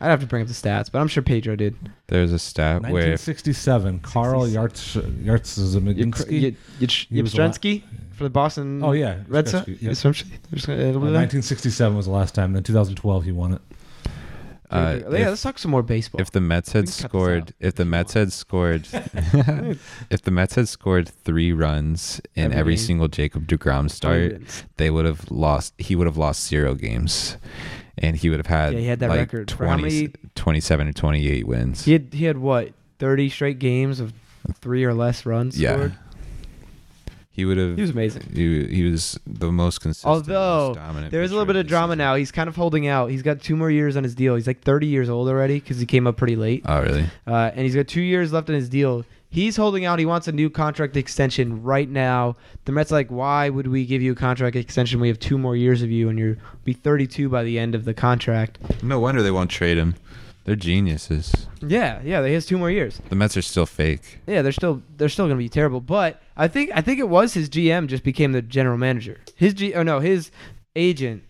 [SPEAKER 1] I'd have to bring up the stats, but I'm sure Pedro did.
[SPEAKER 2] There's a stat where if
[SPEAKER 3] 1967, Carl Yarts Yartszymski. He was a lot-
[SPEAKER 1] Yabstrensky for the Boston.
[SPEAKER 3] Oh yeah,
[SPEAKER 1] Red Sox.
[SPEAKER 3] Yeah. Uh,
[SPEAKER 1] Yeah.
[SPEAKER 3] 1967 was the last time. Then 2012, he won it.
[SPEAKER 2] uh,
[SPEAKER 1] Oh, yeah,
[SPEAKER 2] if,
[SPEAKER 1] let's talk some more baseball.
[SPEAKER 2] if the Mets
[SPEAKER 1] We can
[SPEAKER 2] had
[SPEAKER 1] cut this out.
[SPEAKER 2] scored if the Mets had scored if the Mets had scored three runs in
[SPEAKER 1] Every
[SPEAKER 2] every
[SPEAKER 1] game.
[SPEAKER 2] single Jacob Degrom start, they would have lost he would have lost zero games and he would have had
[SPEAKER 1] Yeah, he had that
[SPEAKER 2] like
[SPEAKER 1] record for
[SPEAKER 2] 20,
[SPEAKER 1] how many-
[SPEAKER 2] 27 or 28 wins
[SPEAKER 1] He had he had what thirty straight games of three or less runs
[SPEAKER 2] yeah
[SPEAKER 1] scored.
[SPEAKER 2] he would have
[SPEAKER 1] He was amazing.
[SPEAKER 2] he, he was the most consistent
[SPEAKER 1] Although,
[SPEAKER 2] most dominant
[SPEAKER 1] There is a
[SPEAKER 2] pitcher
[SPEAKER 1] little bit of
[SPEAKER 2] this
[SPEAKER 1] drama
[SPEAKER 2] season.
[SPEAKER 1] now. He's kind of holding out. He's got two more years on his deal. He's like thirty years old already because he came up pretty late.
[SPEAKER 2] oh really
[SPEAKER 1] uh, and he's got two years left on his deal. He's holding out. He wants a new contract extension right now. The Mets are like, why would we give you a contract extension? We have two more years of you, and you'll be 32 by the end of the contract.
[SPEAKER 2] no wonder they won't trade him they're geniuses
[SPEAKER 1] Yeah, yeah, he has two more years.
[SPEAKER 2] the Mets are still fake
[SPEAKER 1] Yeah, they're still they're still gonna be terrible. But I think I think it was his GM just became the general manager. His G oh no his agent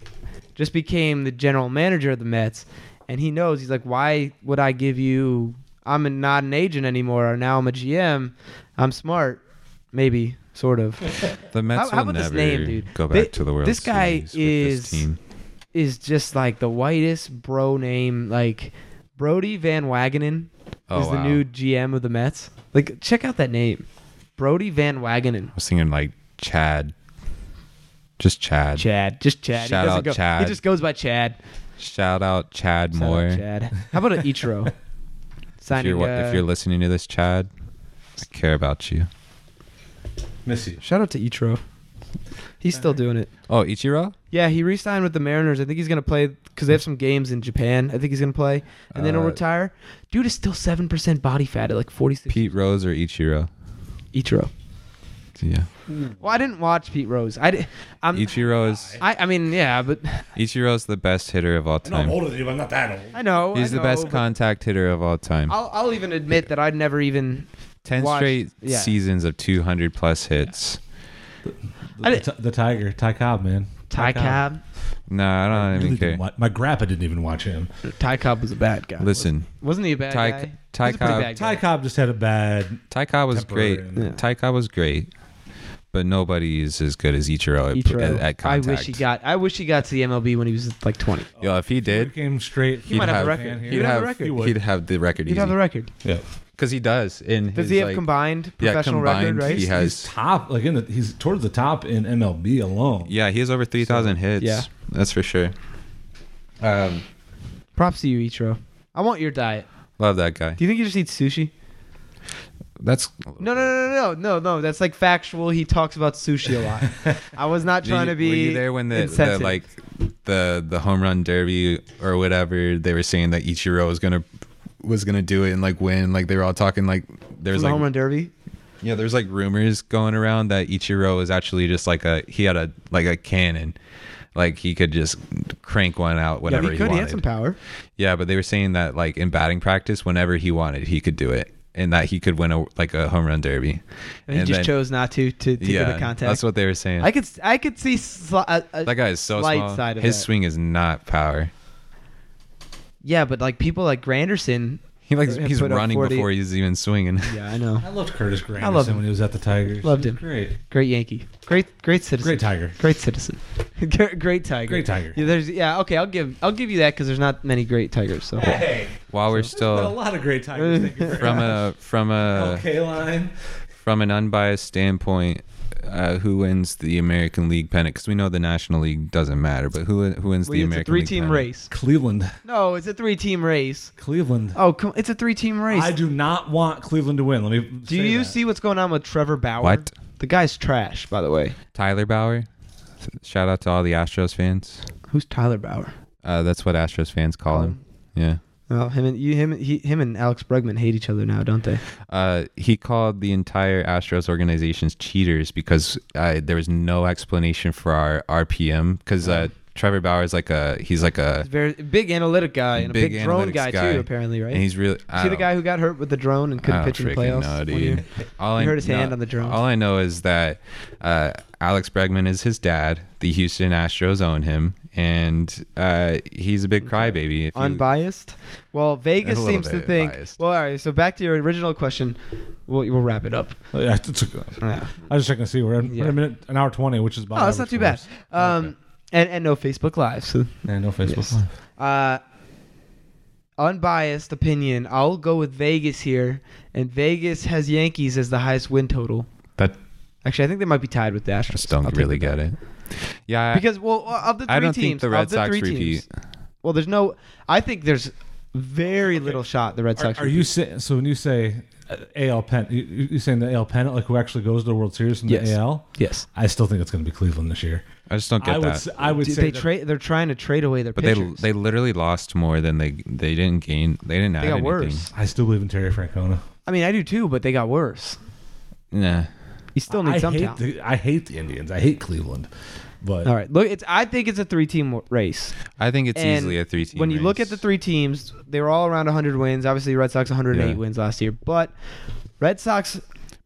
[SPEAKER 1] just became the general manager of the Mets, and he knows he's like, why would I give you? I'm a- not an agent anymore. Now I'm a GM. I'm smart, maybe sort of.
[SPEAKER 2] the Mets
[SPEAKER 1] how
[SPEAKER 2] will
[SPEAKER 1] about this
[SPEAKER 2] never
[SPEAKER 1] name, dude?
[SPEAKER 2] go
[SPEAKER 1] They-
[SPEAKER 2] back to the World
[SPEAKER 1] this guy
[SPEAKER 2] Series with
[SPEAKER 1] is-
[SPEAKER 2] this team.
[SPEAKER 1] Is just like the whitest bro name. Like Brody Van Wagenen
[SPEAKER 2] oh,
[SPEAKER 1] is the
[SPEAKER 2] wow.
[SPEAKER 1] new GM of the Mets. Like check out that name, Brody Van Wagenen.
[SPEAKER 2] I was thinking like Chad just Chad
[SPEAKER 1] Chad. Just Chad.
[SPEAKER 2] Shout
[SPEAKER 1] he doesn't
[SPEAKER 2] out
[SPEAKER 1] go,
[SPEAKER 2] Chad.
[SPEAKER 1] He just goes by Chad.
[SPEAKER 2] shout out Chad
[SPEAKER 1] Shout out
[SPEAKER 2] Moore
[SPEAKER 1] Chad. How about an Ichiro?
[SPEAKER 2] if
[SPEAKER 1] Signing.
[SPEAKER 2] you're, wa-
[SPEAKER 1] uh,
[SPEAKER 2] if you're listening to this Chad I care about you
[SPEAKER 3] Miss you.
[SPEAKER 1] shout out to Ichiro. He's still doing it.
[SPEAKER 2] oh Ichiro
[SPEAKER 1] Yeah, he re-signed with the Mariners. I think he's gonna play because they have some games in Japan. I think he's gonna play, and then he'll
[SPEAKER 2] Uh,
[SPEAKER 1] retire. Dude is still seven percent body fat at like forty-six.
[SPEAKER 2] Pete Rose or Ichiro?
[SPEAKER 1] Ichiro.
[SPEAKER 2] Yeah.
[SPEAKER 1] Well, I didn't watch Pete Rose. I, di- I'm,
[SPEAKER 2] Ichiro is
[SPEAKER 1] I, I mean, yeah, but
[SPEAKER 2] Ichiro's the best hitter of all time.
[SPEAKER 3] than you. I'm not that old.
[SPEAKER 1] I know
[SPEAKER 2] He's
[SPEAKER 1] Oh, I
[SPEAKER 2] the
[SPEAKER 1] know,
[SPEAKER 2] best
[SPEAKER 1] but
[SPEAKER 2] contact hitter of all time.
[SPEAKER 1] I'll, I'll even admit that I'd never even.
[SPEAKER 2] 10
[SPEAKER 1] watch-
[SPEAKER 2] straight
[SPEAKER 1] yeah.
[SPEAKER 2] seasons of 200 plus hits.
[SPEAKER 1] I
[SPEAKER 3] The,
[SPEAKER 1] didn't-
[SPEAKER 3] the Tiger, Ty Cobb, man.
[SPEAKER 1] Ty Cobb.
[SPEAKER 2] No, I don't even
[SPEAKER 3] Didn't
[SPEAKER 2] care.
[SPEAKER 3] wa- my grandpa didn't even watch him.
[SPEAKER 1] Ty Cobb was a bad guy.
[SPEAKER 2] Listen,
[SPEAKER 1] wasn't he a bad
[SPEAKER 2] Ty,
[SPEAKER 1] guy?
[SPEAKER 2] Ty
[SPEAKER 1] He's a pretty
[SPEAKER 2] Cobb,
[SPEAKER 1] bad guy.
[SPEAKER 3] Ty Cobb just had a bad.
[SPEAKER 2] Ty Cobb was great.
[SPEAKER 3] temporary-
[SPEAKER 1] Yeah.
[SPEAKER 2] Ty Cobb was great, but nobody is as good as Ichiro at,
[SPEAKER 1] Ichiro.
[SPEAKER 2] at, at contact.
[SPEAKER 1] I wish he got. I wish he got to the MLB when he was like 20.
[SPEAKER 2] Yo, if he
[SPEAKER 3] He
[SPEAKER 2] did,
[SPEAKER 3] came straight.
[SPEAKER 1] He might
[SPEAKER 2] have
[SPEAKER 1] have,
[SPEAKER 2] have-
[SPEAKER 1] the
[SPEAKER 3] fan
[SPEAKER 1] record.
[SPEAKER 3] here.
[SPEAKER 1] He'd have the
[SPEAKER 2] have-
[SPEAKER 1] record.
[SPEAKER 3] He would.
[SPEAKER 2] he'd have the record
[SPEAKER 1] He'd have the
[SPEAKER 2] easy.
[SPEAKER 1] record.
[SPEAKER 3] Yeah.
[SPEAKER 2] Because he does. In
[SPEAKER 1] Does
[SPEAKER 2] his,
[SPEAKER 1] he have
[SPEAKER 2] like-
[SPEAKER 1] combined
[SPEAKER 2] yeah,
[SPEAKER 1] professional
[SPEAKER 2] combined,
[SPEAKER 1] record? Right.
[SPEAKER 2] He
[SPEAKER 3] He's
[SPEAKER 2] has.
[SPEAKER 3] top, like in the, he's towards the top in MLB alone.
[SPEAKER 2] Yeah, he has over 3,000 hits.
[SPEAKER 1] yeah.
[SPEAKER 2] That's for sure. Um,
[SPEAKER 1] Props to you, Ichiro. I want your diet.
[SPEAKER 2] love that guy.
[SPEAKER 1] Do you think you just eats sushi?
[SPEAKER 2] That's
[SPEAKER 1] No, no, no, no, no, no, no. That's like factual. He talks about sushi a lot. I was not
[SPEAKER 2] Did you-
[SPEAKER 1] trying to be.
[SPEAKER 2] Were you there when the, the
[SPEAKER 1] insensitive.
[SPEAKER 2] like the the home run derby or whatever they were saying that Ichiro was gonna was gonna do it and like win? Like they were all talking like
[SPEAKER 1] From
[SPEAKER 2] there's
[SPEAKER 1] the
[SPEAKER 2] like
[SPEAKER 1] home run derby?
[SPEAKER 2] yeah there's like rumors going around that Ichiro is actually just like a he had a like a cannon. Like he could just crank one out
[SPEAKER 1] Yeah,
[SPEAKER 2] whenever
[SPEAKER 1] he could.
[SPEAKER 2] he
[SPEAKER 1] He
[SPEAKER 2] wanted.
[SPEAKER 1] had some power.
[SPEAKER 2] yeah, but they were saying that like in batting practice, whenever he wanted, he could do it, and that he could win a like a home run derby.
[SPEAKER 1] And he
[SPEAKER 2] And
[SPEAKER 1] just
[SPEAKER 2] then-
[SPEAKER 1] chose not to to, to get a contact.
[SPEAKER 2] that's what they were saying.
[SPEAKER 1] I could s- I could see sli- uh, a, a-
[SPEAKER 2] that guy is so
[SPEAKER 1] Slight
[SPEAKER 2] small.
[SPEAKER 1] side of
[SPEAKER 2] His
[SPEAKER 1] that.
[SPEAKER 2] swing is not power.
[SPEAKER 1] yeah, but like people like Granderson.
[SPEAKER 2] He like
[SPEAKER 1] Yeah,
[SPEAKER 2] he's
[SPEAKER 1] put up
[SPEAKER 2] running
[SPEAKER 1] 40.
[SPEAKER 2] before he's even swinging.
[SPEAKER 1] Yeah, I know.
[SPEAKER 3] I loved Curtis Granderson
[SPEAKER 1] I love him.
[SPEAKER 3] when he was at the Tigers.
[SPEAKER 1] Loved
[SPEAKER 3] He was
[SPEAKER 1] him.
[SPEAKER 3] Great,
[SPEAKER 1] Great Yankee. Great great citizen.
[SPEAKER 3] great Tiger.
[SPEAKER 1] Great citizen. great, great tiger.
[SPEAKER 3] Great Tiger.
[SPEAKER 1] Yeah, there's yeah, okay, I'll give I'll give you that cuz there's not many great tigers. So
[SPEAKER 3] Hey,
[SPEAKER 2] While we're
[SPEAKER 3] there's been a
[SPEAKER 2] still
[SPEAKER 3] lot of great Tigers. Thank you very
[SPEAKER 2] from uh,
[SPEAKER 3] much.
[SPEAKER 2] a from a
[SPEAKER 3] okay line.
[SPEAKER 2] from an unbiased standpoint, uh, who wins the American League pennant? Because we know the National League doesn't matter, but who who wins
[SPEAKER 1] Well,
[SPEAKER 2] the
[SPEAKER 1] it's
[SPEAKER 2] American
[SPEAKER 1] a three
[SPEAKER 2] League
[SPEAKER 1] team
[SPEAKER 2] pennant?
[SPEAKER 1] race.
[SPEAKER 3] Cleveland.
[SPEAKER 1] No, it's a three team race.
[SPEAKER 3] Cleveland.
[SPEAKER 1] Oh, come it's a three team race.
[SPEAKER 3] I do not want Cleveland to win. Let me.
[SPEAKER 1] Do you see what's going on with Trevor Bauer?
[SPEAKER 2] What?
[SPEAKER 1] The guy's trash, by the way.
[SPEAKER 2] Tyler Bauer. Shout out to all the Astros fans.
[SPEAKER 1] Who's Tyler Bauer?
[SPEAKER 2] Uh, that's what Astros fans
[SPEAKER 1] Um,
[SPEAKER 2] call him. Yeah.
[SPEAKER 1] Well, him and you, him, he, him and Alex Bregman hate each other now, don't they?
[SPEAKER 2] Uh, he called the entire Astros organizations cheaters because uh, there was no explanation for our RPM because uh, Trevor Bauer is like a he's like a
[SPEAKER 1] Very big analytic guy and a big drone
[SPEAKER 2] analytics
[SPEAKER 1] guy, too, apparently, right?
[SPEAKER 2] And he's really I
[SPEAKER 1] See the
[SPEAKER 2] don't-
[SPEAKER 1] guy who got hurt with the drone and couldn't
[SPEAKER 2] I
[SPEAKER 1] pitch in the
[SPEAKER 2] don't freaking
[SPEAKER 1] playoffs.
[SPEAKER 2] know,
[SPEAKER 1] one
[SPEAKER 2] dude.
[SPEAKER 1] year?
[SPEAKER 2] All
[SPEAKER 1] You
[SPEAKER 2] I
[SPEAKER 1] heard his
[SPEAKER 2] no-
[SPEAKER 1] hand on the drone.
[SPEAKER 2] All I know is that uh, Alex Bregman is his dad. The Houston Astros own him, and uh, he's a big crybaby. If you-
[SPEAKER 1] Unbiased. Well, Vegas
[SPEAKER 2] A little
[SPEAKER 1] seems to
[SPEAKER 2] bit
[SPEAKER 1] think.
[SPEAKER 2] biased.
[SPEAKER 1] Well, all right. So back to your original question. We'll, we'll wrap it up.
[SPEAKER 3] Oh, Yeah, it's a-
[SPEAKER 1] Yeah.
[SPEAKER 3] I was just checking to see. We're in we're in
[SPEAKER 1] Yeah.
[SPEAKER 3] a minute, an hour twenty, which is about.
[SPEAKER 1] Oh, that's not too bad. Um, and and no Facebook Live.
[SPEAKER 2] Hmm.
[SPEAKER 1] So,
[SPEAKER 3] Yeah, no Facebook.
[SPEAKER 1] Yes.
[SPEAKER 3] Live.
[SPEAKER 1] uh, unbiased opinion. I'll go with Vegas here, and Vegas has Yankees as the highest win total.
[SPEAKER 2] That
[SPEAKER 1] Actually, I think they might be tied with the Astros.
[SPEAKER 2] I just
[SPEAKER 1] I'll
[SPEAKER 2] don't
[SPEAKER 1] take
[SPEAKER 2] really
[SPEAKER 1] the
[SPEAKER 2] get it. Yeah, I-
[SPEAKER 1] Because well, of the three
[SPEAKER 2] I don't
[SPEAKER 1] teams,
[SPEAKER 2] think the
[SPEAKER 1] of
[SPEAKER 2] Red
[SPEAKER 1] the
[SPEAKER 2] Sox
[SPEAKER 1] three teams-
[SPEAKER 2] repeat.
[SPEAKER 1] well, there's no. I think there's very little shot the Red
[SPEAKER 3] Are,
[SPEAKER 1] Sox.
[SPEAKER 3] are you saying so when you say uh, AL pen? You, you you saying the AL pennant, like who actually goes to the World Series from
[SPEAKER 1] Yes.
[SPEAKER 3] the AL?
[SPEAKER 1] Yes.
[SPEAKER 3] I still think it's going to be Cleveland this year.
[SPEAKER 2] I just don't
[SPEAKER 3] I
[SPEAKER 2] get
[SPEAKER 3] would.
[SPEAKER 2] that.
[SPEAKER 3] s- I would
[SPEAKER 1] Dude,
[SPEAKER 3] say
[SPEAKER 1] they
[SPEAKER 3] that-
[SPEAKER 1] trade. They're trying to trade away their
[SPEAKER 2] but they
[SPEAKER 1] pitchers.
[SPEAKER 2] they literally lost more than they they didn't gain. They didn't add
[SPEAKER 1] they got
[SPEAKER 2] anything.
[SPEAKER 1] worse.
[SPEAKER 3] I still believe in Terry Francona.
[SPEAKER 1] I mean, I do too, but they got worse.
[SPEAKER 2] Nah.
[SPEAKER 1] You still need
[SPEAKER 3] I
[SPEAKER 1] some
[SPEAKER 3] hate
[SPEAKER 1] talent.
[SPEAKER 3] The, I hate the Indians. I hate Cleveland. But
[SPEAKER 1] All right, look, it's. I think it's a three-team race.
[SPEAKER 2] I think it's
[SPEAKER 1] And
[SPEAKER 2] easily a three team.
[SPEAKER 1] When you look at the three teams, they were all around 100 wins. Obviously, Red Sox 108
[SPEAKER 2] Yeah.
[SPEAKER 1] wins last year, but Red Sox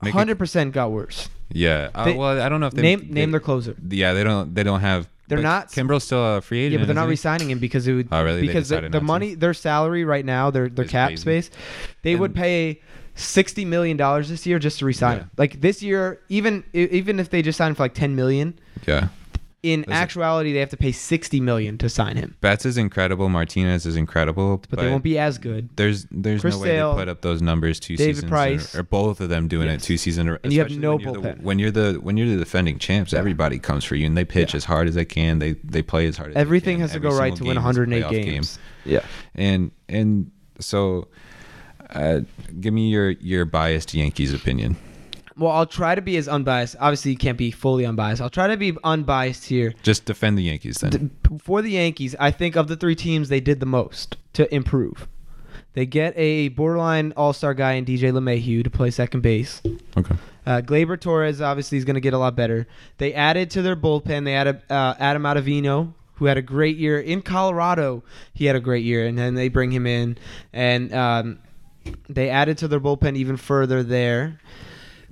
[SPEAKER 2] Make a-
[SPEAKER 1] 100% got worse.
[SPEAKER 2] yeah. Uh,
[SPEAKER 1] they-
[SPEAKER 2] well, I don't know if they
[SPEAKER 1] name
[SPEAKER 2] they-
[SPEAKER 1] name their closer.
[SPEAKER 2] Yeah, they don't. They don't have.
[SPEAKER 1] They're
[SPEAKER 2] but
[SPEAKER 1] not-
[SPEAKER 2] Kimbrel's still a free agent.
[SPEAKER 1] Yeah, but they're not
[SPEAKER 2] isn't he?
[SPEAKER 1] re-signing him because it would.
[SPEAKER 2] Oh, really? They
[SPEAKER 1] Because the,
[SPEAKER 2] decided
[SPEAKER 1] the
[SPEAKER 2] not to?
[SPEAKER 1] money, their salary right now, their their
[SPEAKER 2] Is
[SPEAKER 1] cap
[SPEAKER 2] crazy.
[SPEAKER 1] space, they would
[SPEAKER 2] And-
[SPEAKER 1] pay sixty million dollars this year just to resign.
[SPEAKER 2] Yeah.
[SPEAKER 1] him. Like this year, even e- even if they just sign for like ten million,
[SPEAKER 2] Yeah.
[SPEAKER 1] in
[SPEAKER 2] Listen.
[SPEAKER 1] actuality, they have to pay sixty million to sign him.
[SPEAKER 2] Betts is incredible. Martinez is incredible.
[SPEAKER 1] But, they won't be as good.
[SPEAKER 2] There's there's
[SPEAKER 1] Chris
[SPEAKER 2] no way
[SPEAKER 1] Sale,
[SPEAKER 2] to put up those numbers two
[SPEAKER 1] David
[SPEAKER 2] seasons in-
[SPEAKER 1] Price.
[SPEAKER 2] or both of them doing
[SPEAKER 1] Yes.
[SPEAKER 2] it two seasons.
[SPEAKER 1] And you have no
[SPEAKER 2] when you're,
[SPEAKER 1] bullpen.
[SPEAKER 2] the, when you're the when you're the defending champs, everybody comes for you and they pitch as hard as they can. They they play as hard. as
[SPEAKER 1] Everything
[SPEAKER 2] they can.
[SPEAKER 1] has to
[SPEAKER 2] Every
[SPEAKER 1] go right
[SPEAKER 2] single
[SPEAKER 1] to win
[SPEAKER 2] game is
[SPEAKER 1] 108
[SPEAKER 2] a playoff
[SPEAKER 1] games.
[SPEAKER 2] game.
[SPEAKER 1] Yeah.
[SPEAKER 2] And and so, uh, give me your your biased Yankees opinion.
[SPEAKER 1] Well, I'll try to be as unbiased. Obviously, you can't be fully unbiased. I'll try to be unbiased here.
[SPEAKER 2] Just defend the Yankees then.
[SPEAKER 1] Th- For the Yankees, I think of the three teams, they did the most to improve. They get a borderline All Star guy in DJ LeMahieu to play second base.
[SPEAKER 2] okay.
[SPEAKER 1] Uh, Glaber Torres obviously is going to get a lot better. They added to their bullpen. They added uh, Adam Ottavino, who had a great year in Colorado. He had a great year, and then they bring him in, and um, they added to their bullpen even further there.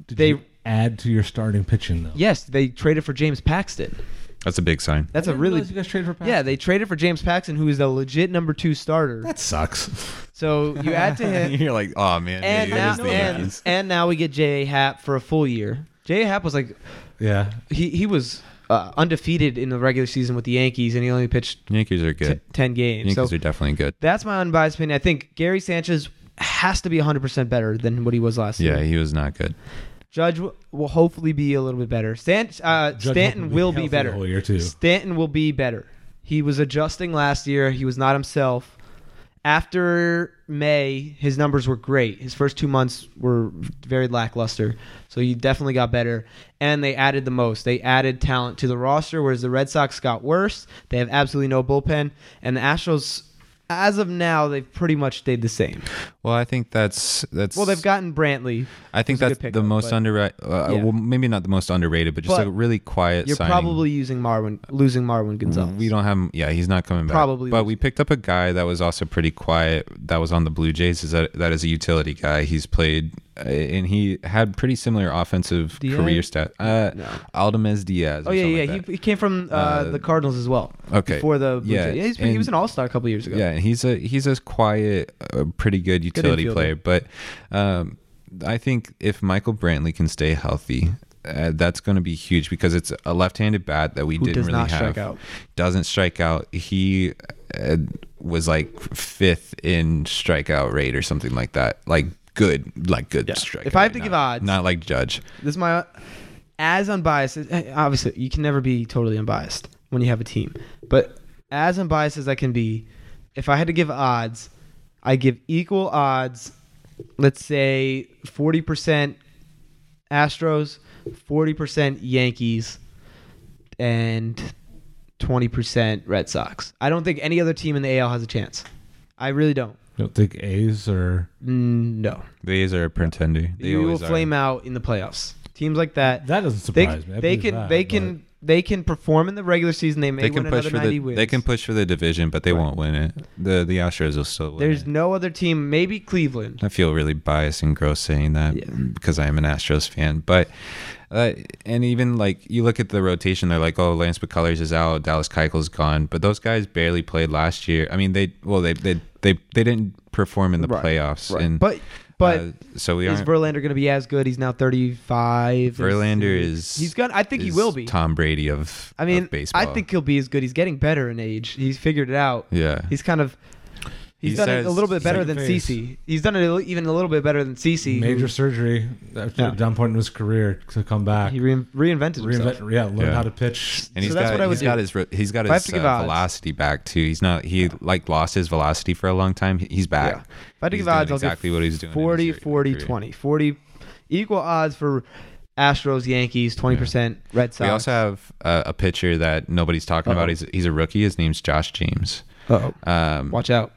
[SPEAKER 3] did
[SPEAKER 1] they-
[SPEAKER 3] you add to your starting pitching though.
[SPEAKER 1] Yes, they traded for James Paxton.
[SPEAKER 2] That's a big sign.
[SPEAKER 1] That's
[SPEAKER 3] I
[SPEAKER 1] a
[SPEAKER 3] didn't
[SPEAKER 1] really
[SPEAKER 3] realize you guys traded for Paxton.
[SPEAKER 1] yeah. They traded for James Paxton, who is a legit number two starter.
[SPEAKER 3] That sucks.
[SPEAKER 1] So you add to him,
[SPEAKER 2] You're like, oh man,
[SPEAKER 1] and
[SPEAKER 2] maybe it
[SPEAKER 1] now,
[SPEAKER 2] is the
[SPEAKER 1] and,
[SPEAKER 2] Yankees."
[SPEAKER 1] and now we get J.A. Happ for a full year. J.A. Happ was like
[SPEAKER 3] Yeah.
[SPEAKER 1] he he was uh, undefeated in the regular season with the Yankees, and he only pitched
[SPEAKER 2] Yankees are
[SPEAKER 1] t-
[SPEAKER 2] good.
[SPEAKER 1] ten games.
[SPEAKER 2] Yankees
[SPEAKER 1] so
[SPEAKER 2] are definitely good.
[SPEAKER 1] that's my unbiased opinion. I think Gary Sanchez has to be 100 percent better than what he was last
[SPEAKER 2] Yeah,
[SPEAKER 1] year.
[SPEAKER 2] he was not good.
[SPEAKER 1] Judge w- will hopefully be a little bit better. Stan, uh,
[SPEAKER 3] Judge
[SPEAKER 1] Stanton
[SPEAKER 3] hopefully Oh,
[SPEAKER 1] will be
[SPEAKER 3] healthy
[SPEAKER 1] better.
[SPEAKER 3] the whole year, too.
[SPEAKER 1] Stanton will be better. He was adjusting last year. He was not himself. After May, his numbers were great. His first two months were very lackluster. So he definitely got better. And they added the most. They added talent to the roster, whereas the Red Sox got worse. They have absolutely no bullpen. And the Astros, as of now, they've pretty much stayed the same.
[SPEAKER 2] Well, I think that's that's.
[SPEAKER 1] Well, they've gotten Brantley.
[SPEAKER 2] I think
[SPEAKER 1] was a
[SPEAKER 2] that's
[SPEAKER 1] good pickup,
[SPEAKER 2] the most
[SPEAKER 1] but-
[SPEAKER 2] underrated. Uh,
[SPEAKER 1] Yeah.
[SPEAKER 2] Well, maybe not the most underrated, but just
[SPEAKER 1] But
[SPEAKER 2] like a really quiet.
[SPEAKER 1] You're
[SPEAKER 2] signing.
[SPEAKER 1] probably using Marwin, losing Marwin Gonzalez.
[SPEAKER 2] We don't have. him- Yeah, he's not coming back.
[SPEAKER 1] Probably
[SPEAKER 2] But
[SPEAKER 1] lose.
[SPEAKER 2] we picked up a guy that was also pretty quiet. That was on the Blue Jays. Is that that is a utility guy. He's played, uh, and he had pretty similar offensive
[SPEAKER 1] Diaz?
[SPEAKER 2] career stat. Uh,
[SPEAKER 1] No.
[SPEAKER 2] Aldamez Diaz. or
[SPEAKER 1] Oh yeah,
[SPEAKER 2] something
[SPEAKER 1] yeah.
[SPEAKER 2] like that.
[SPEAKER 1] he, he came from uh,
[SPEAKER 2] Uh,
[SPEAKER 1] the Cardinals as well.
[SPEAKER 2] okay.
[SPEAKER 1] Before the Blue
[SPEAKER 2] Yeah,
[SPEAKER 1] Jays. yeah, he's- he
[SPEAKER 2] and-
[SPEAKER 1] was an All Star a couple years ago.
[SPEAKER 2] Yeah, and he's a he's a quiet, uh, pretty good utility
[SPEAKER 1] infielder.
[SPEAKER 2] player. But um, I think if Michael Brantley can stay healthy, uh, that's going to be huge because it's a left-handed bat that we
[SPEAKER 1] Who
[SPEAKER 2] didn't
[SPEAKER 1] does
[SPEAKER 2] really
[SPEAKER 1] not
[SPEAKER 2] have.
[SPEAKER 1] strike out.
[SPEAKER 2] Doesn't strike out. He uh, was like fifth in strikeout rate or something like that. Like good, like good strikeout.
[SPEAKER 1] If I have
[SPEAKER 2] rate,
[SPEAKER 1] to give
[SPEAKER 2] not-
[SPEAKER 1] odds-
[SPEAKER 2] not like Judge.
[SPEAKER 1] This is my. as unbiased. as- eh, Obviously, you can never be totally unbiased when you have a team, but as unbiased as I can be, if I had to give odds, I give equal odds. Let's say forty percent Astros, forty percent Yankees, and twenty percent Red Sox. I don't think any other team in the AL has a chance. I really don't.
[SPEAKER 3] don't think A's or
[SPEAKER 1] Mm, No,
[SPEAKER 2] The A's are a pretender. They
[SPEAKER 1] you will
[SPEAKER 2] always
[SPEAKER 1] flame
[SPEAKER 2] are.
[SPEAKER 1] out in the playoffs. Teams like that
[SPEAKER 3] that doesn't
[SPEAKER 1] they,
[SPEAKER 3] surprise me. I
[SPEAKER 1] they
[SPEAKER 3] believe
[SPEAKER 1] can
[SPEAKER 3] that,
[SPEAKER 1] they
[SPEAKER 3] but-
[SPEAKER 1] can they can perform in the regular season. They may
[SPEAKER 2] They can
[SPEAKER 1] win
[SPEAKER 2] push
[SPEAKER 1] another
[SPEAKER 2] for
[SPEAKER 1] ninety
[SPEAKER 2] the
[SPEAKER 1] wins.
[SPEAKER 2] they can push for the division, but they
[SPEAKER 1] Right.
[SPEAKER 2] won't win it. The the Astros will still win.
[SPEAKER 1] There's
[SPEAKER 2] it.
[SPEAKER 1] no other team. Maybe Cleveland.
[SPEAKER 2] I feel really biased and gross saying that
[SPEAKER 1] Yeah.
[SPEAKER 2] because I am an Astros fan. But uh, and even like you look at the rotation, they're like, oh, Lance McCullers is out, Dallas Keuchel's gone, but those guys barely played last year. I mean, they well, they they they, they didn't perform in the
[SPEAKER 1] Right,
[SPEAKER 2] playoffs, and
[SPEAKER 1] But but
[SPEAKER 2] uh, so we
[SPEAKER 1] is
[SPEAKER 2] aren't.
[SPEAKER 1] Verlander going to be as good? He's now 35.
[SPEAKER 2] Verlander is
[SPEAKER 1] He's gonna. I think he
[SPEAKER 2] is
[SPEAKER 1] will be.
[SPEAKER 2] Tom Brady of
[SPEAKER 1] I
[SPEAKER 2] of
[SPEAKER 1] mean,
[SPEAKER 2] baseball.
[SPEAKER 1] I think he'll be as good. He's getting better in age. He's figured it out.
[SPEAKER 2] yeah.
[SPEAKER 1] He's kind of. He's
[SPEAKER 2] He
[SPEAKER 1] done it
[SPEAKER 2] says-
[SPEAKER 1] a little bit
[SPEAKER 2] he's
[SPEAKER 1] better
[SPEAKER 3] like
[SPEAKER 1] than
[SPEAKER 3] face.
[SPEAKER 1] Cece. He's done it a li- even a little bit better than Cece.
[SPEAKER 3] major surgery at
[SPEAKER 1] Yeah.
[SPEAKER 3] a down point in his career to come back.
[SPEAKER 1] He rein reinvented himself.
[SPEAKER 3] Reinvent, yeah, learn
[SPEAKER 2] Yeah.
[SPEAKER 3] how to pitch.
[SPEAKER 2] And
[SPEAKER 1] So
[SPEAKER 2] he's
[SPEAKER 1] that's
[SPEAKER 2] got,
[SPEAKER 1] what I would
[SPEAKER 2] he's got
[SPEAKER 1] do.
[SPEAKER 2] his ro- he's got
[SPEAKER 1] If I have
[SPEAKER 2] his
[SPEAKER 1] to give
[SPEAKER 2] uh,
[SPEAKER 1] odds-
[SPEAKER 2] velocity back too. He's not he like lost his velocity for a long time. He- He's back.
[SPEAKER 1] Yeah. If I had to
[SPEAKER 2] He's
[SPEAKER 1] give odds,
[SPEAKER 2] doing exactly
[SPEAKER 1] I'll give
[SPEAKER 2] what he's doing in his
[SPEAKER 1] 40,
[SPEAKER 2] year- in
[SPEAKER 1] 40,
[SPEAKER 2] career.
[SPEAKER 1] 20. 40 equal odds for Astros, Yankees, 20% Red Sox.
[SPEAKER 2] We also have uh, a pitcher that nobody's talking
[SPEAKER 1] Uh-oh.
[SPEAKER 2] about. He's he's a rookie. His name's Josh James.
[SPEAKER 1] oh
[SPEAKER 2] Um,
[SPEAKER 1] Watch out.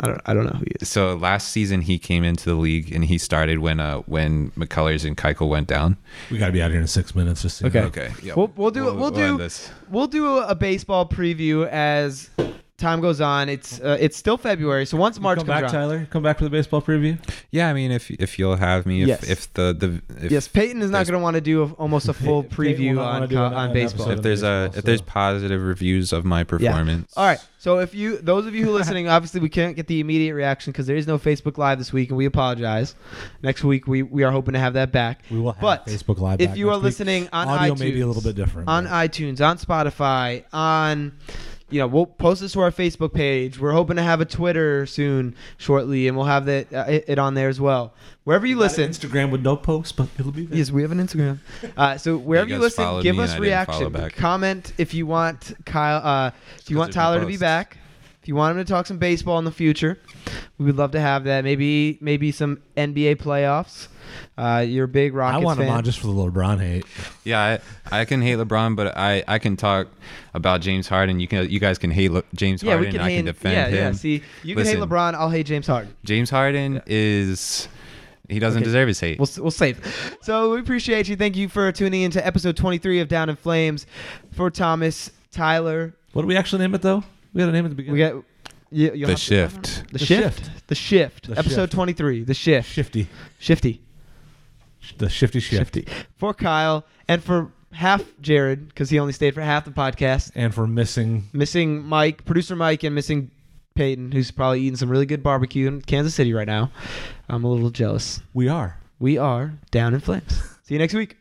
[SPEAKER 1] I don't, I don't know who he is.
[SPEAKER 2] so last season he came into the league and he started when uh when McCullers and Keuchel went down.
[SPEAKER 3] We got to be out here in six minutes. Just so you
[SPEAKER 1] Okay.
[SPEAKER 3] know.
[SPEAKER 2] Okay, yeah,
[SPEAKER 1] We'll- we'll do- we'll do-
[SPEAKER 2] end this.
[SPEAKER 1] We'll do a, a baseball preview as time goes on. It's uh, it's still February, so once March
[SPEAKER 3] come
[SPEAKER 1] comes
[SPEAKER 3] back,
[SPEAKER 1] around.
[SPEAKER 3] Tyler. Come back for the baseball preview.
[SPEAKER 2] Yeah, I mean if if you'll have me, if
[SPEAKER 1] Yes.
[SPEAKER 2] if the the if,
[SPEAKER 1] yes, Peyton is not
[SPEAKER 2] there's-
[SPEAKER 1] going to want to do a, almost a full
[SPEAKER 3] Peyton will
[SPEAKER 1] preview
[SPEAKER 3] not wanna
[SPEAKER 1] on
[SPEAKER 3] do
[SPEAKER 1] co-
[SPEAKER 3] an-
[SPEAKER 1] on
[SPEAKER 3] an
[SPEAKER 1] baseball.
[SPEAKER 3] episode.
[SPEAKER 2] if there's a if there's positive reviews of my performance.
[SPEAKER 1] All right. So if you, those of you who are listening, obviously we can't get the immediate reaction because there is no Facebook Live this week, and we apologize. Next week we we are hoping to have that back.
[SPEAKER 3] We will have
[SPEAKER 1] But
[SPEAKER 3] Facebook Live.
[SPEAKER 1] if
[SPEAKER 3] back
[SPEAKER 1] you are
[SPEAKER 3] next week.
[SPEAKER 1] listening on
[SPEAKER 3] audio
[SPEAKER 1] iTunes,
[SPEAKER 3] may be a little bit different.
[SPEAKER 1] on
[SPEAKER 3] but-
[SPEAKER 1] iTunes, on Spotify, on you know, we'll post this to our Facebook page. We're hoping to have a Twitter soon, shortly, and we'll have that uh, it, it on there as well. Wherever you
[SPEAKER 3] Not an
[SPEAKER 1] listen,
[SPEAKER 3] Instagram with no posts, but it'll be there.
[SPEAKER 1] yes, we have an Instagram. Uh, so wherever you,
[SPEAKER 2] guys
[SPEAKER 1] listen,
[SPEAKER 2] followed
[SPEAKER 1] give
[SPEAKER 2] me
[SPEAKER 1] us
[SPEAKER 2] and I didn't follow
[SPEAKER 1] reaction.
[SPEAKER 2] back.
[SPEAKER 1] Comment if you want Kyle, uh, if you
[SPEAKER 2] 'cause
[SPEAKER 1] want
[SPEAKER 2] there's no
[SPEAKER 1] Tyler to be
[SPEAKER 2] posts.
[SPEAKER 1] back. If you want him to talk some baseball in the future, we would love to have that. Maybe maybe some NBA playoffs. Uh, you're a big Rockets
[SPEAKER 3] I want
[SPEAKER 1] fan.
[SPEAKER 3] him on just for the LeBron hate.
[SPEAKER 2] Yeah, I, I can hate LeBron, but I, I can talk about James Harden. You can you guys can hate Le- James
[SPEAKER 1] yeah,
[SPEAKER 2] Harden.
[SPEAKER 1] we can
[SPEAKER 2] and I
[SPEAKER 1] hate.
[SPEAKER 2] can defend
[SPEAKER 1] yeah, yeah.
[SPEAKER 2] him.
[SPEAKER 1] See, you can hate
[SPEAKER 2] Listen.
[SPEAKER 1] LeBron. I'll hate James Harden.
[SPEAKER 2] James Harden is he doesn't
[SPEAKER 1] Okay.
[SPEAKER 2] deserve his hate.
[SPEAKER 1] We'll, we'll save. So we appreciate you. Thank you for tuning in to episode 23 of Down in Flames. For Thomas, Tyler,
[SPEAKER 3] What do we actually name it though? We had a name at the beginning.
[SPEAKER 1] we got you, you'll
[SPEAKER 2] the
[SPEAKER 1] have to-
[SPEAKER 2] shift.
[SPEAKER 1] the,
[SPEAKER 3] The
[SPEAKER 1] shift. The shift.
[SPEAKER 3] The
[SPEAKER 1] episode
[SPEAKER 3] shift.
[SPEAKER 1] 23. The shift.
[SPEAKER 3] Shifty,
[SPEAKER 1] Shifty.
[SPEAKER 3] the shifty shift,
[SPEAKER 1] Shifty. For Kyle and for half Jared because he only stayed for half the podcast.
[SPEAKER 3] and for missing
[SPEAKER 1] Missing Mike, producer Mike, and missing Peyton, who's probably eating some really good barbecue in Kansas City right now. I'm a little jealous.
[SPEAKER 3] we are.
[SPEAKER 1] We are down in flames. See you next week.